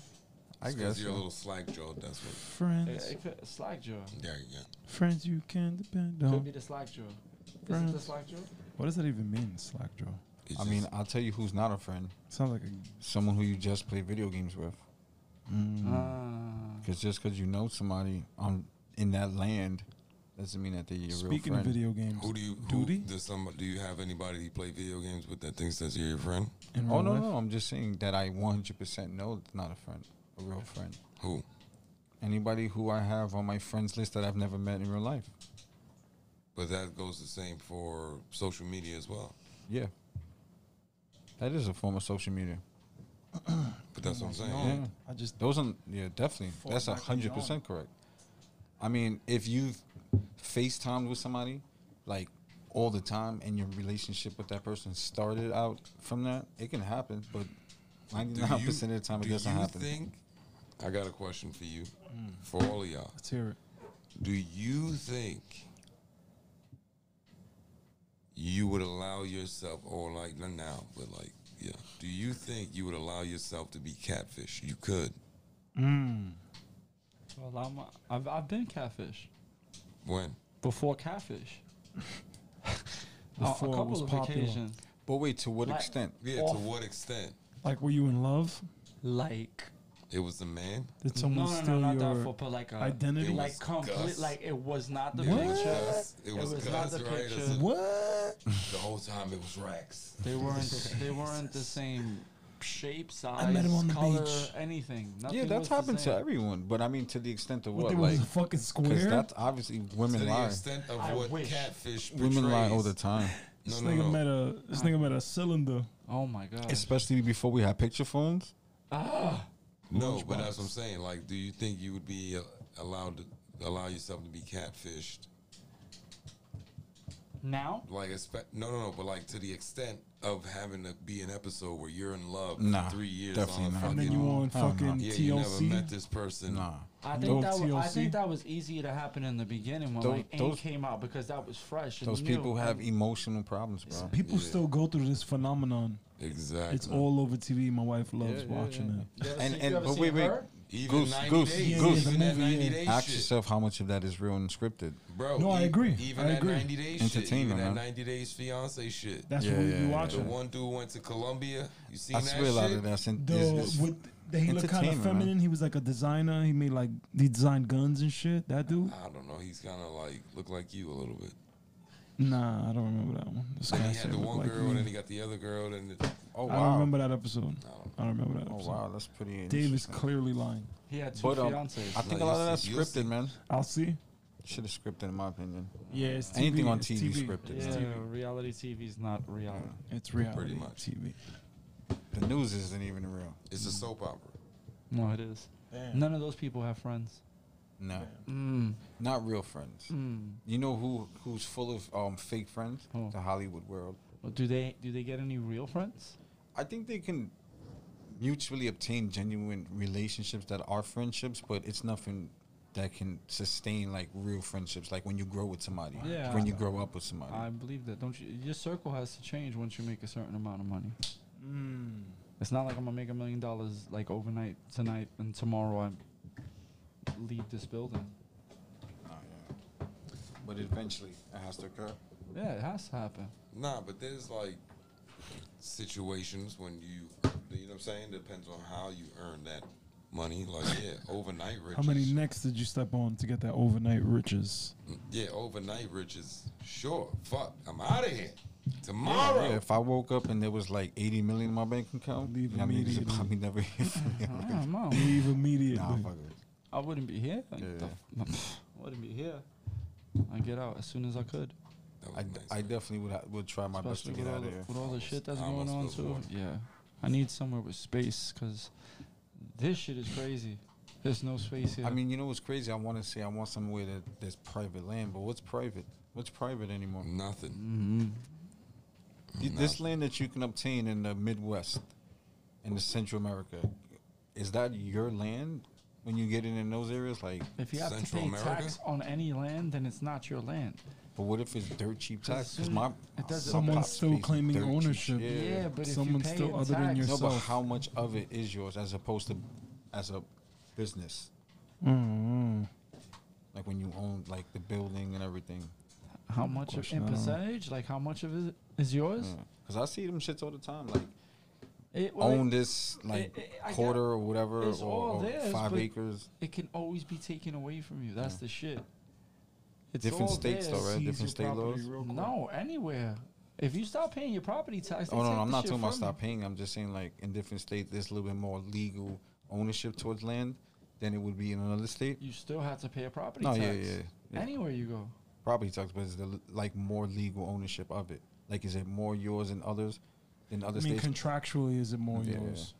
[SPEAKER 3] I
[SPEAKER 2] It's 'cause
[SPEAKER 3] guess
[SPEAKER 2] you're a
[SPEAKER 3] so.
[SPEAKER 2] little slack jawed. That's what.
[SPEAKER 1] Friends,
[SPEAKER 4] It, it could, slack jaw.
[SPEAKER 2] Yeah, yeah.
[SPEAKER 1] friends you can depend
[SPEAKER 4] Could
[SPEAKER 1] on.
[SPEAKER 4] be the slack jaw. Is it the
[SPEAKER 1] Friends.
[SPEAKER 4] slack jaw?
[SPEAKER 1] What does that even mean, slack jaw?
[SPEAKER 2] It's
[SPEAKER 3] I mean,
[SPEAKER 2] just-
[SPEAKER 3] I'll tell you who's not a friend.
[SPEAKER 1] Sounds like a.
[SPEAKER 3] Someone who you just play video games with.
[SPEAKER 1] Mm.
[SPEAKER 4] Ah.
[SPEAKER 3] Because just because you know somebody on in that land doesn't mean that they're your
[SPEAKER 1] Speaking
[SPEAKER 3] real
[SPEAKER 1] of
[SPEAKER 3] friend.
[SPEAKER 1] video games,
[SPEAKER 2] who do you? Who,
[SPEAKER 1] Duty?
[SPEAKER 2] Does some? Do you have anybody you play video games with that thinks that you're your friend?
[SPEAKER 1] in
[SPEAKER 3] Oh
[SPEAKER 1] real
[SPEAKER 3] no,
[SPEAKER 1] life?
[SPEAKER 3] no, I'm just saying that I 100% know it's not a friend, a real friend.
[SPEAKER 2] Who?
[SPEAKER 3] Anybody who I have on my friends list that I've never met in real life.
[SPEAKER 2] But that goes the same for social media as well.
[SPEAKER 3] Yeah. That is a form of social media.
[SPEAKER 2] But that's what I'm saying.
[SPEAKER 3] Yeah.
[SPEAKER 1] I just
[SPEAKER 3] Those are yeah, definitely.
[SPEAKER 1] Form
[SPEAKER 3] That's a
[SPEAKER 1] back to
[SPEAKER 3] hundred percent correct. I mean, if you've FaceTimed with somebody like all the time and your relationship with that person started out from that, it can happen, but ninety
[SPEAKER 2] Do
[SPEAKER 3] nine
[SPEAKER 2] you-
[SPEAKER 3] percent of the time it
[SPEAKER 2] do
[SPEAKER 3] doesn't
[SPEAKER 2] you
[SPEAKER 3] happen. Hmm.
[SPEAKER 2] Think, I got a question for you, for all of y'all.
[SPEAKER 1] let's hear it.
[SPEAKER 2] Do you think you would allow yourself, or like not now, but like yeah, do you think you would allow yourself to be catfish? You could.
[SPEAKER 1] Mm.
[SPEAKER 4] Well, I'm, I've, I've been catfish.
[SPEAKER 2] When?
[SPEAKER 4] Before catfish. A-
[SPEAKER 1] Before
[SPEAKER 4] a
[SPEAKER 1] it
[SPEAKER 4] couple
[SPEAKER 1] was
[SPEAKER 4] of
[SPEAKER 1] popular.
[SPEAKER 4] occasions.
[SPEAKER 3] But wait, to what
[SPEAKER 4] Like-
[SPEAKER 3] extent?
[SPEAKER 2] Yeah. To
[SPEAKER 4] Off.
[SPEAKER 2] what extent?
[SPEAKER 1] Like, were you in love?
[SPEAKER 4] Like.
[SPEAKER 2] It was the man.
[SPEAKER 1] Did someone
[SPEAKER 4] no, no,
[SPEAKER 1] steal
[SPEAKER 4] no, not
[SPEAKER 1] your
[SPEAKER 4] that for, but like a
[SPEAKER 1] identity?
[SPEAKER 2] It
[SPEAKER 4] like
[SPEAKER 2] was
[SPEAKER 4] complete,
[SPEAKER 2] Gus.
[SPEAKER 4] like it was not the
[SPEAKER 1] What?
[SPEAKER 4] picture.
[SPEAKER 2] Gus. It was,
[SPEAKER 4] was not
[SPEAKER 2] Gus,
[SPEAKER 4] the
[SPEAKER 2] right?
[SPEAKER 4] picture.
[SPEAKER 2] That's it.
[SPEAKER 1] what?
[SPEAKER 2] The whole time it was Rex.
[SPEAKER 4] They weren't, [LAUGHS] they weren't the same shape, size,
[SPEAKER 1] met him on the
[SPEAKER 4] color,
[SPEAKER 1] beach.
[SPEAKER 4] anything. Nothing
[SPEAKER 3] yeah, that's
[SPEAKER 4] was the
[SPEAKER 3] happened to
[SPEAKER 4] same.
[SPEAKER 3] everyone. But I mean, to the extent of
[SPEAKER 1] What,
[SPEAKER 3] what,
[SPEAKER 1] there
[SPEAKER 3] like,
[SPEAKER 1] was a fucking
[SPEAKER 3] because
[SPEAKER 1] square?
[SPEAKER 3] that's obviously
[SPEAKER 2] To the
[SPEAKER 3] women lie.
[SPEAKER 2] extent of
[SPEAKER 4] I
[SPEAKER 2] what
[SPEAKER 4] wish.
[SPEAKER 2] catfish portrays.
[SPEAKER 3] Women lie all the time,
[SPEAKER 2] [LAUGHS] No,
[SPEAKER 1] this
[SPEAKER 2] no,
[SPEAKER 1] nigga
[SPEAKER 2] no.
[SPEAKER 1] met a this nigga met a cylinder.
[SPEAKER 4] Oh my god. Ah!
[SPEAKER 3] especially before we had picture phones.
[SPEAKER 2] No, but that's what I'm saying. Like, do you think you would be uh, allowed to allow yourself to be catfished?
[SPEAKER 4] Now?
[SPEAKER 2] Like, expe- no, no, no, but like to the extent of having to be an episode where you're in love
[SPEAKER 3] Nah,
[SPEAKER 2] for three years
[SPEAKER 3] definitely
[SPEAKER 2] on
[SPEAKER 3] not.
[SPEAKER 1] And
[SPEAKER 2] fucking,
[SPEAKER 1] then you on
[SPEAKER 3] Hell no.
[SPEAKER 1] fucking
[SPEAKER 2] yeah, you never met
[SPEAKER 1] TLC.
[SPEAKER 2] this person.
[SPEAKER 3] Nah,
[SPEAKER 4] I
[SPEAKER 1] Those
[SPEAKER 4] think, that was, I
[SPEAKER 1] TLC.
[SPEAKER 4] think that was easy to happen in the beginning when
[SPEAKER 3] Those-
[SPEAKER 4] like Ain't
[SPEAKER 3] those-
[SPEAKER 4] came out because that was fresh. And
[SPEAKER 3] those
[SPEAKER 4] new,
[SPEAKER 3] people have
[SPEAKER 4] and
[SPEAKER 3] emotional problems, bro.
[SPEAKER 1] People
[SPEAKER 2] Yeah.
[SPEAKER 1] still go through this phenomenon.
[SPEAKER 2] Exactly.
[SPEAKER 1] It's all over TV. My wife
[SPEAKER 3] Yeah,
[SPEAKER 1] loves
[SPEAKER 3] yeah,
[SPEAKER 1] watching
[SPEAKER 3] yeah.
[SPEAKER 1] it.
[SPEAKER 4] You ever
[SPEAKER 3] And
[SPEAKER 4] seen- you
[SPEAKER 3] and
[SPEAKER 4] ever
[SPEAKER 3] but
[SPEAKER 4] seen
[SPEAKER 3] wait, wait,
[SPEAKER 4] her?
[SPEAKER 2] Even
[SPEAKER 3] Goose,
[SPEAKER 2] 90
[SPEAKER 3] Goose,
[SPEAKER 2] days,
[SPEAKER 1] Goose.
[SPEAKER 2] Even that
[SPEAKER 1] Yeah, the movie,
[SPEAKER 2] 90
[SPEAKER 1] yeah.
[SPEAKER 2] day
[SPEAKER 3] Ask
[SPEAKER 2] shit.
[SPEAKER 3] yourself how much of that is real and scripted.
[SPEAKER 2] Bro,
[SPEAKER 1] No, I
[SPEAKER 2] e-
[SPEAKER 1] agree.
[SPEAKER 2] Even
[SPEAKER 1] I
[SPEAKER 2] that
[SPEAKER 1] agree.
[SPEAKER 2] 90 days shit. Even
[SPEAKER 3] Entertainment,
[SPEAKER 2] that
[SPEAKER 3] man.
[SPEAKER 2] 90 days fiance shit.
[SPEAKER 1] That's
[SPEAKER 3] Yeah,
[SPEAKER 1] what we
[SPEAKER 3] yeah,
[SPEAKER 1] be
[SPEAKER 3] yeah.
[SPEAKER 2] the
[SPEAKER 1] watching.
[SPEAKER 2] one dude went to Colombia. You seen
[SPEAKER 3] I
[SPEAKER 2] that
[SPEAKER 3] swear a lot of
[SPEAKER 2] shit?
[SPEAKER 3] that's in.
[SPEAKER 1] The
[SPEAKER 3] is- is-
[SPEAKER 1] with the, he looked kind of
[SPEAKER 3] entertainment, man.
[SPEAKER 1] feminine. He was like a designer. He made like he designed guns and shit. That dude.
[SPEAKER 2] I don't know. He's kind of like look like you a little bit.
[SPEAKER 1] Nah, I don't remember that one. This
[SPEAKER 2] Then
[SPEAKER 1] guy
[SPEAKER 2] he had
[SPEAKER 1] said
[SPEAKER 2] the
[SPEAKER 1] looked
[SPEAKER 2] one
[SPEAKER 1] like
[SPEAKER 2] girl, and then
[SPEAKER 1] me.
[SPEAKER 2] he got the other girl, and the,
[SPEAKER 3] oh
[SPEAKER 1] I don't
[SPEAKER 3] wow!
[SPEAKER 1] remember that episode. I don't remember that
[SPEAKER 3] Oh
[SPEAKER 1] episode.
[SPEAKER 3] wow, that's pretty.
[SPEAKER 1] Dave is
[SPEAKER 3] interesting.
[SPEAKER 1] clearly lying.
[SPEAKER 4] He had two
[SPEAKER 3] But, um,
[SPEAKER 4] fiancés.
[SPEAKER 3] I think
[SPEAKER 2] No,
[SPEAKER 3] a lot
[SPEAKER 2] you'll
[SPEAKER 3] of that's
[SPEAKER 2] see- you'll see.
[SPEAKER 3] scripted, man.
[SPEAKER 1] I'll see.
[SPEAKER 3] Should have scripted, in my opinion.
[SPEAKER 1] Yeah, it's TV.
[SPEAKER 3] Anything on
[SPEAKER 1] it's
[SPEAKER 3] TV scripted.
[SPEAKER 1] It's
[SPEAKER 4] yeah,
[SPEAKER 1] TV.
[SPEAKER 4] reality TV is not reality.
[SPEAKER 1] It's reality.
[SPEAKER 2] Pretty much.
[SPEAKER 1] TV.
[SPEAKER 3] The news isn't even real.
[SPEAKER 2] it's a soap opera.
[SPEAKER 4] No, it is. None of those people have friends.
[SPEAKER 3] No,
[SPEAKER 4] Mm,
[SPEAKER 3] not real friends.
[SPEAKER 4] mm.
[SPEAKER 3] You know who who's full of um, fake friends?
[SPEAKER 4] Who?
[SPEAKER 3] The Hollywood world.
[SPEAKER 4] Well, do they do they get any real friends?
[SPEAKER 3] I think they can mutually obtain genuine relationships that are friendships, but it's nothing that can sustain like real friendships. Like when you grow with somebody,
[SPEAKER 4] Yeah.
[SPEAKER 3] when you grow up with somebody.
[SPEAKER 4] I believe that. Don't you? Your circle has to change once you make a certain amount of money.
[SPEAKER 1] Mm.
[SPEAKER 4] It's not like I'm gonna make a million dollars like overnight tonight and tomorrow I leave this building.
[SPEAKER 3] Oh, yeah. But eventually, it has to occur.
[SPEAKER 4] Yeah, it has to happen.
[SPEAKER 2] Nah, but there's like situations when you, you know what I'm saying? Depends on how you earn that money. Like,
[SPEAKER 1] [LAUGHS]
[SPEAKER 2] yeah, overnight riches.
[SPEAKER 1] How many necks did you step on to get that overnight
[SPEAKER 3] [LAUGHS]
[SPEAKER 1] riches?
[SPEAKER 2] Mm, Yeah, overnight riches. Sure. Fuck. I'm out of here. Tomorrow.
[SPEAKER 3] Yeah, if I woke up and there was like 80 million in my bank account,
[SPEAKER 1] Leave
[SPEAKER 3] I mean,
[SPEAKER 1] immediately.
[SPEAKER 3] probably never hear from me.
[SPEAKER 4] I don't know.
[SPEAKER 1] Leave
[SPEAKER 3] Nah,
[SPEAKER 1] immediately.
[SPEAKER 3] fuck it.
[SPEAKER 4] I wouldn't be here. Like,
[SPEAKER 3] Yeah.
[SPEAKER 4] the f- [LAUGHS] I wouldn't be here. I get out as soon as I could.
[SPEAKER 2] That was
[SPEAKER 3] I,
[SPEAKER 2] nice,
[SPEAKER 3] I
[SPEAKER 2] man.
[SPEAKER 3] definitely would, ha- would try my
[SPEAKER 4] Especially
[SPEAKER 3] best to
[SPEAKER 4] with
[SPEAKER 3] get
[SPEAKER 4] all,
[SPEAKER 3] out
[SPEAKER 4] the,
[SPEAKER 3] of here.
[SPEAKER 4] with all the
[SPEAKER 2] Almost-
[SPEAKER 4] shit that's
[SPEAKER 2] I
[SPEAKER 4] going
[SPEAKER 2] almost
[SPEAKER 4] on
[SPEAKER 2] felt
[SPEAKER 4] too.
[SPEAKER 2] warm.
[SPEAKER 4] Yeah, I need somewhere with space because this shit is crazy. There's no space here.
[SPEAKER 3] I mean, you know what's crazy? I want to say I want somewhere that there's private land, but what's private? What's private anymore?
[SPEAKER 1] Mm.
[SPEAKER 2] Nothing.
[SPEAKER 4] Mhm.
[SPEAKER 3] Y- This land that you can obtain in the Midwest, in the Central America, is that your land? When you get in in those areas, like,
[SPEAKER 4] if you have to
[SPEAKER 2] Central
[SPEAKER 4] pay
[SPEAKER 2] America?
[SPEAKER 4] tax on any land, then it's not your land.
[SPEAKER 3] but what if it's dirt cheap tax? 'Cause
[SPEAKER 4] soon
[SPEAKER 3] my
[SPEAKER 4] it doesn't-
[SPEAKER 3] my
[SPEAKER 1] Someone's
[SPEAKER 3] pops
[SPEAKER 1] still
[SPEAKER 3] pays
[SPEAKER 1] claiming
[SPEAKER 3] dirt cheap-
[SPEAKER 1] ownership.
[SPEAKER 4] Yeah, but
[SPEAKER 1] Someone
[SPEAKER 4] if you pay
[SPEAKER 1] still
[SPEAKER 4] in
[SPEAKER 1] other than
[SPEAKER 4] tax-
[SPEAKER 3] No,
[SPEAKER 1] yourself.
[SPEAKER 3] but how much of it is yours as opposed to as a business?
[SPEAKER 1] Mm, mm.
[SPEAKER 3] Like when you own like the building and everything.
[SPEAKER 4] How
[SPEAKER 3] Hmm,
[SPEAKER 4] much of,
[SPEAKER 1] question,
[SPEAKER 4] in
[SPEAKER 1] I don't know.
[SPEAKER 4] percentage? Like how much of it is yours?
[SPEAKER 3] Because I see them shits all the time. Like Hmm.
[SPEAKER 4] It, well, it-
[SPEAKER 3] own this like
[SPEAKER 4] it- I got-
[SPEAKER 3] quarter or whatever, or,
[SPEAKER 4] it's all
[SPEAKER 3] or
[SPEAKER 4] theirs,
[SPEAKER 3] five
[SPEAKER 4] but-
[SPEAKER 3] acres.
[SPEAKER 4] it can always be taken away from you. That's
[SPEAKER 3] Yeah.
[SPEAKER 4] the shit. It's
[SPEAKER 3] Hmm. Different
[SPEAKER 4] all
[SPEAKER 3] states, though,
[SPEAKER 4] theirs.
[SPEAKER 3] right?
[SPEAKER 1] Seize
[SPEAKER 3] Different
[SPEAKER 1] your
[SPEAKER 3] state
[SPEAKER 1] property
[SPEAKER 3] laws?
[SPEAKER 1] real quick.
[SPEAKER 4] No, anywhere. If you stop paying your property tax, they
[SPEAKER 3] Oh no,
[SPEAKER 4] take
[SPEAKER 3] no, I'm
[SPEAKER 4] the
[SPEAKER 3] not
[SPEAKER 4] shit
[SPEAKER 3] talking about
[SPEAKER 4] from you.
[SPEAKER 3] stop paying. I'm just saying like in different states, there's a little bit more legal ownership towards land than it would be in another state.
[SPEAKER 4] You still have to pay a property
[SPEAKER 3] No,
[SPEAKER 4] tax.
[SPEAKER 3] yeah, yeah, yeah.
[SPEAKER 4] Anywhere you go.
[SPEAKER 3] Property tax, but it's the l- like more legal ownership of it. Like, is it more yours than others than
[SPEAKER 1] I
[SPEAKER 3] other
[SPEAKER 1] mean,
[SPEAKER 3] states?
[SPEAKER 1] contractually, is it more
[SPEAKER 3] Yeah.
[SPEAKER 1] yours?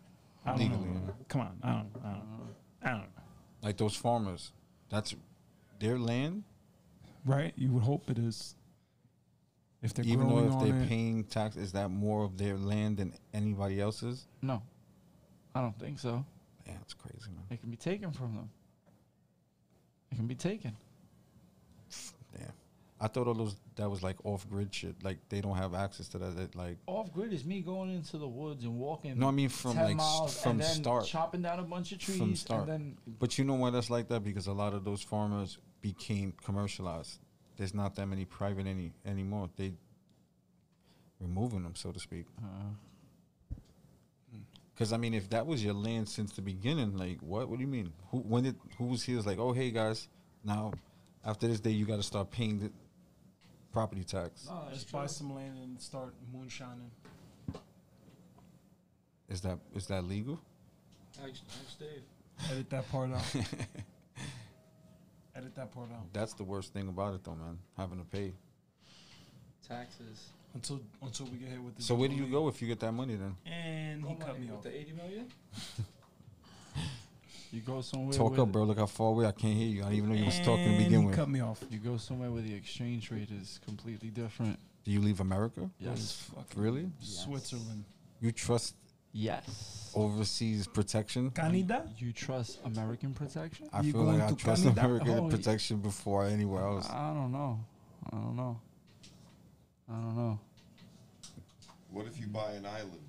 [SPEAKER 1] I don't
[SPEAKER 3] Legally,
[SPEAKER 1] know.
[SPEAKER 3] yeah.
[SPEAKER 1] Come on, I don't, I don't, I don't.
[SPEAKER 3] like those farmers, that's their land.
[SPEAKER 1] Right? You would hope it is. If they're
[SPEAKER 3] even
[SPEAKER 1] growing
[SPEAKER 3] though if
[SPEAKER 1] on
[SPEAKER 3] they're
[SPEAKER 1] it,
[SPEAKER 3] paying tax, is that more of their land than anybody else's?
[SPEAKER 4] No, I don't think so.
[SPEAKER 3] Yeah, it's crazy, man.
[SPEAKER 4] It can be taken from them. It can be taken.
[SPEAKER 3] Damn. I thought all those that was like off grid shit. Like they don't have access to that. that like
[SPEAKER 4] Off grid is me going into the woods and walking.
[SPEAKER 3] no, I mean from
[SPEAKER 4] 10
[SPEAKER 3] like
[SPEAKER 4] miles
[SPEAKER 3] s- from
[SPEAKER 4] and then
[SPEAKER 3] start.
[SPEAKER 4] chopping down a bunch of trees
[SPEAKER 3] From
[SPEAKER 4] and
[SPEAKER 3] start.
[SPEAKER 4] then
[SPEAKER 3] But you know why that's like that? Because a lot of those farmers became commercialized. There's not that many private any anymore. They removing them, so to speak.
[SPEAKER 4] uh,
[SPEAKER 3] Because I mean, if that was your land since the beginning, like what? What do you mean? Who when did who was here? Was like, oh hey guys, now after this day you got to start paying the property tax.
[SPEAKER 1] just buy some land and start moonshining.
[SPEAKER 3] Is that is that legal?
[SPEAKER 1] Edit that part
[SPEAKER 3] [LAUGHS]
[SPEAKER 1] out. Edit that part out.
[SPEAKER 3] That's the worst thing about it, though, man. Having to pay.
[SPEAKER 4] taxes.
[SPEAKER 1] Until until we get hit with the.
[SPEAKER 3] So where do you
[SPEAKER 1] Jubilee.
[SPEAKER 3] go if you get that money then?
[SPEAKER 1] And he cut me off.
[SPEAKER 4] eighty million. [LAUGHS] you go somewhere.
[SPEAKER 3] Talk
[SPEAKER 4] where
[SPEAKER 3] up,
[SPEAKER 4] the-
[SPEAKER 3] bro. Look how far away. I can't hear you. I didn't even know you was talking
[SPEAKER 1] And
[SPEAKER 3] to begin
[SPEAKER 1] he
[SPEAKER 3] with.
[SPEAKER 1] Cut me off.
[SPEAKER 4] You go somewhere where the exchange rate is completely different.
[SPEAKER 3] Do you leave America?
[SPEAKER 4] Yes.
[SPEAKER 1] Fucking
[SPEAKER 3] Really?
[SPEAKER 1] Switzerland.
[SPEAKER 3] You trust
[SPEAKER 4] Yes.
[SPEAKER 3] overseas protection? [LAUGHS]
[SPEAKER 1] Canada.
[SPEAKER 4] You trust American protection?
[SPEAKER 3] I
[SPEAKER 1] You
[SPEAKER 3] feel like
[SPEAKER 1] going
[SPEAKER 3] I
[SPEAKER 1] to
[SPEAKER 3] trust
[SPEAKER 1] Canada?
[SPEAKER 3] American
[SPEAKER 4] Oh, yeah.
[SPEAKER 3] protection before anywhere else.
[SPEAKER 4] I don't know. I don't know. I don't know.
[SPEAKER 2] What if you buy an island?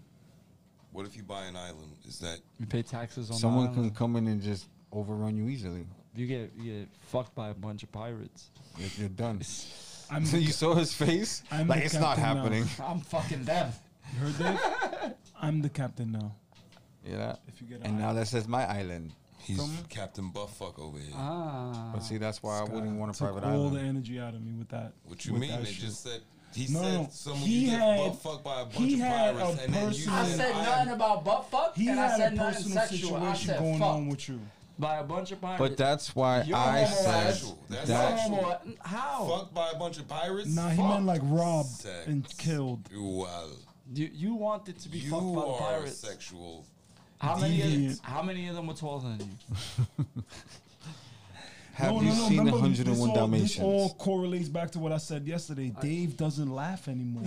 [SPEAKER 2] What if you buy an island? Is that
[SPEAKER 4] You pay taxes on
[SPEAKER 3] Someone
[SPEAKER 4] the
[SPEAKER 3] can
[SPEAKER 4] island.
[SPEAKER 3] come in and just overrun you easily.
[SPEAKER 4] You get you get fucked by a bunch of pirates.
[SPEAKER 3] You're, you're done. [LAUGHS]
[SPEAKER 1] I'm
[SPEAKER 3] So you saw his face?
[SPEAKER 1] I'm
[SPEAKER 3] like
[SPEAKER 1] the
[SPEAKER 3] it's not
[SPEAKER 1] captain now. [LAUGHS]
[SPEAKER 3] happening.
[SPEAKER 4] [LAUGHS] I'm fucking them.
[SPEAKER 1] You heard that?
[SPEAKER 3] [LAUGHS]
[SPEAKER 1] I'm the captain now.
[SPEAKER 3] Yeah.
[SPEAKER 1] If you get
[SPEAKER 3] And now that says my island.
[SPEAKER 2] he's Captain Buttfuck over here?
[SPEAKER 4] Ah.
[SPEAKER 3] But see, that's why I wouldn't want a
[SPEAKER 1] took
[SPEAKER 3] private
[SPEAKER 1] all the
[SPEAKER 3] island.
[SPEAKER 1] energy out of me with that.
[SPEAKER 2] What you
[SPEAKER 1] with
[SPEAKER 2] mean?
[SPEAKER 1] that
[SPEAKER 2] They
[SPEAKER 1] shit.
[SPEAKER 2] just said he
[SPEAKER 1] No, no, no.
[SPEAKER 2] said someone
[SPEAKER 1] He
[SPEAKER 2] you get
[SPEAKER 1] had-
[SPEAKER 2] buttfucked by a bunch
[SPEAKER 1] he
[SPEAKER 2] of
[SPEAKER 1] had
[SPEAKER 2] pirates,
[SPEAKER 1] a
[SPEAKER 2] and then you
[SPEAKER 1] personal-
[SPEAKER 2] said,
[SPEAKER 1] I said
[SPEAKER 2] I'm-
[SPEAKER 4] about butt fuck,
[SPEAKER 1] He had a personal situation going on with you.
[SPEAKER 4] by a bunch of pirates.
[SPEAKER 3] But that's why
[SPEAKER 4] You're
[SPEAKER 3] I said
[SPEAKER 2] homosexual. That's
[SPEAKER 3] that.
[SPEAKER 2] sexual.
[SPEAKER 4] Homo- how?
[SPEAKER 2] fucked by a bunch of pirates.
[SPEAKER 1] Nah, he meant like robbed
[SPEAKER 2] Sex.
[SPEAKER 1] and killed.
[SPEAKER 2] Well,
[SPEAKER 4] You you wanted to be
[SPEAKER 2] you
[SPEAKER 4] fucked by
[SPEAKER 2] are
[SPEAKER 4] pirates.
[SPEAKER 2] a sexual.
[SPEAKER 4] How many? Of,
[SPEAKER 1] deviant.
[SPEAKER 4] how many of them were taller than you?
[SPEAKER 3] Have
[SPEAKER 1] No,
[SPEAKER 3] you
[SPEAKER 1] no, no,
[SPEAKER 3] seen the
[SPEAKER 1] remember,
[SPEAKER 3] 101
[SPEAKER 1] this all, This all
[SPEAKER 3] Dalmatians?
[SPEAKER 1] correlates back to what I said yesterday. Dave doesn't laugh [LAUGHS] anymore.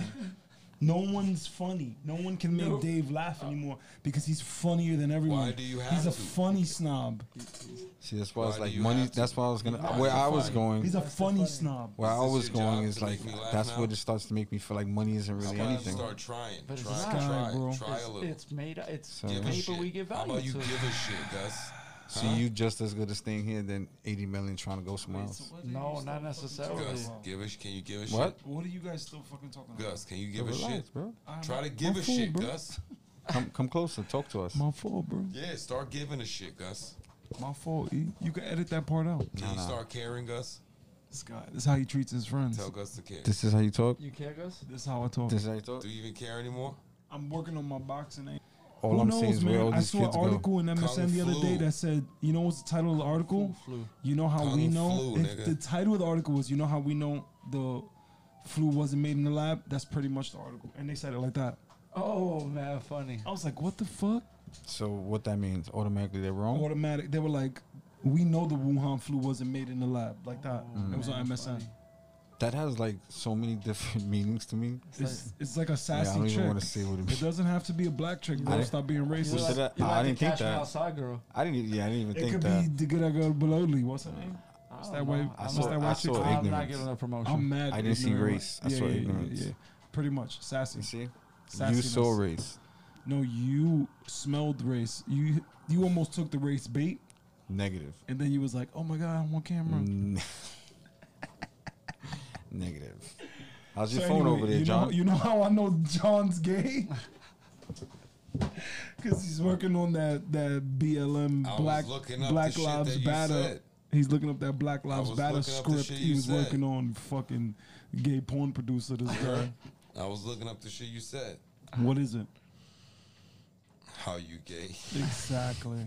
[SPEAKER 1] no one's funny. No Uh. one can make Dave laugh anymore because he's funnier than everyone.
[SPEAKER 2] do you
[SPEAKER 1] He's
[SPEAKER 2] have
[SPEAKER 1] a
[SPEAKER 2] to?
[SPEAKER 1] funny snob.
[SPEAKER 3] See, that's why I
[SPEAKER 2] Why
[SPEAKER 3] was
[SPEAKER 2] do
[SPEAKER 3] like
[SPEAKER 2] you
[SPEAKER 3] money.
[SPEAKER 2] have to?
[SPEAKER 3] That's why I was gonna.
[SPEAKER 2] Why
[SPEAKER 3] Where
[SPEAKER 2] do
[SPEAKER 3] I
[SPEAKER 2] you
[SPEAKER 3] was
[SPEAKER 2] find-
[SPEAKER 3] going.
[SPEAKER 1] He's a funny snob.
[SPEAKER 3] Where I
[SPEAKER 2] Is this
[SPEAKER 3] was
[SPEAKER 2] your
[SPEAKER 3] going
[SPEAKER 2] job
[SPEAKER 3] is
[SPEAKER 2] to
[SPEAKER 3] like
[SPEAKER 2] make me laugh
[SPEAKER 3] that's
[SPEAKER 2] now?
[SPEAKER 3] what it starts to make me feel like money isn't really
[SPEAKER 2] Sometimes
[SPEAKER 3] anything.
[SPEAKER 2] Start trying,
[SPEAKER 4] But it's
[SPEAKER 2] try,
[SPEAKER 4] not.
[SPEAKER 2] try,
[SPEAKER 1] Bro.
[SPEAKER 2] try a little.
[SPEAKER 4] It's made. It's
[SPEAKER 2] give a
[SPEAKER 4] paper
[SPEAKER 2] shit.
[SPEAKER 4] we give
[SPEAKER 2] How
[SPEAKER 4] value
[SPEAKER 2] about you
[SPEAKER 4] to.
[SPEAKER 2] give a shit, Gus?
[SPEAKER 3] So
[SPEAKER 2] Huh?
[SPEAKER 3] you just as good as staying here than 80 million trying to go somewhere else.
[SPEAKER 4] No, not necessarily.
[SPEAKER 2] Gus, give a sh- Can you give a
[SPEAKER 3] What?
[SPEAKER 2] shit?
[SPEAKER 1] What are you guys still fucking talking
[SPEAKER 2] Gus, can you give a
[SPEAKER 3] Relax,
[SPEAKER 2] shit?
[SPEAKER 3] bro.
[SPEAKER 2] Try to give a
[SPEAKER 3] fool,
[SPEAKER 2] shit,
[SPEAKER 3] bro.
[SPEAKER 2] Gus.
[SPEAKER 3] Come come closer. Talk to us.
[SPEAKER 1] My fault, bro.
[SPEAKER 2] Yeah, start giving a shit, Gus.
[SPEAKER 1] My fault. E. You can edit that part out.
[SPEAKER 2] Can you start caring, Gus?
[SPEAKER 1] This guy. This is how he treats his friends.
[SPEAKER 2] Tell Gus to care.
[SPEAKER 3] This is how you talk.
[SPEAKER 4] You care, Gus?
[SPEAKER 1] This is how I talk.
[SPEAKER 3] This is how you talk.
[SPEAKER 2] Do you even care anymore?
[SPEAKER 1] I'm working on my boxing. eh?
[SPEAKER 3] All
[SPEAKER 1] Who
[SPEAKER 3] I'm
[SPEAKER 1] knows,
[SPEAKER 3] saying is where
[SPEAKER 1] man?
[SPEAKER 3] all
[SPEAKER 1] I
[SPEAKER 3] these
[SPEAKER 1] saw an
[SPEAKER 3] kids
[SPEAKER 1] article
[SPEAKER 3] go.
[SPEAKER 1] in MSN the
[SPEAKER 2] Kung
[SPEAKER 1] other day
[SPEAKER 2] flu.
[SPEAKER 1] that said, you know what's the title of the article?
[SPEAKER 4] flu.
[SPEAKER 1] You know how we
[SPEAKER 2] Kung
[SPEAKER 1] know?
[SPEAKER 2] flu,
[SPEAKER 1] if
[SPEAKER 2] nigga.
[SPEAKER 1] the title of the article was, you know how we know the flu wasn't made in the lab? That's pretty much the article. And they said it like that.
[SPEAKER 4] Oh man, funny.
[SPEAKER 1] I was like, what the fuck?
[SPEAKER 3] So what that means? Automatically they're wrong.
[SPEAKER 1] Automatic. They were like, we know the Wuhan flu wasn't made in the lab. Like that. it was on MSN.
[SPEAKER 3] That has like so many different [LAUGHS] meanings to me.
[SPEAKER 1] It's, it's like a
[SPEAKER 3] Yeah, I
[SPEAKER 1] sassy
[SPEAKER 3] don't even
[SPEAKER 1] chick.
[SPEAKER 3] want to say what it
[SPEAKER 1] It
[SPEAKER 3] means.
[SPEAKER 1] doesn't have to be a black chick, bro.
[SPEAKER 3] I-
[SPEAKER 1] Stop being
[SPEAKER 4] You
[SPEAKER 3] Was
[SPEAKER 1] racist.
[SPEAKER 3] it
[SPEAKER 4] like-
[SPEAKER 3] that-
[SPEAKER 4] you
[SPEAKER 3] I
[SPEAKER 4] like
[SPEAKER 3] didn't
[SPEAKER 4] the
[SPEAKER 3] think
[SPEAKER 4] Cash Me
[SPEAKER 3] that.
[SPEAKER 4] Outside girl.
[SPEAKER 3] I didn't. e- Yeah, I didn't even
[SPEAKER 1] It
[SPEAKER 3] think
[SPEAKER 1] could
[SPEAKER 3] that.
[SPEAKER 1] be Digga Digga Baloli. What's her name?
[SPEAKER 4] I
[SPEAKER 1] What's
[SPEAKER 4] don't
[SPEAKER 1] that white?
[SPEAKER 4] know.
[SPEAKER 3] I
[SPEAKER 4] I'm
[SPEAKER 1] What's
[SPEAKER 3] saw-
[SPEAKER 1] that
[SPEAKER 3] I
[SPEAKER 1] white
[SPEAKER 3] saw
[SPEAKER 1] chick?
[SPEAKER 3] it.
[SPEAKER 1] called?
[SPEAKER 4] I'm not
[SPEAKER 3] ignorance.
[SPEAKER 4] giving a promotion.
[SPEAKER 1] I'm mad.
[SPEAKER 3] I didn't see
[SPEAKER 1] ignorant.
[SPEAKER 3] race. I saw ignorance.
[SPEAKER 1] Pretty much sassy.
[SPEAKER 3] You see, you
[SPEAKER 1] Sassiness.
[SPEAKER 3] saw race.
[SPEAKER 1] No, you smelled race. You you almost took the race bait,
[SPEAKER 3] Negative.
[SPEAKER 1] and then you was like, "Oh my god, I'm on camera."
[SPEAKER 3] Mm. [LAUGHS] Negative. How's your
[SPEAKER 1] So
[SPEAKER 3] phone
[SPEAKER 1] anyway,
[SPEAKER 3] over there,
[SPEAKER 1] you
[SPEAKER 3] John?
[SPEAKER 1] Know, you know how I know John's gay? [LAUGHS] Because he's working on that that BLM
[SPEAKER 2] I was
[SPEAKER 1] black
[SPEAKER 2] looking up
[SPEAKER 1] Black
[SPEAKER 2] the shit
[SPEAKER 1] Lives
[SPEAKER 2] that you
[SPEAKER 1] Matter.
[SPEAKER 2] said.
[SPEAKER 1] He's looking up that Black Lives
[SPEAKER 2] was
[SPEAKER 1] Matter
[SPEAKER 2] looking up the
[SPEAKER 1] script.
[SPEAKER 2] shit
[SPEAKER 1] He
[SPEAKER 2] you
[SPEAKER 1] was
[SPEAKER 2] said.
[SPEAKER 1] working on fucking gay porn producer. This
[SPEAKER 2] [LAUGHS]
[SPEAKER 1] guy.
[SPEAKER 2] I was looking up the shit you said.
[SPEAKER 1] what is it?
[SPEAKER 2] How you gay?
[SPEAKER 1] [LAUGHS] Exactly.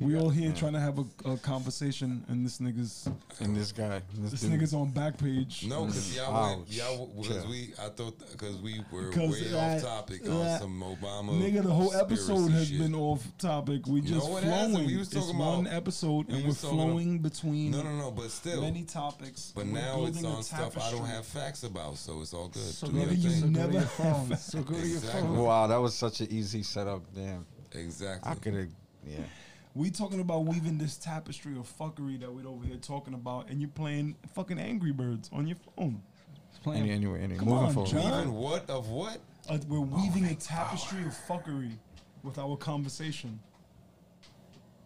[SPEAKER 1] We all here trying to have a, a conversation, and this nigga's
[SPEAKER 3] and this guy, this,
[SPEAKER 1] this
[SPEAKER 3] dude.
[SPEAKER 1] nigga's on back page.
[SPEAKER 2] No, because y'all went,
[SPEAKER 3] Ouch.
[SPEAKER 2] y'all because
[SPEAKER 3] Yeah.
[SPEAKER 2] we I thought because we were
[SPEAKER 1] 'Cause
[SPEAKER 2] way
[SPEAKER 1] that-
[SPEAKER 2] off topic
[SPEAKER 1] that-
[SPEAKER 2] on some Obama.
[SPEAKER 1] Nigga, the whole episode
[SPEAKER 2] conspiracy
[SPEAKER 1] has
[SPEAKER 2] shit.
[SPEAKER 1] been off topic. We just
[SPEAKER 2] No, it hasn't.
[SPEAKER 1] flowing.
[SPEAKER 2] We was
[SPEAKER 1] it's
[SPEAKER 2] talking
[SPEAKER 1] one
[SPEAKER 2] about-
[SPEAKER 1] episode,
[SPEAKER 2] we
[SPEAKER 1] and we're
[SPEAKER 2] was talking about-
[SPEAKER 1] flowing between
[SPEAKER 2] No, no, no, but still.
[SPEAKER 1] many topics.
[SPEAKER 2] but
[SPEAKER 1] We're
[SPEAKER 2] now it's
[SPEAKER 1] building a
[SPEAKER 2] on stuff I don't
[SPEAKER 1] tapestry.
[SPEAKER 2] have facts about, so it's all good.
[SPEAKER 4] So
[SPEAKER 2] Do
[SPEAKER 4] go
[SPEAKER 2] your
[SPEAKER 4] to
[SPEAKER 1] you
[SPEAKER 2] thing.
[SPEAKER 4] your,
[SPEAKER 1] never
[SPEAKER 4] never [LAUGHS] your
[SPEAKER 1] have
[SPEAKER 4] phone. So go to your
[SPEAKER 2] Exactly.
[SPEAKER 4] phone.
[SPEAKER 3] Wow, that was such an easy setup. Damn,
[SPEAKER 2] Exactly.
[SPEAKER 3] I could have. Yeah,
[SPEAKER 1] We talking about weaving this tapestry of fuckery that we're over here talking about, and you're playing fucking Angry Birds on your phone.
[SPEAKER 3] Any, anyway, anyway,
[SPEAKER 1] Come
[SPEAKER 3] moving
[SPEAKER 1] on,
[SPEAKER 3] forward.
[SPEAKER 1] John.
[SPEAKER 2] Even what of what?
[SPEAKER 1] Uh,
[SPEAKER 2] Oh
[SPEAKER 1] we're weaving a tapestry of fuckery with our conversation.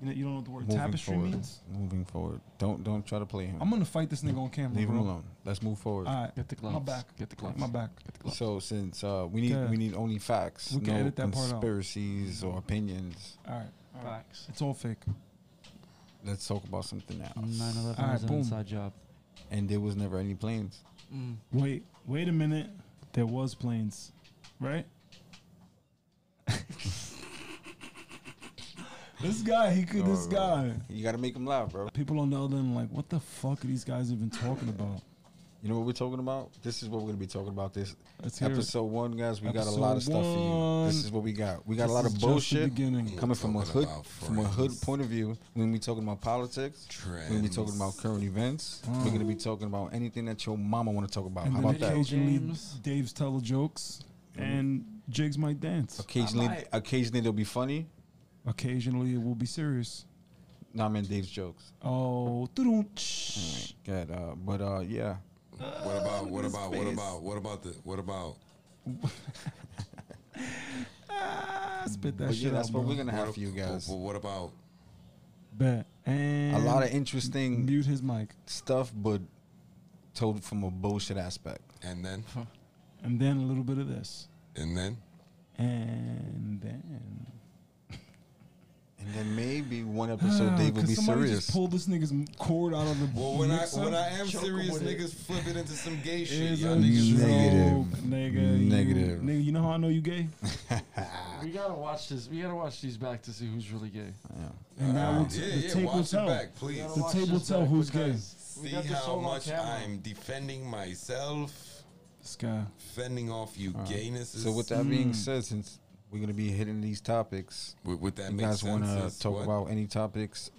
[SPEAKER 1] You know, you don't know what the word
[SPEAKER 3] Moving
[SPEAKER 1] tapestry
[SPEAKER 3] forward.
[SPEAKER 1] means.
[SPEAKER 3] Moving forward. Don't don't try to play him.
[SPEAKER 1] I'm gonna fight this nigga on camera.
[SPEAKER 3] Leave him
[SPEAKER 1] bro.
[SPEAKER 3] alone. Let's move forward.
[SPEAKER 1] All right,
[SPEAKER 4] Get the
[SPEAKER 1] my
[SPEAKER 4] gloves.
[SPEAKER 1] back.
[SPEAKER 4] Get the gloves.
[SPEAKER 1] My back.
[SPEAKER 3] So since uh, we need
[SPEAKER 1] Yeah.
[SPEAKER 3] we need only facts,
[SPEAKER 1] We can
[SPEAKER 3] no
[SPEAKER 1] edit that part out.
[SPEAKER 3] conspiracies or opinions.
[SPEAKER 1] All right, all right.
[SPEAKER 4] Facts.
[SPEAKER 1] It's all fake.
[SPEAKER 3] Let's talk about something else.
[SPEAKER 4] 9/11
[SPEAKER 1] Alright,
[SPEAKER 4] was an
[SPEAKER 1] boom.
[SPEAKER 4] inside job.
[SPEAKER 3] And there was never any planes.
[SPEAKER 4] Mm.
[SPEAKER 1] Wait, wait a minute. There was planes, right? [LAUGHS] this guy, he could. This
[SPEAKER 3] Alright.
[SPEAKER 1] guy.
[SPEAKER 3] You gotta make them laugh, bro.
[SPEAKER 1] People on the other end, like, what the fuck are these guys even talking about?
[SPEAKER 3] You know what we're talking about? This is what we're gonna be talking about this
[SPEAKER 1] Let's hear it.
[SPEAKER 3] episode one, guys. We got a lot of
[SPEAKER 1] Episode
[SPEAKER 3] stuff for you. This
[SPEAKER 1] one.
[SPEAKER 3] is what we got. We got
[SPEAKER 1] This
[SPEAKER 3] a lot
[SPEAKER 1] is
[SPEAKER 3] of
[SPEAKER 1] just the
[SPEAKER 3] bullshit
[SPEAKER 1] beginning.
[SPEAKER 3] coming from a
[SPEAKER 2] Talking
[SPEAKER 3] hood
[SPEAKER 2] about
[SPEAKER 3] from a hood
[SPEAKER 2] friends.
[SPEAKER 3] point of view. When we talking about politics, when we
[SPEAKER 2] Trends.
[SPEAKER 3] talking about current events, we're gonna be talking about anything that your mama wanna talk about.
[SPEAKER 1] And
[SPEAKER 3] How
[SPEAKER 1] then
[SPEAKER 3] about that? Mm-hmm.
[SPEAKER 1] occasionally,
[SPEAKER 4] James.
[SPEAKER 1] Dave's tell jokes, and Jigs might dance.
[SPEAKER 3] Occasionally,
[SPEAKER 4] I might-
[SPEAKER 3] occasionally they'll be funny.
[SPEAKER 1] Occasionally, it will be serious.
[SPEAKER 3] No, I mean Dave's jokes.
[SPEAKER 1] Oh,
[SPEAKER 3] Alright, Good. Uh, but uh, yeah,
[SPEAKER 2] What about what about what about what about the what about
[SPEAKER 1] Ah, it's spit that
[SPEAKER 3] But
[SPEAKER 1] shit
[SPEAKER 3] yeah, that's
[SPEAKER 1] out,
[SPEAKER 3] what
[SPEAKER 1] bro.
[SPEAKER 3] we're gonna have
[SPEAKER 2] What
[SPEAKER 3] for you
[SPEAKER 2] ab-
[SPEAKER 3] guys.
[SPEAKER 2] But what about
[SPEAKER 1] Bet. And
[SPEAKER 3] A lot of interesting
[SPEAKER 1] mute his mic,
[SPEAKER 3] stuff, but told from a bullshit aspect.
[SPEAKER 2] and then
[SPEAKER 1] and then a little bit of this,
[SPEAKER 2] and then?
[SPEAKER 1] and then.
[SPEAKER 3] And then maybe one episode Dave will
[SPEAKER 1] Could
[SPEAKER 3] be
[SPEAKER 1] Uh, somebody
[SPEAKER 3] serious.
[SPEAKER 1] just pull this nigga's cord out of the
[SPEAKER 2] Well, when I
[SPEAKER 1] mixer?
[SPEAKER 2] when I am
[SPEAKER 4] Choke 'em
[SPEAKER 2] serious,
[SPEAKER 4] with it.
[SPEAKER 2] niggas flip it into some gay shit.
[SPEAKER 1] Is
[SPEAKER 2] Y'all
[SPEAKER 1] a
[SPEAKER 2] niggas
[SPEAKER 1] joke,
[SPEAKER 3] Negative.
[SPEAKER 1] nigga. You-
[SPEAKER 3] Negative.
[SPEAKER 1] nigga, you know how I know you gay?
[SPEAKER 4] We gotta watch this. We gotta watch these back to see who's really gay.
[SPEAKER 3] Yeah.
[SPEAKER 1] And that will t-
[SPEAKER 2] yeah,
[SPEAKER 1] the
[SPEAKER 2] yeah,
[SPEAKER 1] tape
[SPEAKER 2] watch
[SPEAKER 1] will
[SPEAKER 2] it
[SPEAKER 1] tell.
[SPEAKER 2] back,
[SPEAKER 4] We
[SPEAKER 2] please.
[SPEAKER 4] gotta
[SPEAKER 1] The
[SPEAKER 4] watch
[SPEAKER 1] tape
[SPEAKER 4] this
[SPEAKER 1] will tell
[SPEAKER 4] back
[SPEAKER 1] who's
[SPEAKER 4] because we
[SPEAKER 2] See
[SPEAKER 4] got this
[SPEAKER 2] how
[SPEAKER 4] all on
[SPEAKER 2] much
[SPEAKER 4] camera.
[SPEAKER 2] I'm defending myself,
[SPEAKER 1] This guy.
[SPEAKER 2] fending off you
[SPEAKER 3] All right.
[SPEAKER 2] gayness.
[SPEAKER 3] So with that
[SPEAKER 1] Mm.
[SPEAKER 3] being said, since we're gonna be hitting these topics,
[SPEAKER 2] would, would that
[SPEAKER 3] you
[SPEAKER 2] make
[SPEAKER 3] guys
[SPEAKER 2] sense?
[SPEAKER 3] want to
[SPEAKER 2] That's
[SPEAKER 3] talk
[SPEAKER 2] what-
[SPEAKER 3] about any topics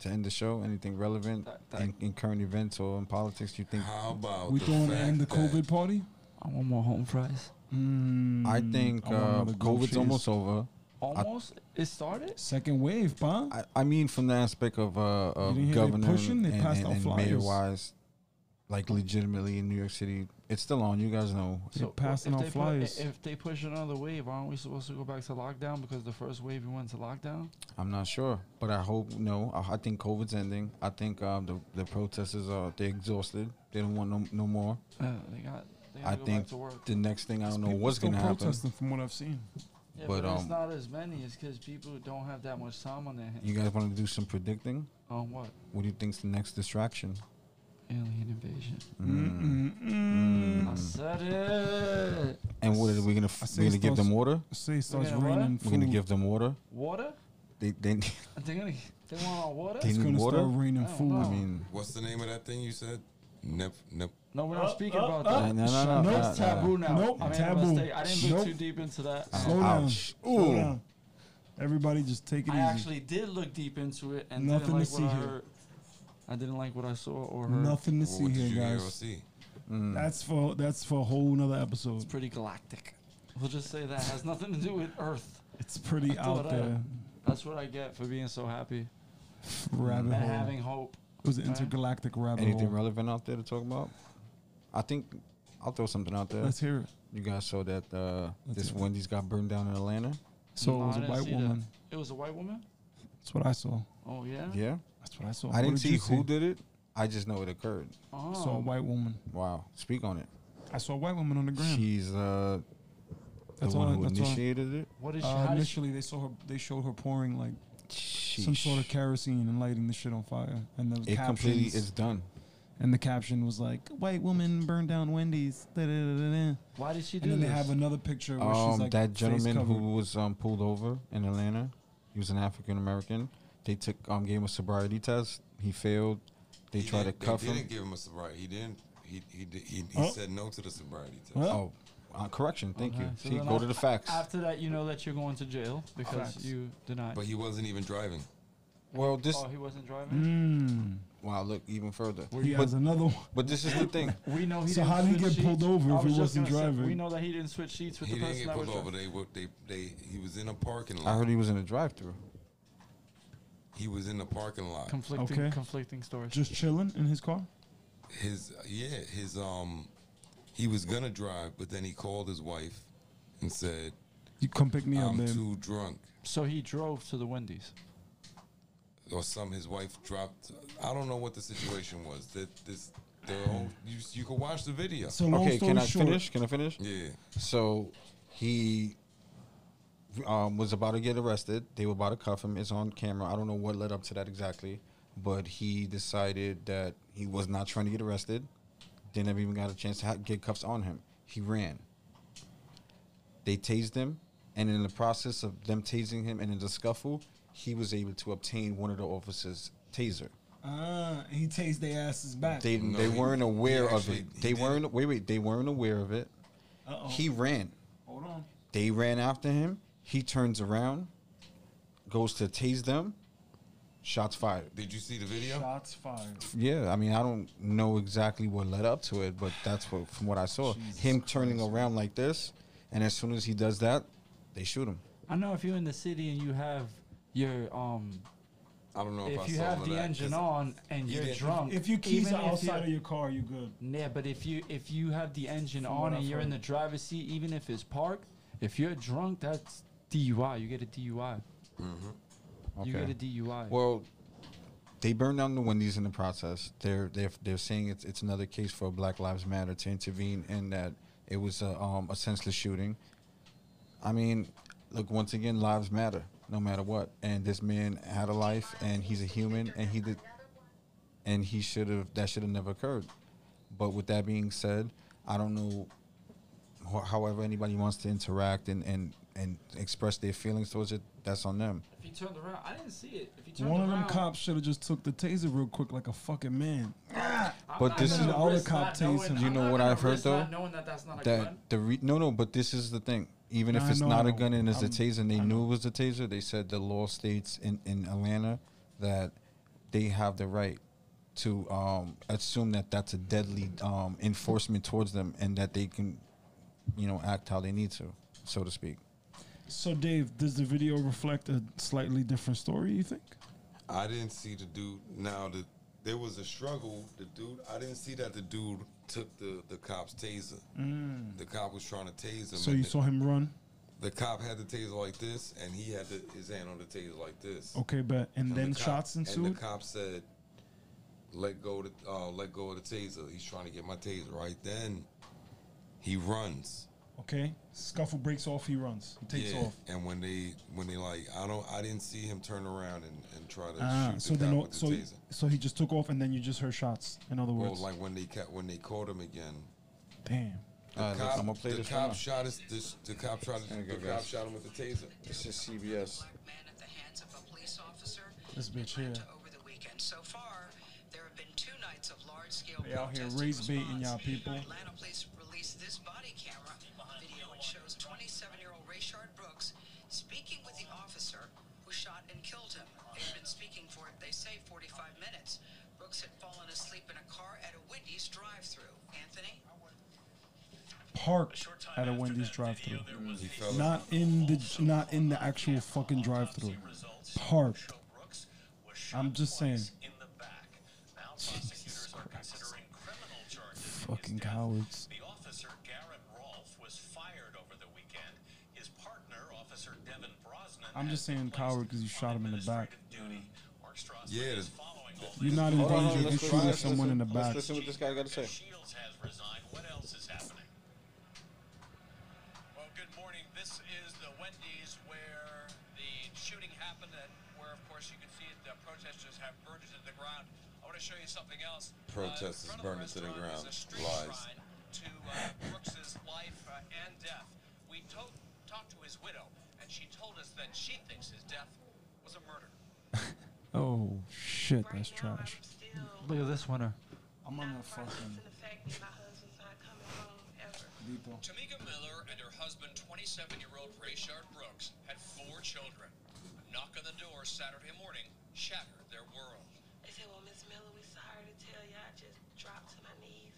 [SPEAKER 3] to end the show? Anything relevant
[SPEAKER 4] That- that-
[SPEAKER 3] in, in current events or in politics? You think?
[SPEAKER 2] How about
[SPEAKER 1] We
[SPEAKER 2] the
[SPEAKER 1] throwing
[SPEAKER 2] fact
[SPEAKER 1] end the
[SPEAKER 2] that-
[SPEAKER 1] COVID party?
[SPEAKER 4] I want more home fries.
[SPEAKER 1] Mm,
[SPEAKER 3] I think
[SPEAKER 1] I want
[SPEAKER 3] uh,
[SPEAKER 1] another goat
[SPEAKER 3] COVID's
[SPEAKER 1] cheese.
[SPEAKER 3] almost over.
[SPEAKER 4] Almost. it started.
[SPEAKER 1] Second wave, pa.
[SPEAKER 3] I, I mean, from the aspect of, uh,
[SPEAKER 1] You didn't
[SPEAKER 3] of
[SPEAKER 1] hear they
[SPEAKER 3] governor
[SPEAKER 1] pushing? They
[SPEAKER 3] and,
[SPEAKER 1] passed
[SPEAKER 3] and,
[SPEAKER 1] out
[SPEAKER 3] and
[SPEAKER 1] flyers.
[SPEAKER 3] mayor wise, like legitimately in New York City, it's still on. You guys know.
[SPEAKER 1] They're passing
[SPEAKER 4] if
[SPEAKER 1] out
[SPEAKER 4] they pu-
[SPEAKER 1] flyers.
[SPEAKER 4] if they push another wave, aren't we supposed to go back to lockdown? Because the first wave we went to lockdown.
[SPEAKER 3] I'm not sure, but I hope no. I, I think COVID's ending. I think um, the the protesters are they exhausted. They don't want no no more.
[SPEAKER 4] Uh, they got. They gotta
[SPEAKER 3] I
[SPEAKER 4] go
[SPEAKER 3] think
[SPEAKER 4] back to work.
[SPEAKER 3] the next thing I
[SPEAKER 1] These
[SPEAKER 3] don't know
[SPEAKER 1] people
[SPEAKER 3] what's
[SPEAKER 1] still
[SPEAKER 3] gonna happen.
[SPEAKER 1] protesting from what I've seen.
[SPEAKER 4] Yeah,
[SPEAKER 3] but,
[SPEAKER 4] but, it's
[SPEAKER 3] um,
[SPEAKER 4] not as many. It's because people don't have that much time on their hands.
[SPEAKER 3] You guys want to do some predicting?
[SPEAKER 4] on what?
[SPEAKER 3] What do you think's the next distraction?
[SPEAKER 4] Alien invasion.
[SPEAKER 1] Mm. Mm, mm.
[SPEAKER 4] I said it.
[SPEAKER 3] And what are we gonna
[SPEAKER 1] I
[SPEAKER 3] f-
[SPEAKER 1] say
[SPEAKER 3] we gonna give
[SPEAKER 1] starts-
[SPEAKER 3] them water?
[SPEAKER 1] Say it starts
[SPEAKER 4] gonna what?
[SPEAKER 1] raining.
[SPEAKER 3] We're gonna
[SPEAKER 1] food.
[SPEAKER 3] give them water.
[SPEAKER 4] Water?
[SPEAKER 3] They they [LAUGHS]
[SPEAKER 4] They gonna? They want our water?
[SPEAKER 3] They-
[SPEAKER 1] It's
[SPEAKER 3] need
[SPEAKER 1] gonna
[SPEAKER 3] water?
[SPEAKER 1] start raining
[SPEAKER 4] I don't
[SPEAKER 1] food.
[SPEAKER 4] know.
[SPEAKER 3] I mean
[SPEAKER 2] What's the name of that thing you said? Nep, nep.
[SPEAKER 4] No, we're not
[SPEAKER 3] Uh,
[SPEAKER 1] Up,
[SPEAKER 4] speaking
[SPEAKER 1] up,
[SPEAKER 4] about
[SPEAKER 1] up.
[SPEAKER 4] that.
[SPEAKER 3] no no no, no,
[SPEAKER 1] Nope.
[SPEAKER 3] no, no.
[SPEAKER 4] That's taboo now.
[SPEAKER 1] Nope,
[SPEAKER 4] I made a
[SPEAKER 1] taboo.
[SPEAKER 4] mistake. I didn't look
[SPEAKER 1] Nope.
[SPEAKER 4] too deep into that.
[SPEAKER 3] Uh,
[SPEAKER 1] Slow down.
[SPEAKER 3] ouch.
[SPEAKER 1] Slow
[SPEAKER 3] Ooh.
[SPEAKER 1] down. Everybody, just take it
[SPEAKER 4] I
[SPEAKER 1] easy.
[SPEAKER 4] actually did look deep into it and
[SPEAKER 1] Nothing to
[SPEAKER 4] didn't like
[SPEAKER 1] see
[SPEAKER 4] what I
[SPEAKER 1] here.
[SPEAKER 4] heard. I didn't like what I saw or heard.
[SPEAKER 1] Nothing to
[SPEAKER 2] What,
[SPEAKER 1] see
[SPEAKER 2] did you
[SPEAKER 1] here,
[SPEAKER 2] hear or
[SPEAKER 1] guys.
[SPEAKER 2] see?
[SPEAKER 3] Mm.
[SPEAKER 1] That's for that's for a whole nother episode.
[SPEAKER 4] It's pretty galactic. We'll just say that has nothing to do with Earth.
[SPEAKER 1] It's pretty
[SPEAKER 4] I
[SPEAKER 1] out
[SPEAKER 4] thought, uh,
[SPEAKER 1] there.
[SPEAKER 4] That's what I get for being so happy
[SPEAKER 1] Rabbit
[SPEAKER 4] and
[SPEAKER 1] hole.
[SPEAKER 4] having hope.
[SPEAKER 1] It was an intergalactic rabbit
[SPEAKER 3] Anything
[SPEAKER 1] hole.
[SPEAKER 3] relevant out there to talk about? I think I'll throw something out there.
[SPEAKER 1] Let's hear it.
[SPEAKER 3] You guys saw that uh,
[SPEAKER 1] Let's
[SPEAKER 3] this
[SPEAKER 1] hear it.
[SPEAKER 3] Wendy's got burned down in Atlanta.
[SPEAKER 1] So
[SPEAKER 4] No,
[SPEAKER 1] it was
[SPEAKER 4] I
[SPEAKER 1] a
[SPEAKER 4] didn't
[SPEAKER 1] white
[SPEAKER 4] see that.
[SPEAKER 1] woman.
[SPEAKER 4] It was a white woman.
[SPEAKER 1] That's what I saw.
[SPEAKER 4] Oh yeah.
[SPEAKER 3] Yeah,
[SPEAKER 1] That's what I saw.
[SPEAKER 3] I
[SPEAKER 1] What
[SPEAKER 3] didn't
[SPEAKER 1] did you
[SPEAKER 3] see who did it. I just know it occurred.
[SPEAKER 4] Oh.
[SPEAKER 1] I saw a white woman.
[SPEAKER 3] Wow, speak on it.
[SPEAKER 1] I saw a white woman on the ground.
[SPEAKER 3] She's uh, the
[SPEAKER 1] That's all I-
[SPEAKER 3] one who
[SPEAKER 1] that's all I-
[SPEAKER 3] initiated it.
[SPEAKER 4] what is she?
[SPEAKER 1] Uh,
[SPEAKER 4] how did she?
[SPEAKER 1] initially, they saw her. They showed her pouring like some
[SPEAKER 3] Sheesh.
[SPEAKER 1] sort of kerosene and lighting the shit on fire. And the
[SPEAKER 3] It completely
[SPEAKER 1] captions,
[SPEAKER 3] is done.
[SPEAKER 1] and the caption was like, "White woman burned down Wendy's." Da, da, da, da, da.
[SPEAKER 4] Why did she do
[SPEAKER 1] And then
[SPEAKER 4] this?
[SPEAKER 1] they have another picture where she's
[SPEAKER 3] Um,
[SPEAKER 1] like
[SPEAKER 3] that
[SPEAKER 1] face
[SPEAKER 3] gentleman who
[SPEAKER 1] covered.
[SPEAKER 3] was um, pulled over in Atlanta, he was an African American. They took um, gave him a sobriety test. He failed. They
[SPEAKER 2] He
[SPEAKER 3] tried to
[SPEAKER 2] didn't-
[SPEAKER 3] cuff
[SPEAKER 2] they
[SPEAKER 3] him.
[SPEAKER 2] didn't give him a sobriety. He didn't. He he did- he, he
[SPEAKER 1] Oh.
[SPEAKER 2] said no to the sobriety test.
[SPEAKER 1] Well,
[SPEAKER 3] Oh, uh, correction. Thank you.
[SPEAKER 4] Okay, so
[SPEAKER 3] See,
[SPEAKER 4] then
[SPEAKER 3] go
[SPEAKER 4] af-
[SPEAKER 3] to the facts.
[SPEAKER 4] After that, you know that you're going to jail because
[SPEAKER 1] Facts.
[SPEAKER 4] you denied.
[SPEAKER 2] But he wasn't even driving.
[SPEAKER 3] well, this.
[SPEAKER 4] oh, he wasn't driving.
[SPEAKER 1] mm,
[SPEAKER 3] Wow, look even further.
[SPEAKER 1] he
[SPEAKER 3] But,
[SPEAKER 1] has another one.
[SPEAKER 3] but this is the thing.
[SPEAKER 4] We know he
[SPEAKER 1] So
[SPEAKER 4] didn't
[SPEAKER 1] how did he
[SPEAKER 4] switch
[SPEAKER 1] get pulled
[SPEAKER 4] sheets.
[SPEAKER 1] over
[SPEAKER 4] I
[SPEAKER 1] if he
[SPEAKER 4] was just
[SPEAKER 1] wasn't
[SPEAKER 4] gonna say, we
[SPEAKER 1] driving?
[SPEAKER 4] know that he didn't switch sheets with
[SPEAKER 2] He
[SPEAKER 4] the
[SPEAKER 2] didn't
[SPEAKER 4] person
[SPEAKER 2] get
[SPEAKER 4] that was
[SPEAKER 2] pulled over.
[SPEAKER 4] driving.
[SPEAKER 2] They were they they he was in a parking
[SPEAKER 3] I
[SPEAKER 2] lot.
[SPEAKER 3] heard he was in a drive-through.
[SPEAKER 2] He was in the parking lot.
[SPEAKER 4] Conflicting,
[SPEAKER 1] Okay.
[SPEAKER 4] conflicting stories.
[SPEAKER 1] Just chilling in his car.
[SPEAKER 2] His yeah his um he was gonna drive, but then he called his wife and said,
[SPEAKER 1] You come pick me up,
[SPEAKER 3] Um,
[SPEAKER 2] "I'm
[SPEAKER 1] babe.
[SPEAKER 2] too drunk."
[SPEAKER 4] so he drove to the Wendy's.
[SPEAKER 2] or some his wife dropped. I don't know what the situation was. That this the whole you you can watch the video.
[SPEAKER 1] so long
[SPEAKER 3] Okay,
[SPEAKER 1] story
[SPEAKER 3] can I
[SPEAKER 1] short,
[SPEAKER 3] finish? Can I finish?
[SPEAKER 2] yeah,
[SPEAKER 3] So he um, was about to get arrested. They were about to cuff him. It's on camera. I don't know what led up to that exactly, but he decided that he was not trying to get arrested. They never even got a chance to ha- get cuffs on him. He ran. They tased him, and in the process of them tasing him and in the scuffle, he was able to obtain one of the officers' taser.
[SPEAKER 1] Ah, he tased their asses back.
[SPEAKER 3] They
[SPEAKER 2] No,
[SPEAKER 3] they
[SPEAKER 2] he-
[SPEAKER 3] weren't
[SPEAKER 2] he
[SPEAKER 3] aware
[SPEAKER 2] actually-
[SPEAKER 3] of it.
[SPEAKER 2] he
[SPEAKER 3] They
[SPEAKER 2] did Oh. it.
[SPEAKER 3] weren't wait wait they weren't aware of it.
[SPEAKER 1] Uh-oh.
[SPEAKER 3] He ran.
[SPEAKER 1] Hold on.
[SPEAKER 3] They ran after him. He turns around, goes to tase them. Shots fired.
[SPEAKER 2] did you see the video?
[SPEAKER 1] Shots fired.
[SPEAKER 3] Yeah, I mean, I don't know exactly what led up to it, but that's what from what I saw.
[SPEAKER 1] Jesus
[SPEAKER 3] him turning around like this, and as soon as he does that, they shoot him.
[SPEAKER 4] I know if you're in the city and you have your um,
[SPEAKER 2] I don't know if, I
[SPEAKER 4] if you
[SPEAKER 2] saw
[SPEAKER 4] have
[SPEAKER 2] all of
[SPEAKER 4] the
[SPEAKER 2] that,
[SPEAKER 4] engine
[SPEAKER 2] 'cause
[SPEAKER 4] on and
[SPEAKER 2] he
[SPEAKER 4] you're
[SPEAKER 2] didn't-
[SPEAKER 4] drunk,
[SPEAKER 1] If your keys
[SPEAKER 4] even
[SPEAKER 1] are
[SPEAKER 4] if
[SPEAKER 1] outside
[SPEAKER 4] you're-
[SPEAKER 1] of your car, you good.
[SPEAKER 4] Yeah, but if you if you have the engine
[SPEAKER 1] From what
[SPEAKER 4] on and
[SPEAKER 1] I've
[SPEAKER 4] you're in the
[SPEAKER 1] heard.
[SPEAKER 4] driver's seat, even if it's parked, if you're drunk, that's DUI. You get a DUI.
[SPEAKER 2] Mm-hmm.
[SPEAKER 4] You get a DUI.
[SPEAKER 3] Well, they burned down the Wendy's in the process. They're they're they're saying it's it's another case for Black Lives Matter to intervene and that it was a um a senseless shooting. I mean, look once again, lives matter no matter what. And this man had a life, and he's a human, and he did, and he should have that should have never occurred. But with that being said, I don't know ho- however anybody wants to interact and, and, and express their feelings towards it, that's on them.
[SPEAKER 4] if he turned around, I didn't see it. If he turned
[SPEAKER 1] One of
[SPEAKER 4] around,
[SPEAKER 1] them cops should have just took the taser real quick like a fucking man.
[SPEAKER 4] I'm
[SPEAKER 3] But
[SPEAKER 4] not
[SPEAKER 3] this
[SPEAKER 4] gonna
[SPEAKER 1] is- All the
[SPEAKER 4] risk
[SPEAKER 1] cop
[SPEAKER 4] not
[SPEAKER 1] tased
[SPEAKER 4] knowing-
[SPEAKER 1] him.
[SPEAKER 4] I'm
[SPEAKER 3] You know
[SPEAKER 4] not
[SPEAKER 3] what
[SPEAKER 4] gonna
[SPEAKER 3] I've heard,
[SPEAKER 4] risk not
[SPEAKER 3] though?
[SPEAKER 4] knowing that that's not a
[SPEAKER 3] that
[SPEAKER 4] gun.
[SPEAKER 3] the re- no no but this is the thing even
[SPEAKER 1] No,
[SPEAKER 3] if
[SPEAKER 1] I
[SPEAKER 3] it's
[SPEAKER 1] know,
[SPEAKER 3] not
[SPEAKER 1] I
[SPEAKER 3] a
[SPEAKER 1] know.
[SPEAKER 3] gun and it's
[SPEAKER 1] I'm-
[SPEAKER 3] a taser and they
[SPEAKER 1] I
[SPEAKER 3] knew it was a taser they said the law states in, in atlanta that they have the right to um, assume that that's a deadly um, enforcement towards them and that they can you know act how they need to so to speak
[SPEAKER 1] So, Dave, does the video reflect a slightly different story, you think?
[SPEAKER 2] I didn't see the dude. Now the there was a struggle. The dude, I didn't see that the dude took the the cop's taser. The cop was trying to tase him.
[SPEAKER 1] Mm. So,
[SPEAKER 2] and
[SPEAKER 1] you
[SPEAKER 2] the,
[SPEAKER 1] saw him run?
[SPEAKER 2] the cop had the taser like this, and he had the, his hand on the taser like this.
[SPEAKER 1] Okay, but and,
[SPEAKER 2] the
[SPEAKER 1] then
[SPEAKER 2] cop-
[SPEAKER 1] shots
[SPEAKER 2] And
[SPEAKER 1] ensued.
[SPEAKER 2] the cop said, "Let go of the, uh, let go of the taser. He's trying to get my taser." Right then, he runs.
[SPEAKER 1] okay, scuffle breaks off. He runs. He takes off.
[SPEAKER 2] And when they when they like, I don't, I didn't see him turn around and, and try to
[SPEAKER 1] Ah,
[SPEAKER 2] shoot
[SPEAKER 1] so
[SPEAKER 2] the
[SPEAKER 1] then,
[SPEAKER 2] cop
[SPEAKER 1] all-
[SPEAKER 2] with
[SPEAKER 1] so
[SPEAKER 2] the taser.
[SPEAKER 1] so he just took off, and then you just heard shots. In other
[SPEAKER 2] Well,
[SPEAKER 1] words,
[SPEAKER 2] like when they ca- when they caught him again,
[SPEAKER 1] damn.
[SPEAKER 2] the
[SPEAKER 3] All right, look,
[SPEAKER 2] cop,
[SPEAKER 3] I'm gonna Uh, play
[SPEAKER 2] the
[SPEAKER 3] this
[SPEAKER 2] cop
[SPEAKER 3] now.
[SPEAKER 2] shot his, this, the cop shot his,
[SPEAKER 3] There
[SPEAKER 2] the
[SPEAKER 3] you go,
[SPEAKER 2] cop
[SPEAKER 3] guys.
[SPEAKER 2] shot him with the taser.
[SPEAKER 3] this is cbs
[SPEAKER 5] black man at the hands of a police officer
[SPEAKER 1] This
[SPEAKER 5] in
[SPEAKER 1] bitch here.
[SPEAKER 5] Atlanta over the weekend. So far, there have been two nights of large-scale
[SPEAKER 1] They out here
[SPEAKER 5] protest in
[SPEAKER 1] race baiting
[SPEAKER 5] response.
[SPEAKER 1] y'all people.
[SPEAKER 5] Atlanta police released this body camera video. It shows 27-year-old Rayshard Brooks speaking with the officer who shot and killed him. They've been speaking for, they say, 45 minutes. Brooks had fallen asleep in a car at a Wendy's drive-through. Anthony?
[SPEAKER 1] Parked at a Wendy's drive-through,
[SPEAKER 2] He fell.
[SPEAKER 1] not in the not in the actual fucking drive-through. Parked. I'm just saying. Jesus Christ. Fucking cowards.
[SPEAKER 6] The officer Garrett Rolfe was fired over the weekend. His partner, Officer Devin Brosnan,
[SPEAKER 1] I'm just
[SPEAKER 6] has
[SPEAKER 1] saying
[SPEAKER 6] been
[SPEAKER 1] coward 'cause you
[SPEAKER 6] placed
[SPEAKER 1] shot
[SPEAKER 6] on
[SPEAKER 1] him in the back.
[SPEAKER 6] administrative Duty. Mark Strasburg
[SPEAKER 2] Yeah,
[SPEAKER 6] is
[SPEAKER 2] the-
[SPEAKER 6] following all
[SPEAKER 1] You're not in
[SPEAKER 3] Hold on, hold
[SPEAKER 1] danger if
[SPEAKER 3] on,
[SPEAKER 1] you
[SPEAKER 3] let's
[SPEAKER 1] shoot
[SPEAKER 3] listen,
[SPEAKER 1] at someone in the
[SPEAKER 3] let's
[SPEAKER 1] back.
[SPEAKER 3] listen. what this guy gotta say.
[SPEAKER 6] Shields has resigned. What else is happening? Well, good morning. This is the Wendy's where the shooting happened, and where, of course, you can see the protesters have burned to the ground. I want to show you something else. Uh,
[SPEAKER 2] Protesters
[SPEAKER 6] in front of
[SPEAKER 2] burned it to the
[SPEAKER 6] restaurant
[SPEAKER 2] ground.
[SPEAKER 6] is a street
[SPEAKER 2] Lies.
[SPEAKER 6] shrine To uh, Brooks's life uh, and death. We told, talked to his widow, and she told us that she thinks his death was a murder.
[SPEAKER 1] Oh shit, that's
[SPEAKER 7] now,
[SPEAKER 1] trash.
[SPEAKER 7] I'm still
[SPEAKER 4] Look at this winner.
[SPEAKER 1] I'm
[SPEAKER 7] not processing the fact that my husband's not coming home ever.
[SPEAKER 1] depot.
[SPEAKER 6] Tamika Miller and her husband, 27-year-old Rayshard Brooks, had four children. A knock on the door Saturday morning shattered their world.
[SPEAKER 7] They said, "Well, Miss Miller, we sorry to tell you, I just dropped to my knees."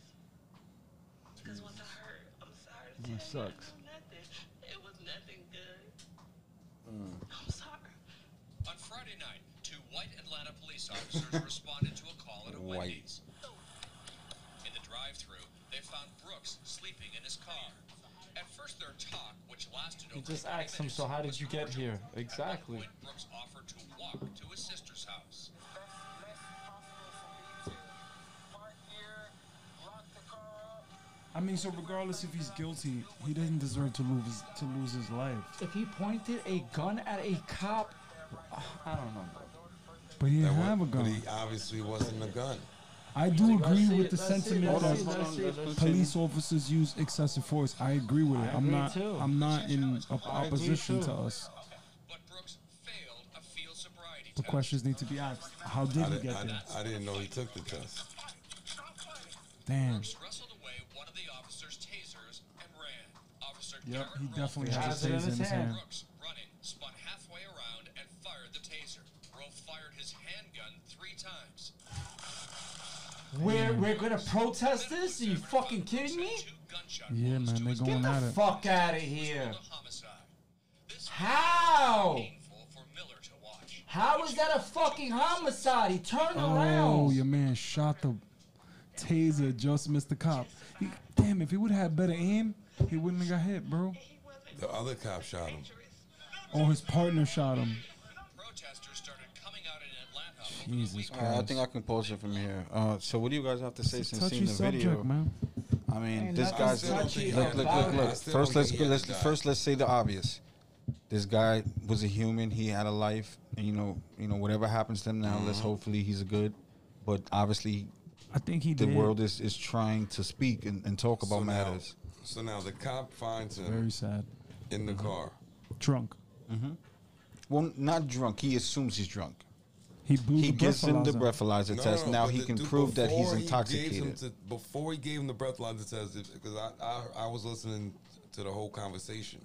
[SPEAKER 7] Because once I heard, I'm sorry to tell
[SPEAKER 4] That
[SPEAKER 7] you, I
[SPEAKER 4] sucks.
[SPEAKER 7] know nothing. It was nothing good.
[SPEAKER 4] Mm.
[SPEAKER 7] I'm sorry.
[SPEAKER 6] On Friday night, two white Atlanta
[SPEAKER 4] [LAUGHS]
[SPEAKER 6] police officers responded to a call at a
[SPEAKER 3] White.
[SPEAKER 6] Wendy's. In the drive-through, they found Brooks sleeping in his car. At first, their talk, which lasted over
[SPEAKER 4] just
[SPEAKER 6] 20
[SPEAKER 4] asked him,
[SPEAKER 6] minutes,
[SPEAKER 4] "So how did
[SPEAKER 6] was
[SPEAKER 4] you get
[SPEAKER 6] cordial.
[SPEAKER 4] here?"
[SPEAKER 6] At one
[SPEAKER 4] Exactly.
[SPEAKER 6] point, Brooks offered to walk to his sister's house.
[SPEAKER 1] I mean, so regardless if he's guilty, he doesn't deserve to lose his, to lose his life.
[SPEAKER 4] If he pointed a gun at a cop, I don't know.
[SPEAKER 1] But he
[SPEAKER 2] That
[SPEAKER 1] didn't
[SPEAKER 2] wa-
[SPEAKER 1] have a gun.
[SPEAKER 2] But he obviously wasn't a gun.
[SPEAKER 1] I do agree with the
[SPEAKER 4] Hold
[SPEAKER 1] sentiment
[SPEAKER 4] on,
[SPEAKER 1] that
[SPEAKER 4] hold on.
[SPEAKER 1] police officers use excessive force. I agree with it. I'm
[SPEAKER 4] agree
[SPEAKER 1] not.
[SPEAKER 4] too.
[SPEAKER 1] I'm not in op-
[SPEAKER 4] I agree
[SPEAKER 1] opposition
[SPEAKER 4] too.
[SPEAKER 1] to us.
[SPEAKER 6] But Brooks failed a field sobriety
[SPEAKER 1] The
[SPEAKER 6] test.
[SPEAKER 1] questions need to be asked. How did
[SPEAKER 2] I,
[SPEAKER 1] he
[SPEAKER 2] did,
[SPEAKER 1] get there?
[SPEAKER 2] I, I didn't know he took the test.
[SPEAKER 1] Damn.
[SPEAKER 6] Brooks wrestled away one of the officer's tasers and ran. Officer
[SPEAKER 1] Yep,
[SPEAKER 6] Garrett
[SPEAKER 1] he
[SPEAKER 6] Rolfe
[SPEAKER 1] definitely had a
[SPEAKER 4] Has it in
[SPEAKER 1] taser in
[SPEAKER 4] his
[SPEAKER 1] his
[SPEAKER 4] hand.
[SPEAKER 1] hand.
[SPEAKER 6] Brooks, running, spun halfway around and fired the taser. Rolfe fired his handgun three times.
[SPEAKER 4] We're, we're gonna protest this? Are you fucking kidding me?
[SPEAKER 6] Two gunshot
[SPEAKER 1] Yeah,
[SPEAKER 6] wounds
[SPEAKER 1] man,
[SPEAKER 6] to
[SPEAKER 1] they're
[SPEAKER 6] his
[SPEAKER 1] going
[SPEAKER 4] Get
[SPEAKER 1] at
[SPEAKER 4] the
[SPEAKER 1] it.
[SPEAKER 4] fuck out of
[SPEAKER 6] head,
[SPEAKER 4] here.
[SPEAKER 6] a homicide. This was
[SPEAKER 4] How?
[SPEAKER 6] painful for Miller to watch.
[SPEAKER 4] How is that a fucking homicide? He turned
[SPEAKER 1] Oh,
[SPEAKER 4] around.
[SPEAKER 1] your man shot the taser, just missed the cop. He, damn, if he would have had better aim, he wouldn't have got hit, bro.
[SPEAKER 7] And he wasn't
[SPEAKER 2] The other cop shot him.
[SPEAKER 7] dangerous.
[SPEAKER 1] Oh, his partner shot him.
[SPEAKER 6] Protesters started coming out in Atlanta.
[SPEAKER 1] Jesus
[SPEAKER 3] All right,
[SPEAKER 1] Christ.
[SPEAKER 3] I think I can pause it from here. Uh, so what do you guys have to say
[SPEAKER 1] It's a
[SPEAKER 3] since seeing the video?
[SPEAKER 1] man.
[SPEAKER 3] I mean, this guy's
[SPEAKER 2] still don't think he
[SPEAKER 3] look,
[SPEAKER 2] had
[SPEAKER 3] look, look,
[SPEAKER 2] to die. I
[SPEAKER 3] look.
[SPEAKER 2] still
[SPEAKER 3] First,
[SPEAKER 2] don't
[SPEAKER 3] let's
[SPEAKER 2] think he had
[SPEAKER 3] let's
[SPEAKER 2] to die.
[SPEAKER 3] first let's say the obvious. This guy was a human. He had a life, and you know, you know, whatever happens to him now,
[SPEAKER 2] Mm-hmm.
[SPEAKER 3] let's hopefully he's good. But obviously,
[SPEAKER 1] I think he
[SPEAKER 3] the
[SPEAKER 1] did.
[SPEAKER 3] world is is trying to speak and, and talk about
[SPEAKER 2] So now-
[SPEAKER 3] matters.
[SPEAKER 2] So now the cop finds him
[SPEAKER 1] Very sad.
[SPEAKER 2] in the car.
[SPEAKER 1] Drunk.
[SPEAKER 3] Well, not drunk. He assumes he's drunk.
[SPEAKER 1] He blew
[SPEAKER 3] He
[SPEAKER 1] the
[SPEAKER 3] gives him the
[SPEAKER 1] breathalyzer.
[SPEAKER 3] breathalyzer
[SPEAKER 2] No,
[SPEAKER 3] test.
[SPEAKER 2] no, no,
[SPEAKER 3] now
[SPEAKER 2] but
[SPEAKER 3] he
[SPEAKER 2] the
[SPEAKER 3] can
[SPEAKER 2] dude-
[SPEAKER 3] prove that he's
[SPEAKER 2] before he gave him
[SPEAKER 3] intoxicated.
[SPEAKER 2] to- before he gave him the breathalyzer test, because I, I I was listening to the whole conversation.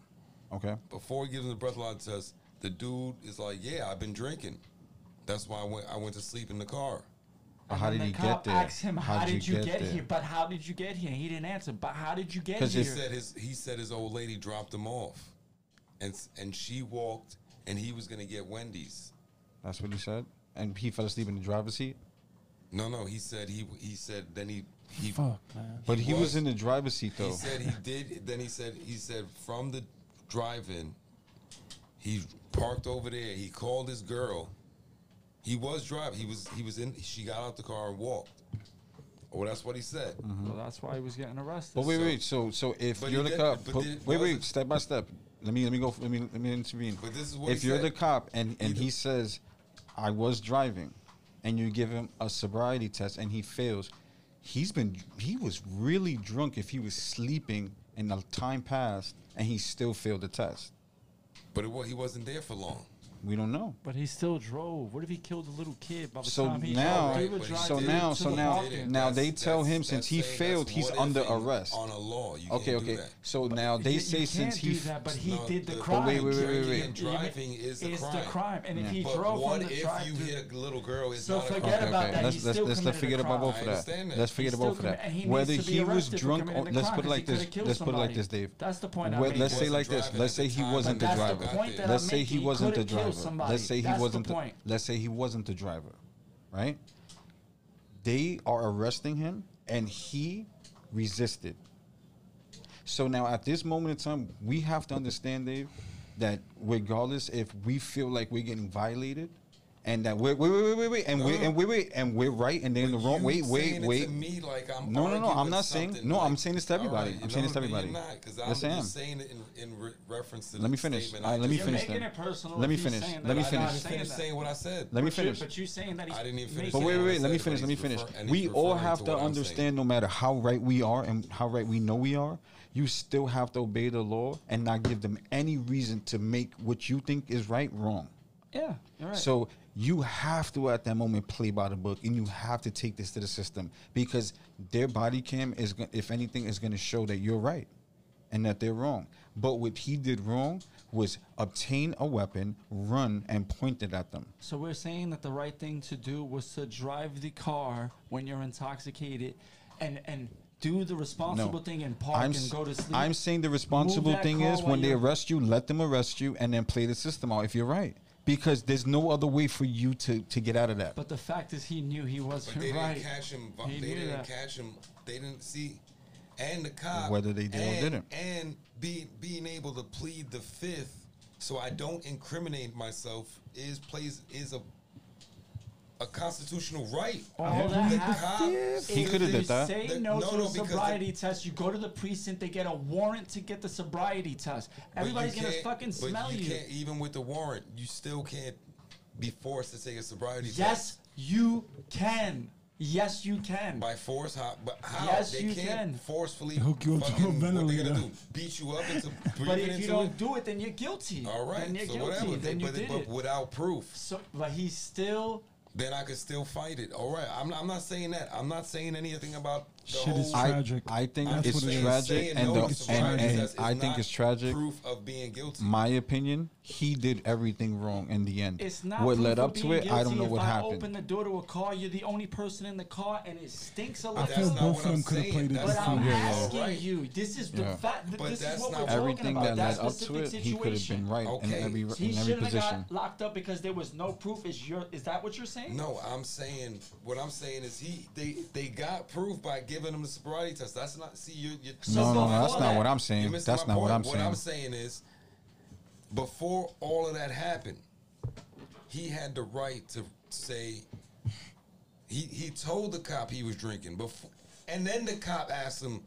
[SPEAKER 3] okay.
[SPEAKER 2] Before he gives him the breathalyzer test, the dude is like, "Yeah, I've been drinking. That's why I went I went to sleep in the car."
[SPEAKER 3] But how
[SPEAKER 4] And
[SPEAKER 3] did
[SPEAKER 4] the
[SPEAKER 3] he
[SPEAKER 4] cop
[SPEAKER 3] get there?
[SPEAKER 4] Asked him, "How, did, you, get,
[SPEAKER 3] there?
[SPEAKER 4] here?" But how did you get here? He didn't answer. But how did you get
[SPEAKER 3] 'Cause
[SPEAKER 4] here?
[SPEAKER 2] He
[SPEAKER 3] Here.
[SPEAKER 2] said his he said his old lady dropped him off, and s- and she walked, and he was gonna get Wendy's.
[SPEAKER 3] That's what he said. And he fell asleep in the driver's seat.
[SPEAKER 2] No, no, he said he he said then he he
[SPEAKER 1] Fuck, man.
[SPEAKER 3] But he, was,
[SPEAKER 2] was.
[SPEAKER 3] in the driver's seat
[SPEAKER 2] He
[SPEAKER 3] though.
[SPEAKER 2] said he did. Then he said he said from the drive-in, he parked over there. He called his girl. He was driving. He was he was in. She got out the car and walked. Oh, that's what he said.
[SPEAKER 3] Mm-hmm.
[SPEAKER 4] Well, that's why he was getting arrested.
[SPEAKER 3] But wait, wait. So, so if
[SPEAKER 2] But
[SPEAKER 3] you're
[SPEAKER 2] he
[SPEAKER 3] the
[SPEAKER 2] did-
[SPEAKER 3] cop,
[SPEAKER 2] but
[SPEAKER 3] put-
[SPEAKER 2] did-
[SPEAKER 3] wait,
[SPEAKER 2] wasn't-
[SPEAKER 3] wait. Step by step. Let me let me go. Let me let me intervene.
[SPEAKER 2] But this is what
[SPEAKER 3] if
[SPEAKER 2] he
[SPEAKER 3] you're the
[SPEAKER 2] said.
[SPEAKER 3] cop and and
[SPEAKER 2] Either-
[SPEAKER 3] he says, "I was driving," and you give him a sobriety test and he fails, he's been he was really drunk. If he was sleeping and the time passed and he still failed the test,
[SPEAKER 2] But it, wa- he wasn't there for long.
[SPEAKER 3] we don't know.
[SPEAKER 4] But he still drove. What if he killed a little kid by the
[SPEAKER 3] So
[SPEAKER 4] time he
[SPEAKER 3] now,
[SPEAKER 4] drove? He
[SPEAKER 2] Right,
[SPEAKER 4] would
[SPEAKER 2] but
[SPEAKER 4] drive
[SPEAKER 3] so
[SPEAKER 2] did
[SPEAKER 4] to-
[SPEAKER 3] now,
[SPEAKER 4] to
[SPEAKER 3] so
[SPEAKER 4] the
[SPEAKER 3] now-
[SPEAKER 4] parking.
[SPEAKER 3] now
[SPEAKER 2] That's-
[SPEAKER 3] they tell
[SPEAKER 2] that's-
[SPEAKER 3] him since
[SPEAKER 2] that's
[SPEAKER 3] he
[SPEAKER 2] saying
[SPEAKER 3] failed,
[SPEAKER 2] that's
[SPEAKER 3] he's
[SPEAKER 2] what if
[SPEAKER 3] under
[SPEAKER 2] and
[SPEAKER 3] arrest.
[SPEAKER 2] On a law, you
[SPEAKER 3] Okay,
[SPEAKER 2] can't do
[SPEAKER 3] okay.
[SPEAKER 2] that.
[SPEAKER 3] So now they
[SPEAKER 4] You-
[SPEAKER 3] say
[SPEAKER 4] you can't
[SPEAKER 3] since he
[SPEAKER 4] do that, but he
[SPEAKER 2] No,
[SPEAKER 4] did the,
[SPEAKER 2] the-
[SPEAKER 4] crime.
[SPEAKER 3] But wait, wait, wait, wait, wait.
[SPEAKER 2] Driving is the
[SPEAKER 4] It's
[SPEAKER 2] crime.
[SPEAKER 4] and if he
[SPEAKER 2] But
[SPEAKER 4] drove
[SPEAKER 2] what
[SPEAKER 4] from the
[SPEAKER 2] if
[SPEAKER 4] drive
[SPEAKER 2] you hit a little girl? It's
[SPEAKER 4] So
[SPEAKER 2] not a
[SPEAKER 4] forget
[SPEAKER 2] crime.
[SPEAKER 4] Okay, about that.
[SPEAKER 3] Let's
[SPEAKER 4] He
[SPEAKER 3] let's
[SPEAKER 4] still
[SPEAKER 3] let's, let's
[SPEAKER 4] committed
[SPEAKER 3] forget
[SPEAKER 4] a
[SPEAKER 3] about
[SPEAKER 4] crime.
[SPEAKER 3] both
[SPEAKER 2] I
[SPEAKER 3] of that.
[SPEAKER 2] understand that.
[SPEAKER 3] Let's
[SPEAKER 2] He
[SPEAKER 3] forget
[SPEAKER 4] still
[SPEAKER 3] about for that.
[SPEAKER 4] commi- and he needs
[SPEAKER 3] Whether
[SPEAKER 4] to be
[SPEAKER 3] he was
[SPEAKER 4] arrested for
[SPEAKER 3] drunk or
[SPEAKER 4] committing the
[SPEAKER 3] let's
[SPEAKER 4] crime
[SPEAKER 3] put it
[SPEAKER 4] 'cause he
[SPEAKER 3] like this.
[SPEAKER 4] coulda killed
[SPEAKER 3] Let's put it like
[SPEAKER 4] somebody.
[SPEAKER 3] this, Dave.
[SPEAKER 4] That's the point.
[SPEAKER 3] Well,
[SPEAKER 4] I'm
[SPEAKER 3] let's say
[SPEAKER 4] making.
[SPEAKER 3] like this.
[SPEAKER 2] Wasn't
[SPEAKER 3] Let's say
[SPEAKER 2] driving
[SPEAKER 3] he
[SPEAKER 2] at the
[SPEAKER 3] wasn't the
[SPEAKER 2] time.
[SPEAKER 4] That's the
[SPEAKER 3] driver.
[SPEAKER 4] point
[SPEAKER 2] Let's
[SPEAKER 4] that I'm
[SPEAKER 3] Let's say
[SPEAKER 4] making.
[SPEAKER 3] he wasn't the
[SPEAKER 4] coulda killed
[SPEAKER 3] driver.
[SPEAKER 4] somebody.
[SPEAKER 3] Let's say he
[SPEAKER 4] That's the
[SPEAKER 3] wasn't. The,
[SPEAKER 4] point.
[SPEAKER 3] let's say he wasn't the driver, right? They are arresting him, and he resisted. So now, at this moment in time, we have to understand, Dave, that regardless if we feel like we're getting violated, and that we're wait wait wait wait wait and we're and wait wait and we're right and they're in the
[SPEAKER 2] But
[SPEAKER 3] wrong.
[SPEAKER 2] you
[SPEAKER 3] Wait wait
[SPEAKER 2] saying it
[SPEAKER 3] wait.
[SPEAKER 2] To me, like I'm
[SPEAKER 3] No, no, no,
[SPEAKER 2] arguing
[SPEAKER 3] I'm
[SPEAKER 2] with
[SPEAKER 3] not saying-
[SPEAKER 2] something,
[SPEAKER 3] no,
[SPEAKER 2] like-
[SPEAKER 3] I'm saying this to
[SPEAKER 2] all
[SPEAKER 3] everybody.
[SPEAKER 2] you
[SPEAKER 3] I'm saying
[SPEAKER 2] know,
[SPEAKER 3] this to
[SPEAKER 2] no, you're
[SPEAKER 3] everybody.
[SPEAKER 2] not, 'cause I'm
[SPEAKER 3] Yes, I
[SPEAKER 2] just
[SPEAKER 3] am.
[SPEAKER 2] saying it in, in re- reference to.
[SPEAKER 3] Let me
[SPEAKER 2] the
[SPEAKER 3] finish.
[SPEAKER 2] statement
[SPEAKER 3] All
[SPEAKER 2] I
[SPEAKER 3] right, let me
[SPEAKER 2] just
[SPEAKER 4] You're
[SPEAKER 3] finish
[SPEAKER 2] made.
[SPEAKER 4] making
[SPEAKER 3] then.
[SPEAKER 4] it personal.
[SPEAKER 3] Let me
[SPEAKER 4] if he's
[SPEAKER 3] finish.
[SPEAKER 4] saying
[SPEAKER 3] Let me
[SPEAKER 4] that.
[SPEAKER 2] I didn't
[SPEAKER 3] finish.
[SPEAKER 4] I'm
[SPEAKER 2] finish
[SPEAKER 4] not
[SPEAKER 2] saying
[SPEAKER 4] saying
[SPEAKER 2] what I said.
[SPEAKER 3] Let me
[SPEAKER 4] that.
[SPEAKER 3] finish.
[SPEAKER 4] But you're saying that he's.
[SPEAKER 2] I didn't even finish
[SPEAKER 4] making-
[SPEAKER 3] But
[SPEAKER 2] Yeah,
[SPEAKER 3] wait, wait,
[SPEAKER 2] what I
[SPEAKER 3] wait. Let me
[SPEAKER 2] said,
[SPEAKER 3] finish.
[SPEAKER 2] but
[SPEAKER 3] Let me
[SPEAKER 2] he's
[SPEAKER 3] finish.
[SPEAKER 2] refer- and
[SPEAKER 3] We
[SPEAKER 2] he's
[SPEAKER 3] all
[SPEAKER 2] referring
[SPEAKER 3] have
[SPEAKER 2] to
[SPEAKER 3] to
[SPEAKER 2] what I'm saying.
[SPEAKER 3] understand, no matter how right we are and how right we know we are, you still have to obey the law and not give them any reason to make what you think is right wrong.
[SPEAKER 4] Yeah, you're right.
[SPEAKER 3] So you have to at that moment play by the book, and you have to take this to the system because their body cam is, go- if anything, is going to show that you're right and that they're wrong. But what he did wrong was obtain a weapon, run, and point it at them.
[SPEAKER 4] So we're saying that the right thing to do was to drive the car when you're intoxicated, and and do the responsible thing and park
[SPEAKER 3] I'm,
[SPEAKER 4] and
[SPEAKER 3] s-
[SPEAKER 4] go to sleep.
[SPEAKER 3] I'm saying the responsible
[SPEAKER 4] that
[SPEAKER 3] thing
[SPEAKER 4] car
[SPEAKER 3] is
[SPEAKER 4] while
[SPEAKER 3] when they
[SPEAKER 4] you're-
[SPEAKER 3] arrest you, let them arrest you and then play the system out if you're right. Because there's no other way for you to, to get out of that.
[SPEAKER 4] But the fact is, he knew he
[SPEAKER 2] But
[SPEAKER 4] wasn't
[SPEAKER 2] they didn't
[SPEAKER 4] right.
[SPEAKER 2] catch him. vi-
[SPEAKER 4] He
[SPEAKER 2] They
[SPEAKER 4] knew
[SPEAKER 2] didn't
[SPEAKER 4] that.
[SPEAKER 2] catch him. They didn't see. And the cop.
[SPEAKER 3] Whether they did or
[SPEAKER 2] and-
[SPEAKER 3] didn't.
[SPEAKER 2] And be, being able to plead the fifth, so I don't incriminate myself, is plays is a a constitutional right.
[SPEAKER 4] All that
[SPEAKER 2] the
[SPEAKER 4] has-
[SPEAKER 2] cop
[SPEAKER 3] He
[SPEAKER 2] stood
[SPEAKER 3] coulda
[SPEAKER 2] there-
[SPEAKER 3] did that.
[SPEAKER 4] Say
[SPEAKER 2] the-
[SPEAKER 4] no,
[SPEAKER 2] no,
[SPEAKER 4] to
[SPEAKER 2] no,
[SPEAKER 4] the
[SPEAKER 2] because the-
[SPEAKER 4] sobriety test. You go to the precinct. They get a warrant to get the sobriety test.
[SPEAKER 2] But you
[SPEAKER 4] Everybody's gonna
[SPEAKER 2] can't-
[SPEAKER 4] fucking
[SPEAKER 2] but
[SPEAKER 4] smell you.
[SPEAKER 2] Can't, even with the warrant, you still can't be forced to take a sobriety
[SPEAKER 4] Yes,
[SPEAKER 2] test.
[SPEAKER 4] you can. Yes, you can.
[SPEAKER 2] By force, how? But how?
[SPEAKER 4] Yes,
[SPEAKER 2] they
[SPEAKER 4] you
[SPEAKER 2] can't
[SPEAKER 4] can.
[SPEAKER 2] forcefully.
[SPEAKER 1] Hook you up to a
[SPEAKER 2] fucking- what they
[SPEAKER 1] ventilator.
[SPEAKER 2] gonna do? Beat you up
[SPEAKER 4] [LAUGHS]
[SPEAKER 2] into breathing
[SPEAKER 4] But if
[SPEAKER 2] into
[SPEAKER 4] you don't
[SPEAKER 2] it?
[SPEAKER 4] do it, then you're guilty.
[SPEAKER 2] All right,
[SPEAKER 4] Then you're
[SPEAKER 2] so
[SPEAKER 4] guilty.
[SPEAKER 2] whatever.
[SPEAKER 4] Then you
[SPEAKER 2] but,
[SPEAKER 4] did
[SPEAKER 2] but
[SPEAKER 4] it.
[SPEAKER 2] without proof,
[SPEAKER 4] So, but he still
[SPEAKER 2] then I could still fight it. All right, I'm, I'm not saying that. I'm not saying anything about the
[SPEAKER 1] Shit
[SPEAKER 2] whole.
[SPEAKER 1] is
[SPEAKER 3] I,
[SPEAKER 1] Tragic.
[SPEAKER 3] I think
[SPEAKER 1] That's
[SPEAKER 3] it's
[SPEAKER 1] what it is.
[SPEAKER 3] tragic,
[SPEAKER 2] saying
[SPEAKER 3] and,
[SPEAKER 2] no
[SPEAKER 3] the-
[SPEAKER 2] to
[SPEAKER 3] and,
[SPEAKER 2] sobriety
[SPEAKER 3] and
[SPEAKER 2] test is
[SPEAKER 3] I think
[SPEAKER 2] not
[SPEAKER 3] it's tragic.
[SPEAKER 2] Proof of being guilty.
[SPEAKER 3] My opinion, he did everything wrong in the end.
[SPEAKER 4] It's not
[SPEAKER 3] what
[SPEAKER 4] proof
[SPEAKER 3] led
[SPEAKER 4] of
[SPEAKER 3] up to
[SPEAKER 4] being
[SPEAKER 3] it. I don't
[SPEAKER 4] guilty
[SPEAKER 3] know
[SPEAKER 4] if
[SPEAKER 3] what
[SPEAKER 4] I open
[SPEAKER 3] happened.
[SPEAKER 4] the door to a car. You're the only person in the car, and it stinks a lot.
[SPEAKER 2] but
[SPEAKER 1] I
[SPEAKER 2] that's
[SPEAKER 1] feel
[SPEAKER 2] not
[SPEAKER 1] both
[SPEAKER 2] what
[SPEAKER 1] of
[SPEAKER 2] I'm
[SPEAKER 1] them coulda
[SPEAKER 2] saying.
[SPEAKER 1] played it
[SPEAKER 2] That's
[SPEAKER 4] but I'm
[SPEAKER 2] not-
[SPEAKER 4] asking
[SPEAKER 2] All right.
[SPEAKER 4] you. This is the
[SPEAKER 3] Yeah.
[SPEAKER 4] fact.
[SPEAKER 2] But
[SPEAKER 4] This is
[SPEAKER 2] that's
[SPEAKER 4] what we're
[SPEAKER 2] not-
[SPEAKER 4] talking
[SPEAKER 3] Everything
[SPEAKER 4] about.
[SPEAKER 3] that
[SPEAKER 4] that
[SPEAKER 3] led up to
[SPEAKER 4] specific
[SPEAKER 3] it, he could have
[SPEAKER 4] situation.
[SPEAKER 3] been right
[SPEAKER 2] Okay.
[SPEAKER 3] in every
[SPEAKER 4] He
[SPEAKER 3] in every
[SPEAKER 4] should have
[SPEAKER 3] position.
[SPEAKER 4] got locked up because there was no proof. Is your is that what you're saying?
[SPEAKER 2] No, I'm saying what I'm saying is he they they got proof by giving him the sobriety test. That's not see you're, you're
[SPEAKER 3] No,
[SPEAKER 4] So
[SPEAKER 3] no, no,
[SPEAKER 4] before
[SPEAKER 3] that's not
[SPEAKER 4] that-
[SPEAKER 3] what I'm
[SPEAKER 2] you're
[SPEAKER 3] saying.
[SPEAKER 2] missing
[SPEAKER 3] That's
[SPEAKER 2] my
[SPEAKER 3] not what
[SPEAKER 2] point.
[SPEAKER 3] I'm
[SPEAKER 2] What
[SPEAKER 3] saying.
[SPEAKER 2] I'm saying is before all of that happened, he had the right to say he he told the cop he was drinking before, and then the cop asked him,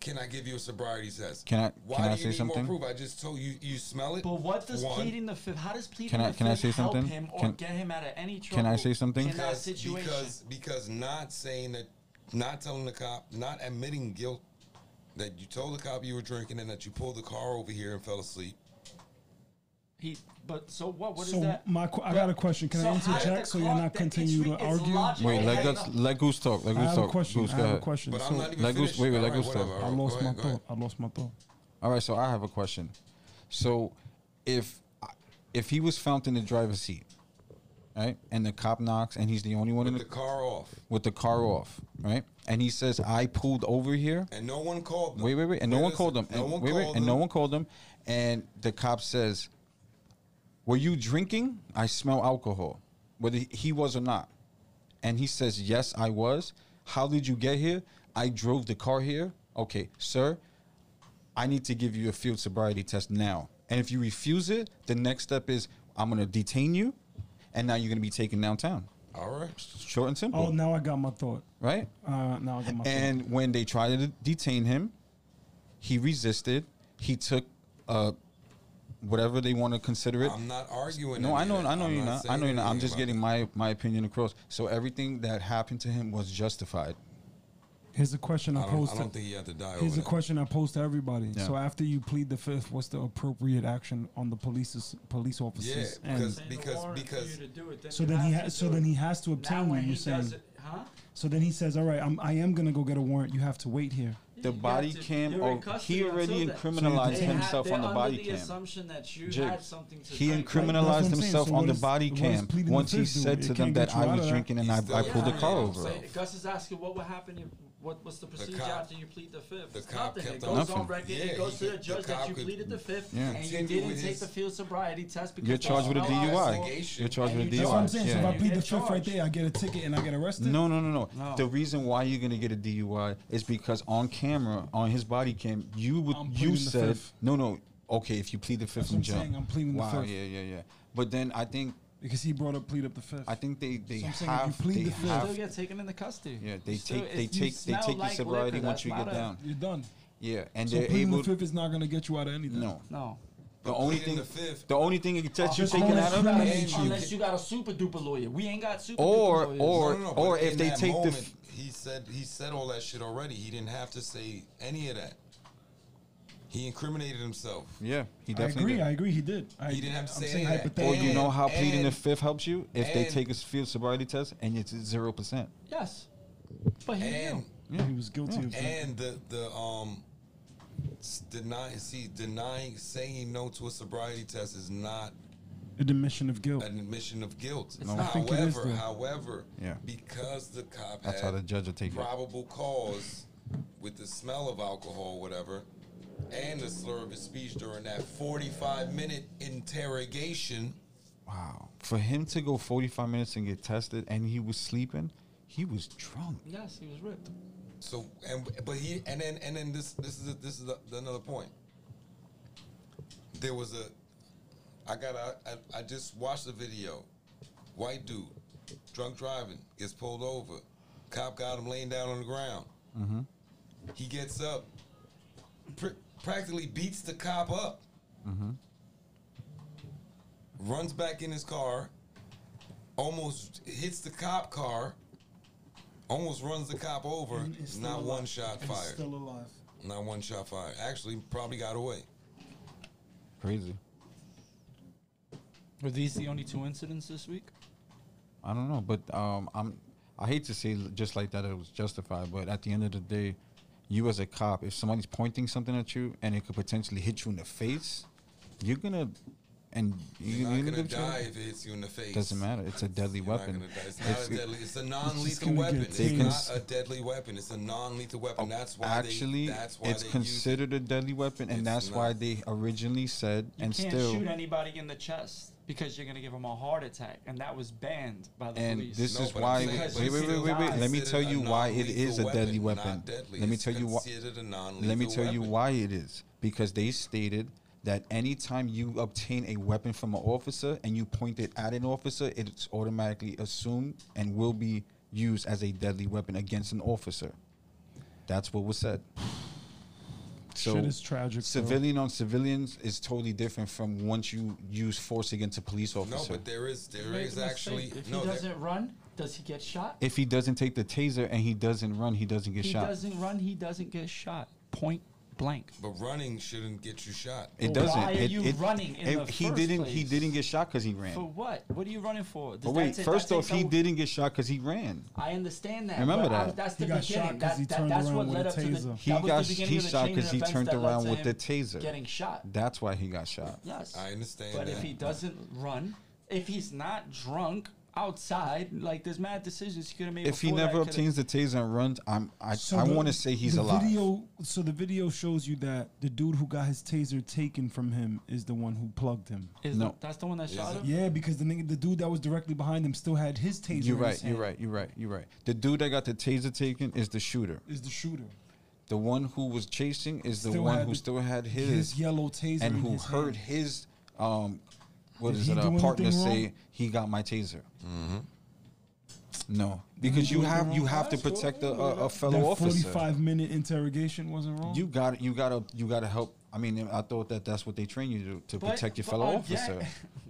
[SPEAKER 2] "Can I give you a sobriety test?"
[SPEAKER 3] Can I-
[SPEAKER 2] Why
[SPEAKER 3] can
[SPEAKER 2] do
[SPEAKER 3] I
[SPEAKER 2] you
[SPEAKER 3] say
[SPEAKER 2] need
[SPEAKER 3] something?
[SPEAKER 2] more proof? I just told you. You smell it.
[SPEAKER 4] But what does
[SPEAKER 2] One,
[SPEAKER 4] pleading the fifth? How does pleading
[SPEAKER 3] Can I-
[SPEAKER 4] the
[SPEAKER 3] can I
[SPEAKER 4] fifth
[SPEAKER 3] say
[SPEAKER 4] help
[SPEAKER 3] something?
[SPEAKER 4] him or
[SPEAKER 3] Can-
[SPEAKER 4] get him out of any trouble?
[SPEAKER 3] can I say something?
[SPEAKER 4] In that
[SPEAKER 2] because,
[SPEAKER 4] situation,
[SPEAKER 2] because because not saying that, not telling the cop, not admitting guilt that you told the cop you were drinking and that you pulled the car over here and fell asleep.
[SPEAKER 4] he. But so what? What is
[SPEAKER 1] So
[SPEAKER 4] that?
[SPEAKER 1] my, qu- I got a question. Can
[SPEAKER 4] So
[SPEAKER 1] I
[SPEAKER 4] how did the
[SPEAKER 1] interject so you're
[SPEAKER 4] clock
[SPEAKER 1] not
[SPEAKER 4] that it's
[SPEAKER 1] continue
[SPEAKER 4] re-
[SPEAKER 1] to
[SPEAKER 4] it's
[SPEAKER 1] argue?
[SPEAKER 4] logic-
[SPEAKER 3] Wait, let
[SPEAKER 4] Okay.
[SPEAKER 3] that's let Goose talk. Let
[SPEAKER 1] Oh, I
[SPEAKER 3] Goose
[SPEAKER 1] have a
[SPEAKER 3] talk.
[SPEAKER 1] question.
[SPEAKER 3] Goose,
[SPEAKER 1] I
[SPEAKER 3] go
[SPEAKER 1] have a
[SPEAKER 3] ahead.
[SPEAKER 1] question.
[SPEAKER 2] But
[SPEAKER 1] So
[SPEAKER 2] I'm not even
[SPEAKER 3] Let Goose-
[SPEAKER 2] finished.
[SPEAKER 3] wait, wait,
[SPEAKER 2] All
[SPEAKER 3] let
[SPEAKER 2] right,
[SPEAKER 3] Goose
[SPEAKER 2] whatever.
[SPEAKER 3] talk.
[SPEAKER 2] All
[SPEAKER 1] I
[SPEAKER 2] right, go
[SPEAKER 1] lost
[SPEAKER 2] ahead,
[SPEAKER 1] my
[SPEAKER 2] go ahead.
[SPEAKER 1] thought. I lost my thought.
[SPEAKER 3] All right, so I have a question. So, if if he was found in the driver's seat, right, and the cop knocks, and he's the only one in
[SPEAKER 2] With
[SPEAKER 3] the,
[SPEAKER 2] the car off,
[SPEAKER 3] with the car off, right, and he says, "I pulled over here."
[SPEAKER 2] and no one called them.
[SPEAKER 3] Wait, wait, wait, and no one
[SPEAKER 2] listen,
[SPEAKER 3] called him.
[SPEAKER 2] No
[SPEAKER 3] and,
[SPEAKER 2] one
[SPEAKER 3] wait, wait,
[SPEAKER 2] called
[SPEAKER 3] and no
[SPEAKER 2] them.
[SPEAKER 3] one called him. And the cop says, "Were you drinking? I smell alcohol, whether he was or not." And he says, "Yes, I was. How did you get here? I drove the car here. Okay, sir, I need to give you a field sobriety test now. And if you refuse it, the next step is I'm going to detain you, and now you're going to be taken downtown.
[SPEAKER 2] All right.
[SPEAKER 3] Short and simple,
[SPEAKER 1] Oh, now I got my thought.
[SPEAKER 3] right?"
[SPEAKER 1] Uh, now I got my thought.
[SPEAKER 3] And when they tried to detain him, he resisted. He took uh, whatever they want to consider it.
[SPEAKER 2] I'm not arguing.
[SPEAKER 3] no, I
[SPEAKER 2] any
[SPEAKER 3] know,
[SPEAKER 2] of that.
[SPEAKER 3] I know
[SPEAKER 2] I'm
[SPEAKER 3] you're not. I
[SPEAKER 2] saying
[SPEAKER 3] know you're not. I'm
[SPEAKER 2] anything
[SPEAKER 3] just
[SPEAKER 2] about
[SPEAKER 3] getting my my opinion across. So everything that happened to him was justified.
[SPEAKER 1] Here's a question I,
[SPEAKER 2] that. I don't,
[SPEAKER 1] posed
[SPEAKER 2] I
[SPEAKER 1] to.
[SPEAKER 2] don't think you have to die
[SPEAKER 1] Here's
[SPEAKER 2] over
[SPEAKER 1] a question I pose to everybody.
[SPEAKER 3] Yeah.
[SPEAKER 1] So after you plead the fifth, what's the appropriate action on the police's police
[SPEAKER 2] that. Yeah,
[SPEAKER 1] officers?
[SPEAKER 2] because
[SPEAKER 1] and
[SPEAKER 2] because because
[SPEAKER 1] so then he ha- so then he has to obtain one. You saying?
[SPEAKER 4] huh?
[SPEAKER 1] So then he says, "All right, I'm, I am gonna go get a warrant. You have to wait here."
[SPEAKER 3] The body cam.
[SPEAKER 4] or
[SPEAKER 3] Oh, he already incriminalized
[SPEAKER 1] They had-
[SPEAKER 3] himself on the body
[SPEAKER 4] the
[SPEAKER 3] cam.
[SPEAKER 4] assumption that you
[SPEAKER 3] Jake,
[SPEAKER 4] had something to
[SPEAKER 3] He
[SPEAKER 4] drink, right?
[SPEAKER 1] incriminal-
[SPEAKER 3] incriminalized
[SPEAKER 1] I'm saying.
[SPEAKER 3] himself
[SPEAKER 1] So what
[SPEAKER 3] on the
[SPEAKER 1] is-
[SPEAKER 3] body
[SPEAKER 1] what is
[SPEAKER 3] cam
[SPEAKER 1] pleading the
[SPEAKER 3] once he
[SPEAKER 1] fifth do?
[SPEAKER 3] said
[SPEAKER 1] It
[SPEAKER 3] to them
[SPEAKER 1] can't get
[SPEAKER 3] that
[SPEAKER 1] you
[SPEAKER 3] I
[SPEAKER 1] out
[SPEAKER 3] was
[SPEAKER 1] of that.
[SPEAKER 3] drinking and I,
[SPEAKER 2] He's
[SPEAKER 3] I
[SPEAKER 2] still
[SPEAKER 3] pulled the
[SPEAKER 2] lying
[SPEAKER 3] car
[SPEAKER 2] to
[SPEAKER 3] over.
[SPEAKER 2] himself.
[SPEAKER 4] So Gus is asking, what would happen if what what's the procedure
[SPEAKER 2] cop-
[SPEAKER 4] after you plead the fifth?
[SPEAKER 2] the
[SPEAKER 4] It's
[SPEAKER 2] cop
[SPEAKER 4] nothing. It
[SPEAKER 2] kept
[SPEAKER 4] goes
[SPEAKER 2] on-
[SPEAKER 4] on record.
[SPEAKER 2] Yeah,
[SPEAKER 4] it goes
[SPEAKER 2] he
[SPEAKER 4] to the
[SPEAKER 2] could- the
[SPEAKER 4] judge that
[SPEAKER 2] cop
[SPEAKER 4] you
[SPEAKER 2] could
[SPEAKER 4] pleaded the fifth,
[SPEAKER 3] Yeah.
[SPEAKER 4] and you
[SPEAKER 2] continue
[SPEAKER 4] didn't
[SPEAKER 2] with
[SPEAKER 4] take
[SPEAKER 2] his-
[SPEAKER 4] the field sobriety test because
[SPEAKER 3] You're
[SPEAKER 4] they
[SPEAKER 3] charged with a
[SPEAKER 4] smell alcohol.
[SPEAKER 3] DUI.
[SPEAKER 2] investigation.
[SPEAKER 3] You're charged with a DUI.
[SPEAKER 1] That's what I'm saying.
[SPEAKER 3] Yeah.
[SPEAKER 1] So if I
[SPEAKER 4] You
[SPEAKER 1] plead
[SPEAKER 4] get
[SPEAKER 1] the fifth right
[SPEAKER 4] charged.
[SPEAKER 1] there, I get a ticket and I get arrested.
[SPEAKER 3] No, no, no, no,
[SPEAKER 4] No.
[SPEAKER 3] The reason why you're gonna get a DUI is because on camera, on his body cam, you would
[SPEAKER 1] I'm pleading
[SPEAKER 3] you
[SPEAKER 1] the
[SPEAKER 3] said
[SPEAKER 1] fifth.
[SPEAKER 3] no, no. Okay, if you plead the fifth
[SPEAKER 1] what
[SPEAKER 3] and
[SPEAKER 1] I'm
[SPEAKER 3] jump,
[SPEAKER 1] saying, I'm pleading the
[SPEAKER 3] wow,
[SPEAKER 1] fifth.
[SPEAKER 3] yeah, yeah, yeah. But then I think
[SPEAKER 1] because he brought up plead up the fifth.
[SPEAKER 3] I think they they
[SPEAKER 1] So I'm saying if you
[SPEAKER 3] have
[SPEAKER 1] plead
[SPEAKER 3] they
[SPEAKER 1] the fifth-
[SPEAKER 4] You still
[SPEAKER 3] have
[SPEAKER 4] get taken into custody.
[SPEAKER 3] yeah they
[SPEAKER 4] You still-
[SPEAKER 3] take they
[SPEAKER 4] if you
[SPEAKER 3] take they
[SPEAKER 4] smell
[SPEAKER 3] take your
[SPEAKER 4] like
[SPEAKER 3] sobriety
[SPEAKER 4] liquor,
[SPEAKER 3] once you
[SPEAKER 4] that's not
[SPEAKER 3] get
[SPEAKER 4] a-
[SPEAKER 3] down.
[SPEAKER 1] You're done.
[SPEAKER 3] Yeah, and
[SPEAKER 1] So
[SPEAKER 3] they're
[SPEAKER 1] pleading
[SPEAKER 3] able
[SPEAKER 1] the fifth is not gonna get you out of anything.
[SPEAKER 3] no.
[SPEAKER 4] No.
[SPEAKER 3] The only
[SPEAKER 2] pleading
[SPEAKER 3] thing
[SPEAKER 2] the fifth-
[SPEAKER 3] the only thing it gets you
[SPEAKER 1] Just
[SPEAKER 3] taken
[SPEAKER 1] only
[SPEAKER 3] out of
[SPEAKER 1] criminal
[SPEAKER 3] it-
[SPEAKER 2] And you
[SPEAKER 4] Unless you got a super duper lawyer. We ain't got super
[SPEAKER 3] Or-
[SPEAKER 4] duper lawyers.
[SPEAKER 3] or-
[SPEAKER 2] No, no, no, but
[SPEAKER 3] or if
[SPEAKER 2] in
[SPEAKER 3] they
[SPEAKER 2] that
[SPEAKER 3] take the
[SPEAKER 2] moment,
[SPEAKER 3] f-
[SPEAKER 2] he said he said all that shit already. He didn't have to say any of that. He incriminated himself.
[SPEAKER 3] yeah, he
[SPEAKER 1] I
[SPEAKER 3] definitely.
[SPEAKER 1] agree.
[SPEAKER 3] did.
[SPEAKER 1] I agree. He did. I,
[SPEAKER 2] He didn't have to
[SPEAKER 1] I'm
[SPEAKER 2] say
[SPEAKER 1] saying
[SPEAKER 2] any of that.
[SPEAKER 1] hypothetically.
[SPEAKER 3] Or you know how pleading the
[SPEAKER 2] And-
[SPEAKER 3] fifth helps you if they
[SPEAKER 2] and-
[SPEAKER 3] take a field sobriety test and it's zero percent.
[SPEAKER 4] Yes. But he
[SPEAKER 2] And
[SPEAKER 4] knew.
[SPEAKER 1] he was guilty of that.
[SPEAKER 2] and the the um s- denying see denying saying no to a sobriety test is not
[SPEAKER 1] An admission of guilt.
[SPEAKER 2] an admission of guilt.
[SPEAKER 1] not. I think it is,
[SPEAKER 2] However,
[SPEAKER 1] though.
[SPEAKER 2] however,
[SPEAKER 3] Yeah.
[SPEAKER 2] because the cop
[SPEAKER 3] That's
[SPEAKER 2] had
[SPEAKER 3] how the judge will take it.
[SPEAKER 2] probable cause with the smell of alcohol, whatever, and the slur of his speech during that 45 minute interrogation.
[SPEAKER 3] Wow. For him to go 45 minutes and get tested and he was sleeping, he was drunk.
[SPEAKER 4] Yes, he was ripped.
[SPEAKER 2] So and but he and then and then this this is a, this is a, another point. There was a, I got a, I, I just watched the video, white dude, drunk driving, gets pulled over, cop got him laying down on the ground. He gets up, pr- practically beats the cop up, runs back in his car, almost hits the cop car, almost runs the cop over.
[SPEAKER 1] And it's still
[SPEAKER 2] Not
[SPEAKER 1] alive.
[SPEAKER 2] one shot
[SPEAKER 1] And
[SPEAKER 2] fired.
[SPEAKER 1] Still alive.
[SPEAKER 2] Not one shot fired. Actually, probably got away.
[SPEAKER 3] Crazy.
[SPEAKER 4] Were these the only two incidents this week?
[SPEAKER 3] I don't know, but um, I'm. I hate to say l- just like that it was justified, but at the end of the day, you as a cop, if somebody's pointing something at you and it could potentially hit you in the face, you're gonna, and
[SPEAKER 2] You're
[SPEAKER 3] you're,
[SPEAKER 2] not
[SPEAKER 3] you're
[SPEAKER 2] gonna
[SPEAKER 3] gonna get
[SPEAKER 2] die
[SPEAKER 3] shot.
[SPEAKER 2] if it hits you in the face.
[SPEAKER 3] Doesn't matter. It's a deadly
[SPEAKER 2] You're not
[SPEAKER 3] weapon.
[SPEAKER 2] gonna die. It's
[SPEAKER 3] It's-
[SPEAKER 2] not a deadly. It's a non-lethal
[SPEAKER 1] gonna get
[SPEAKER 2] weapon. It's
[SPEAKER 3] taken. Oh,
[SPEAKER 2] not a deadly weapon. It's a non-lethal weapon. That's why
[SPEAKER 3] Actually,
[SPEAKER 2] They, that's why
[SPEAKER 3] it's
[SPEAKER 2] they use
[SPEAKER 3] considered a deadly weapon, and
[SPEAKER 2] It's
[SPEAKER 3] that's why
[SPEAKER 2] not.
[SPEAKER 3] they originally said
[SPEAKER 4] You
[SPEAKER 3] and
[SPEAKER 4] can't
[SPEAKER 3] still.
[SPEAKER 4] shoot anybody in the chest because you're gonna give them a heart attack, and that was banned by the
[SPEAKER 3] and
[SPEAKER 4] police.
[SPEAKER 3] this
[SPEAKER 2] No,
[SPEAKER 3] is
[SPEAKER 2] but
[SPEAKER 3] why.
[SPEAKER 2] I'm
[SPEAKER 3] Wait,
[SPEAKER 2] saying
[SPEAKER 3] wait, wait,
[SPEAKER 2] it's
[SPEAKER 3] wait, wait, wait. Let me
[SPEAKER 2] considered
[SPEAKER 3] tell
[SPEAKER 2] a
[SPEAKER 3] you why it
[SPEAKER 2] non-lethal
[SPEAKER 3] is a deadly
[SPEAKER 2] weapon,
[SPEAKER 3] weapon.
[SPEAKER 2] not deadly.
[SPEAKER 3] Let me
[SPEAKER 2] It's
[SPEAKER 3] tell you why.
[SPEAKER 2] considered a
[SPEAKER 3] Let me
[SPEAKER 2] non-lethal
[SPEAKER 3] tell you
[SPEAKER 2] weapon.
[SPEAKER 3] why it is because they stated that anytime you obtain a weapon from an officer and you point it at an officer, it's automatically assumed and will be used as a deadly weapon against an officer. That's what was said. So
[SPEAKER 1] Shit is tragic, bro.
[SPEAKER 3] Civilian on civilians is totally different from once you use force against a police officer.
[SPEAKER 2] No, but there is there
[SPEAKER 4] Make
[SPEAKER 2] is
[SPEAKER 4] a mistake.
[SPEAKER 2] actually
[SPEAKER 4] If
[SPEAKER 2] no
[SPEAKER 4] he
[SPEAKER 2] there-
[SPEAKER 4] doesn't run, does he get shot?
[SPEAKER 3] if he doesn't take the taser and he doesn't run, he doesn't get
[SPEAKER 4] he
[SPEAKER 3] shot.
[SPEAKER 4] doesn't run, he doesn't get shot. Point blank.
[SPEAKER 2] but running shouldn't get you shot.
[SPEAKER 3] It
[SPEAKER 4] Well,
[SPEAKER 3] doesn't.
[SPEAKER 4] why are
[SPEAKER 3] it,
[SPEAKER 4] you
[SPEAKER 3] it-
[SPEAKER 4] running in the
[SPEAKER 3] he
[SPEAKER 4] first
[SPEAKER 3] didn't. He
[SPEAKER 4] place?
[SPEAKER 3] didn't get shot because he ran.
[SPEAKER 4] For what? What are you running for? Does
[SPEAKER 3] but
[SPEAKER 4] that
[SPEAKER 3] wait,
[SPEAKER 4] take-
[SPEAKER 3] first
[SPEAKER 4] that
[SPEAKER 3] off,
[SPEAKER 4] takes
[SPEAKER 3] he
[SPEAKER 4] out-
[SPEAKER 3] didn't get shot because he ran.
[SPEAKER 4] I understand that.
[SPEAKER 3] Remember
[SPEAKER 4] but I-
[SPEAKER 3] that.
[SPEAKER 4] that's
[SPEAKER 1] He
[SPEAKER 4] the
[SPEAKER 1] got shot 'cause
[SPEAKER 4] beginning. That,
[SPEAKER 1] he
[SPEAKER 4] that,
[SPEAKER 1] turned
[SPEAKER 4] that's
[SPEAKER 1] around
[SPEAKER 4] what
[SPEAKER 1] with
[SPEAKER 4] led
[SPEAKER 1] a
[SPEAKER 4] up to the.
[SPEAKER 1] taser.
[SPEAKER 4] that
[SPEAKER 3] He
[SPEAKER 4] was the
[SPEAKER 3] got-
[SPEAKER 4] beginning
[SPEAKER 3] he
[SPEAKER 4] of the
[SPEAKER 3] shot
[SPEAKER 4] chain
[SPEAKER 3] 'cause
[SPEAKER 4] of
[SPEAKER 3] he
[SPEAKER 4] events
[SPEAKER 3] turned
[SPEAKER 4] that led
[SPEAKER 3] around
[SPEAKER 4] to
[SPEAKER 3] with the
[SPEAKER 4] him
[SPEAKER 3] taser.
[SPEAKER 4] Getting shot.
[SPEAKER 3] That's why he got shot.
[SPEAKER 4] Yes.
[SPEAKER 2] I understand
[SPEAKER 4] But
[SPEAKER 2] that.
[SPEAKER 3] uh,
[SPEAKER 4] if he doesn't run, if he's not drunk outside, like there's mad decisions he could have made.
[SPEAKER 3] If he
[SPEAKER 4] before that
[SPEAKER 3] never
[SPEAKER 4] coulda-
[SPEAKER 3] obtains the taser and runs, I'm. I,
[SPEAKER 1] So
[SPEAKER 3] I
[SPEAKER 1] the-
[SPEAKER 3] want to say he's
[SPEAKER 1] the
[SPEAKER 3] alive.
[SPEAKER 1] Video, so the video shows you that the dude who got his taser taken from him is the one who plugged him.
[SPEAKER 4] Is
[SPEAKER 3] No.
[SPEAKER 4] the- that's the one that shot
[SPEAKER 2] it?
[SPEAKER 4] him.
[SPEAKER 1] Yeah, because the nigga, the dude that was directly behind him still had his taser.
[SPEAKER 3] You're
[SPEAKER 1] in his
[SPEAKER 3] right. You're
[SPEAKER 1] hand.
[SPEAKER 3] right. You're right. You're right. The dude that got the taser taken is the shooter.
[SPEAKER 1] Is the shooter
[SPEAKER 3] The one who was chasing is the
[SPEAKER 1] Still
[SPEAKER 3] one
[SPEAKER 1] had
[SPEAKER 3] who
[SPEAKER 1] the-
[SPEAKER 3] still had his,
[SPEAKER 1] his yellow taser
[SPEAKER 3] and
[SPEAKER 1] in
[SPEAKER 3] who
[SPEAKER 1] his
[SPEAKER 3] heard
[SPEAKER 1] hand.
[SPEAKER 3] his um, what
[SPEAKER 1] Did
[SPEAKER 3] is
[SPEAKER 1] he
[SPEAKER 3] it?
[SPEAKER 1] do
[SPEAKER 3] A
[SPEAKER 1] anything
[SPEAKER 3] partner say
[SPEAKER 1] wrong?
[SPEAKER 3] he got my taser. No, because you have you have to protect a, a, a fellow
[SPEAKER 1] that
[SPEAKER 3] officer.
[SPEAKER 1] 45 minute interrogation wasn't wrong?
[SPEAKER 3] You got you got to you got to help. I mean, I thought that that's what they train you to, to
[SPEAKER 4] But-
[SPEAKER 3] protect your
[SPEAKER 4] but
[SPEAKER 3] fellow
[SPEAKER 4] again-
[SPEAKER 3] officer. [LAUGHS]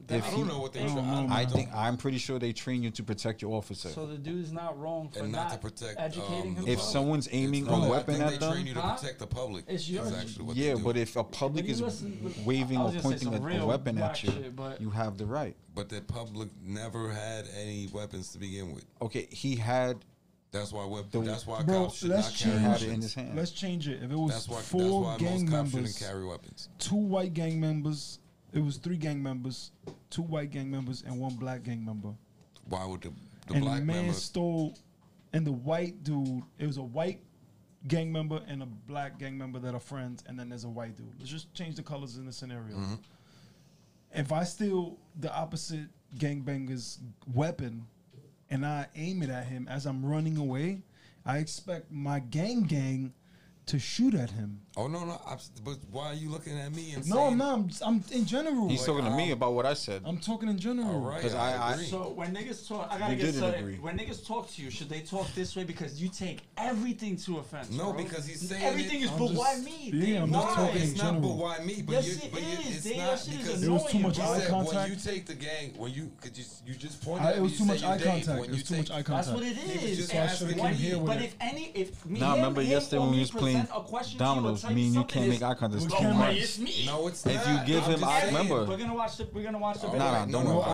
[SPEAKER 4] that-
[SPEAKER 3] If
[SPEAKER 2] I
[SPEAKER 3] he-
[SPEAKER 2] don't know what they.
[SPEAKER 1] I
[SPEAKER 2] try-
[SPEAKER 1] don't know,
[SPEAKER 3] I
[SPEAKER 1] man.
[SPEAKER 3] think I'm pretty sure they train you to protect your officer.
[SPEAKER 4] So the dude's not wrong for
[SPEAKER 2] And
[SPEAKER 4] not,
[SPEAKER 2] not to protect,
[SPEAKER 4] educating
[SPEAKER 2] um,
[SPEAKER 4] him.
[SPEAKER 2] the
[SPEAKER 3] if
[SPEAKER 2] public.
[SPEAKER 3] someone's aiming
[SPEAKER 2] It's-
[SPEAKER 3] a
[SPEAKER 2] no,
[SPEAKER 3] weapon
[SPEAKER 2] I think
[SPEAKER 3] at
[SPEAKER 2] they
[SPEAKER 3] them,
[SPEAKER 2] train you to
[SPEAKER 4] Huh?
[SPEAKER 2] protect the public.
[SPEAKER 4] It's your-
[SPEAKER 2] That's actually what
[SPEAKER 3] yeah,
[SPEAKER 2] they do.
[SPEAKER 3] but if a public
[SPEAKER 4] you
[SPEAKER 3] is
[SPEAKER 4] listen-
[SPEAKER 3] waving
[SPEAKER 4] I
[SPEAKER 3] or
[SPEAKER 4] was gonna say
[SPEAKER 3] pointing
[SPEAKER 4] some
[SPEAKER 3] a, a
[SPEAKER 4] real
[SPEAKER 3] weapon
[SPEAKER 4] whack
[SPEAKER 3] at you,
[SPEAKER 4] shit, but-
[SPEAKER 3] you have the right.
[SPEAKER 2] But the public never had any weapons to begin with.
[SPEAKER 3] Okay, he had
[SPEAKER 2] That's why wep-
[SPEAKER 3] The-
[SPEAKER 2] that's why
[SPEAKER 1] Bro,
[SPEAKER 2] cops should
[SPEAKER 1] let's
[SPEAKER 2] not carry
[SPEAKER 1] change-
[SPEAKER 3] had
[SPEAKER 2] weapons.
[SPEAKER 3] it in his hand.
[SPEAKER 1] Let's change it. If it was
[SPEAKER 2] That's why that's
[SPEAKER 1] four
[SPEAKER 2] why
[SPEAKER 1] gang
[SPEAKER 2] most cops
[SPEAKER 1] members,
[SPEAKER 2] shouldn't carry weapons.
[SPEAKER 1] two white gang members, it was three gang members, two white gang members, and one black gang member.
[SPEAKER 2] Why would the the
[SPEAKER 1] and
[SPEAKER 2] black
[SPEAKER 1] the man
[SPEAKER 2] members
[SPEAKER 1] stole, and the white dude, it was a white gang member and a black gang member that are friends, and then there's a white dude. Let's just change the colors in the scenario.
[SPEAKER 2] Mm-hmm.
[SPEAKER 1] If I steal the opposite gangbanger's weapon and I aim it at him as I'm running away, I expect my gang gang to shoot at him.
[SPEAKER 2] Oh no no! I'm, s- but why are you looking at me and
[SPEAKER 1] No,
[SPEAKER 2] saying?
[SPEAKER 1] I'm not. I'm, I'm in general.
[SPEAKER 3] He's
[SPEAKER 2] Like,
[SPEAKER 3] talking to me
[SPEAKER 2] um,
[SPEAKER 3] about what I said.
[SPEAKER 1] I'm talking in general.
[SPEAKER 2] All right,
[SPEAKER 3] 'Cause I- I-
[SPEAKER 2] agree.
[SPEAKER 4] So when niggas talk, I gotta
[SPEAKER 3] We
[SPEAKER 4] get
[SPEAKER 3] didn't
[SPEAKER 4] started.
[SPEAKER 3] agree.
[SPEAKER 4] When niggas talk to you, should they talk this way because you take everything to offense?
[SPEAKER 2] No,
[SPEAKER 4] bro.
[SPEAKER 2] because he's saying
[SPEAKER 4] everything
[SPEAKER 2] it-
[SPEAKER 4] is.
[SPEAKER 1] I'm
[SPEAKER 4] but
[SPEAKER 1] just-
[SPEAKER 4] why me?
[SPEAKER 1] yeah,
[SPEAKER 4] They-
[SPEAKER 1] I'm
[SPEAKER 2] no,
[SPEAKER 1] just
[SPEAKER 4] why?
[SPEAKER 1] talking
[SPEAKER 2] it's
[SPEAKER 1] in
[SPEAKER 2] not. But
[SPEAKER 1] general.
[SPEAKER 2] why me? But
[SPEAKER 4] Yes,
[SPEAKER 2] you,
[SPEAKER 4] it
[SPEAKER 2] but you-
[SPEAKER 4] is.
[SPEAKER 2] it's
[SPEAKER 4] Damn,
[SPEAKER 2] not
[SPEAKER 4] that shit is
[SPEAKER 2] because
[SPEAKER 1] There was too
[SPEAKER 4] annoying,
[SPEAKER 1] much
[SPEAKER 2] you
[SPEAKER 4] bro.
[SPEAKER 1] eye
[SPEAKER 2] said when you
[SPEAKER 1] contact.
[SPEAKER 2] take the gang when you could you you just pointed
[SPEAKER 1] I,
[SPEAKER 2] at
[SPEAKER 1] it
[SPEAKER 2] me,
[SPEAKER 1] was
[SPEAKER 2] you
[SPEAKER 1] too
[SPEAKER 2] said
[SPEAKER 1] much
[SPEAKER 2] you
[SPEAKER 1] eye
[SPEAKER 2] Dave,
[SPEAKER 1] contact.
[SPEAKER 2] when
[SPEAKER 1] It
[SPEAKER 2] you
[SPEAKER 1] was too
[SPEAKER 2] take-
[SPEAKER 1] much eye
[SPEAKER 4] That's
[SPEAKER 1] contact.
[SPEAKER 4] what it
[SPEAKER 2] Niggas
[SPEAKER 4] is.
[SPEAKER 2] just
[SPEAKER 4] And
[SPEAKER 2] ask
[SPEAKER 1] me
[SPEAKER 4] when
[SPEAKER 1] to
[SPEAKER 4] he-
[SPEAKER 1] hear
[SPEAKER 4] but
[SPEAKER 1] it.
[SPEAKER 4] if any, if me,
[SPEAKER 3] Nah,
[SPEAKER 4] him,
[SPEAKER 3] remember
[SPEAKER 4] him
[SPEAKER 3] yesterday
[SPEAKER 4] or
[SPEAKER 3] when we
[SPEAKER 4] me
[SPEAKER 3] was playing
[SPEAKER 4] present a question to you or
[SPEAKER 3] dominoes,
[SPEAKER 4] tell
[SPEAKER 3] me and you
[SPEAKER 4] something
[SPEAKER 3] can't
[SPEAKER 4] is-
[SPEAKER 3] make eye contact. It's
[SPEAKER 1] Well,
[SPEAKER 3] too
[SPEAKER 1] come on,
[SPEAKER 3] much.
[SPEAKER 4] It's me.
[SPEAKER 2] No, it's
[SPEAKER 3] If you
[SPEAKER 2] not.
[SPEAKER 3] give
[SPEAKER 2] I'm
[SPEAKER 3] him
[SPEAKER 2] just
[SPEAKER 3] eye-
[SPEAKER 2] saying.
[SPEAKER 3] remember-
[SPEAKER 4] We're gonna watch the. We're gonna watch the.
[SPEAKER 2] All
[SPEAKER 4] video.
[SPEAKER 3] Nah,
[SPEAKER 2] right,
[SPEAKER 3] nah,
[SPEAKER 2] no,
[SPEAKER 3] don't
[SPEAKER 2] no,
[SPEAKER 3] worry.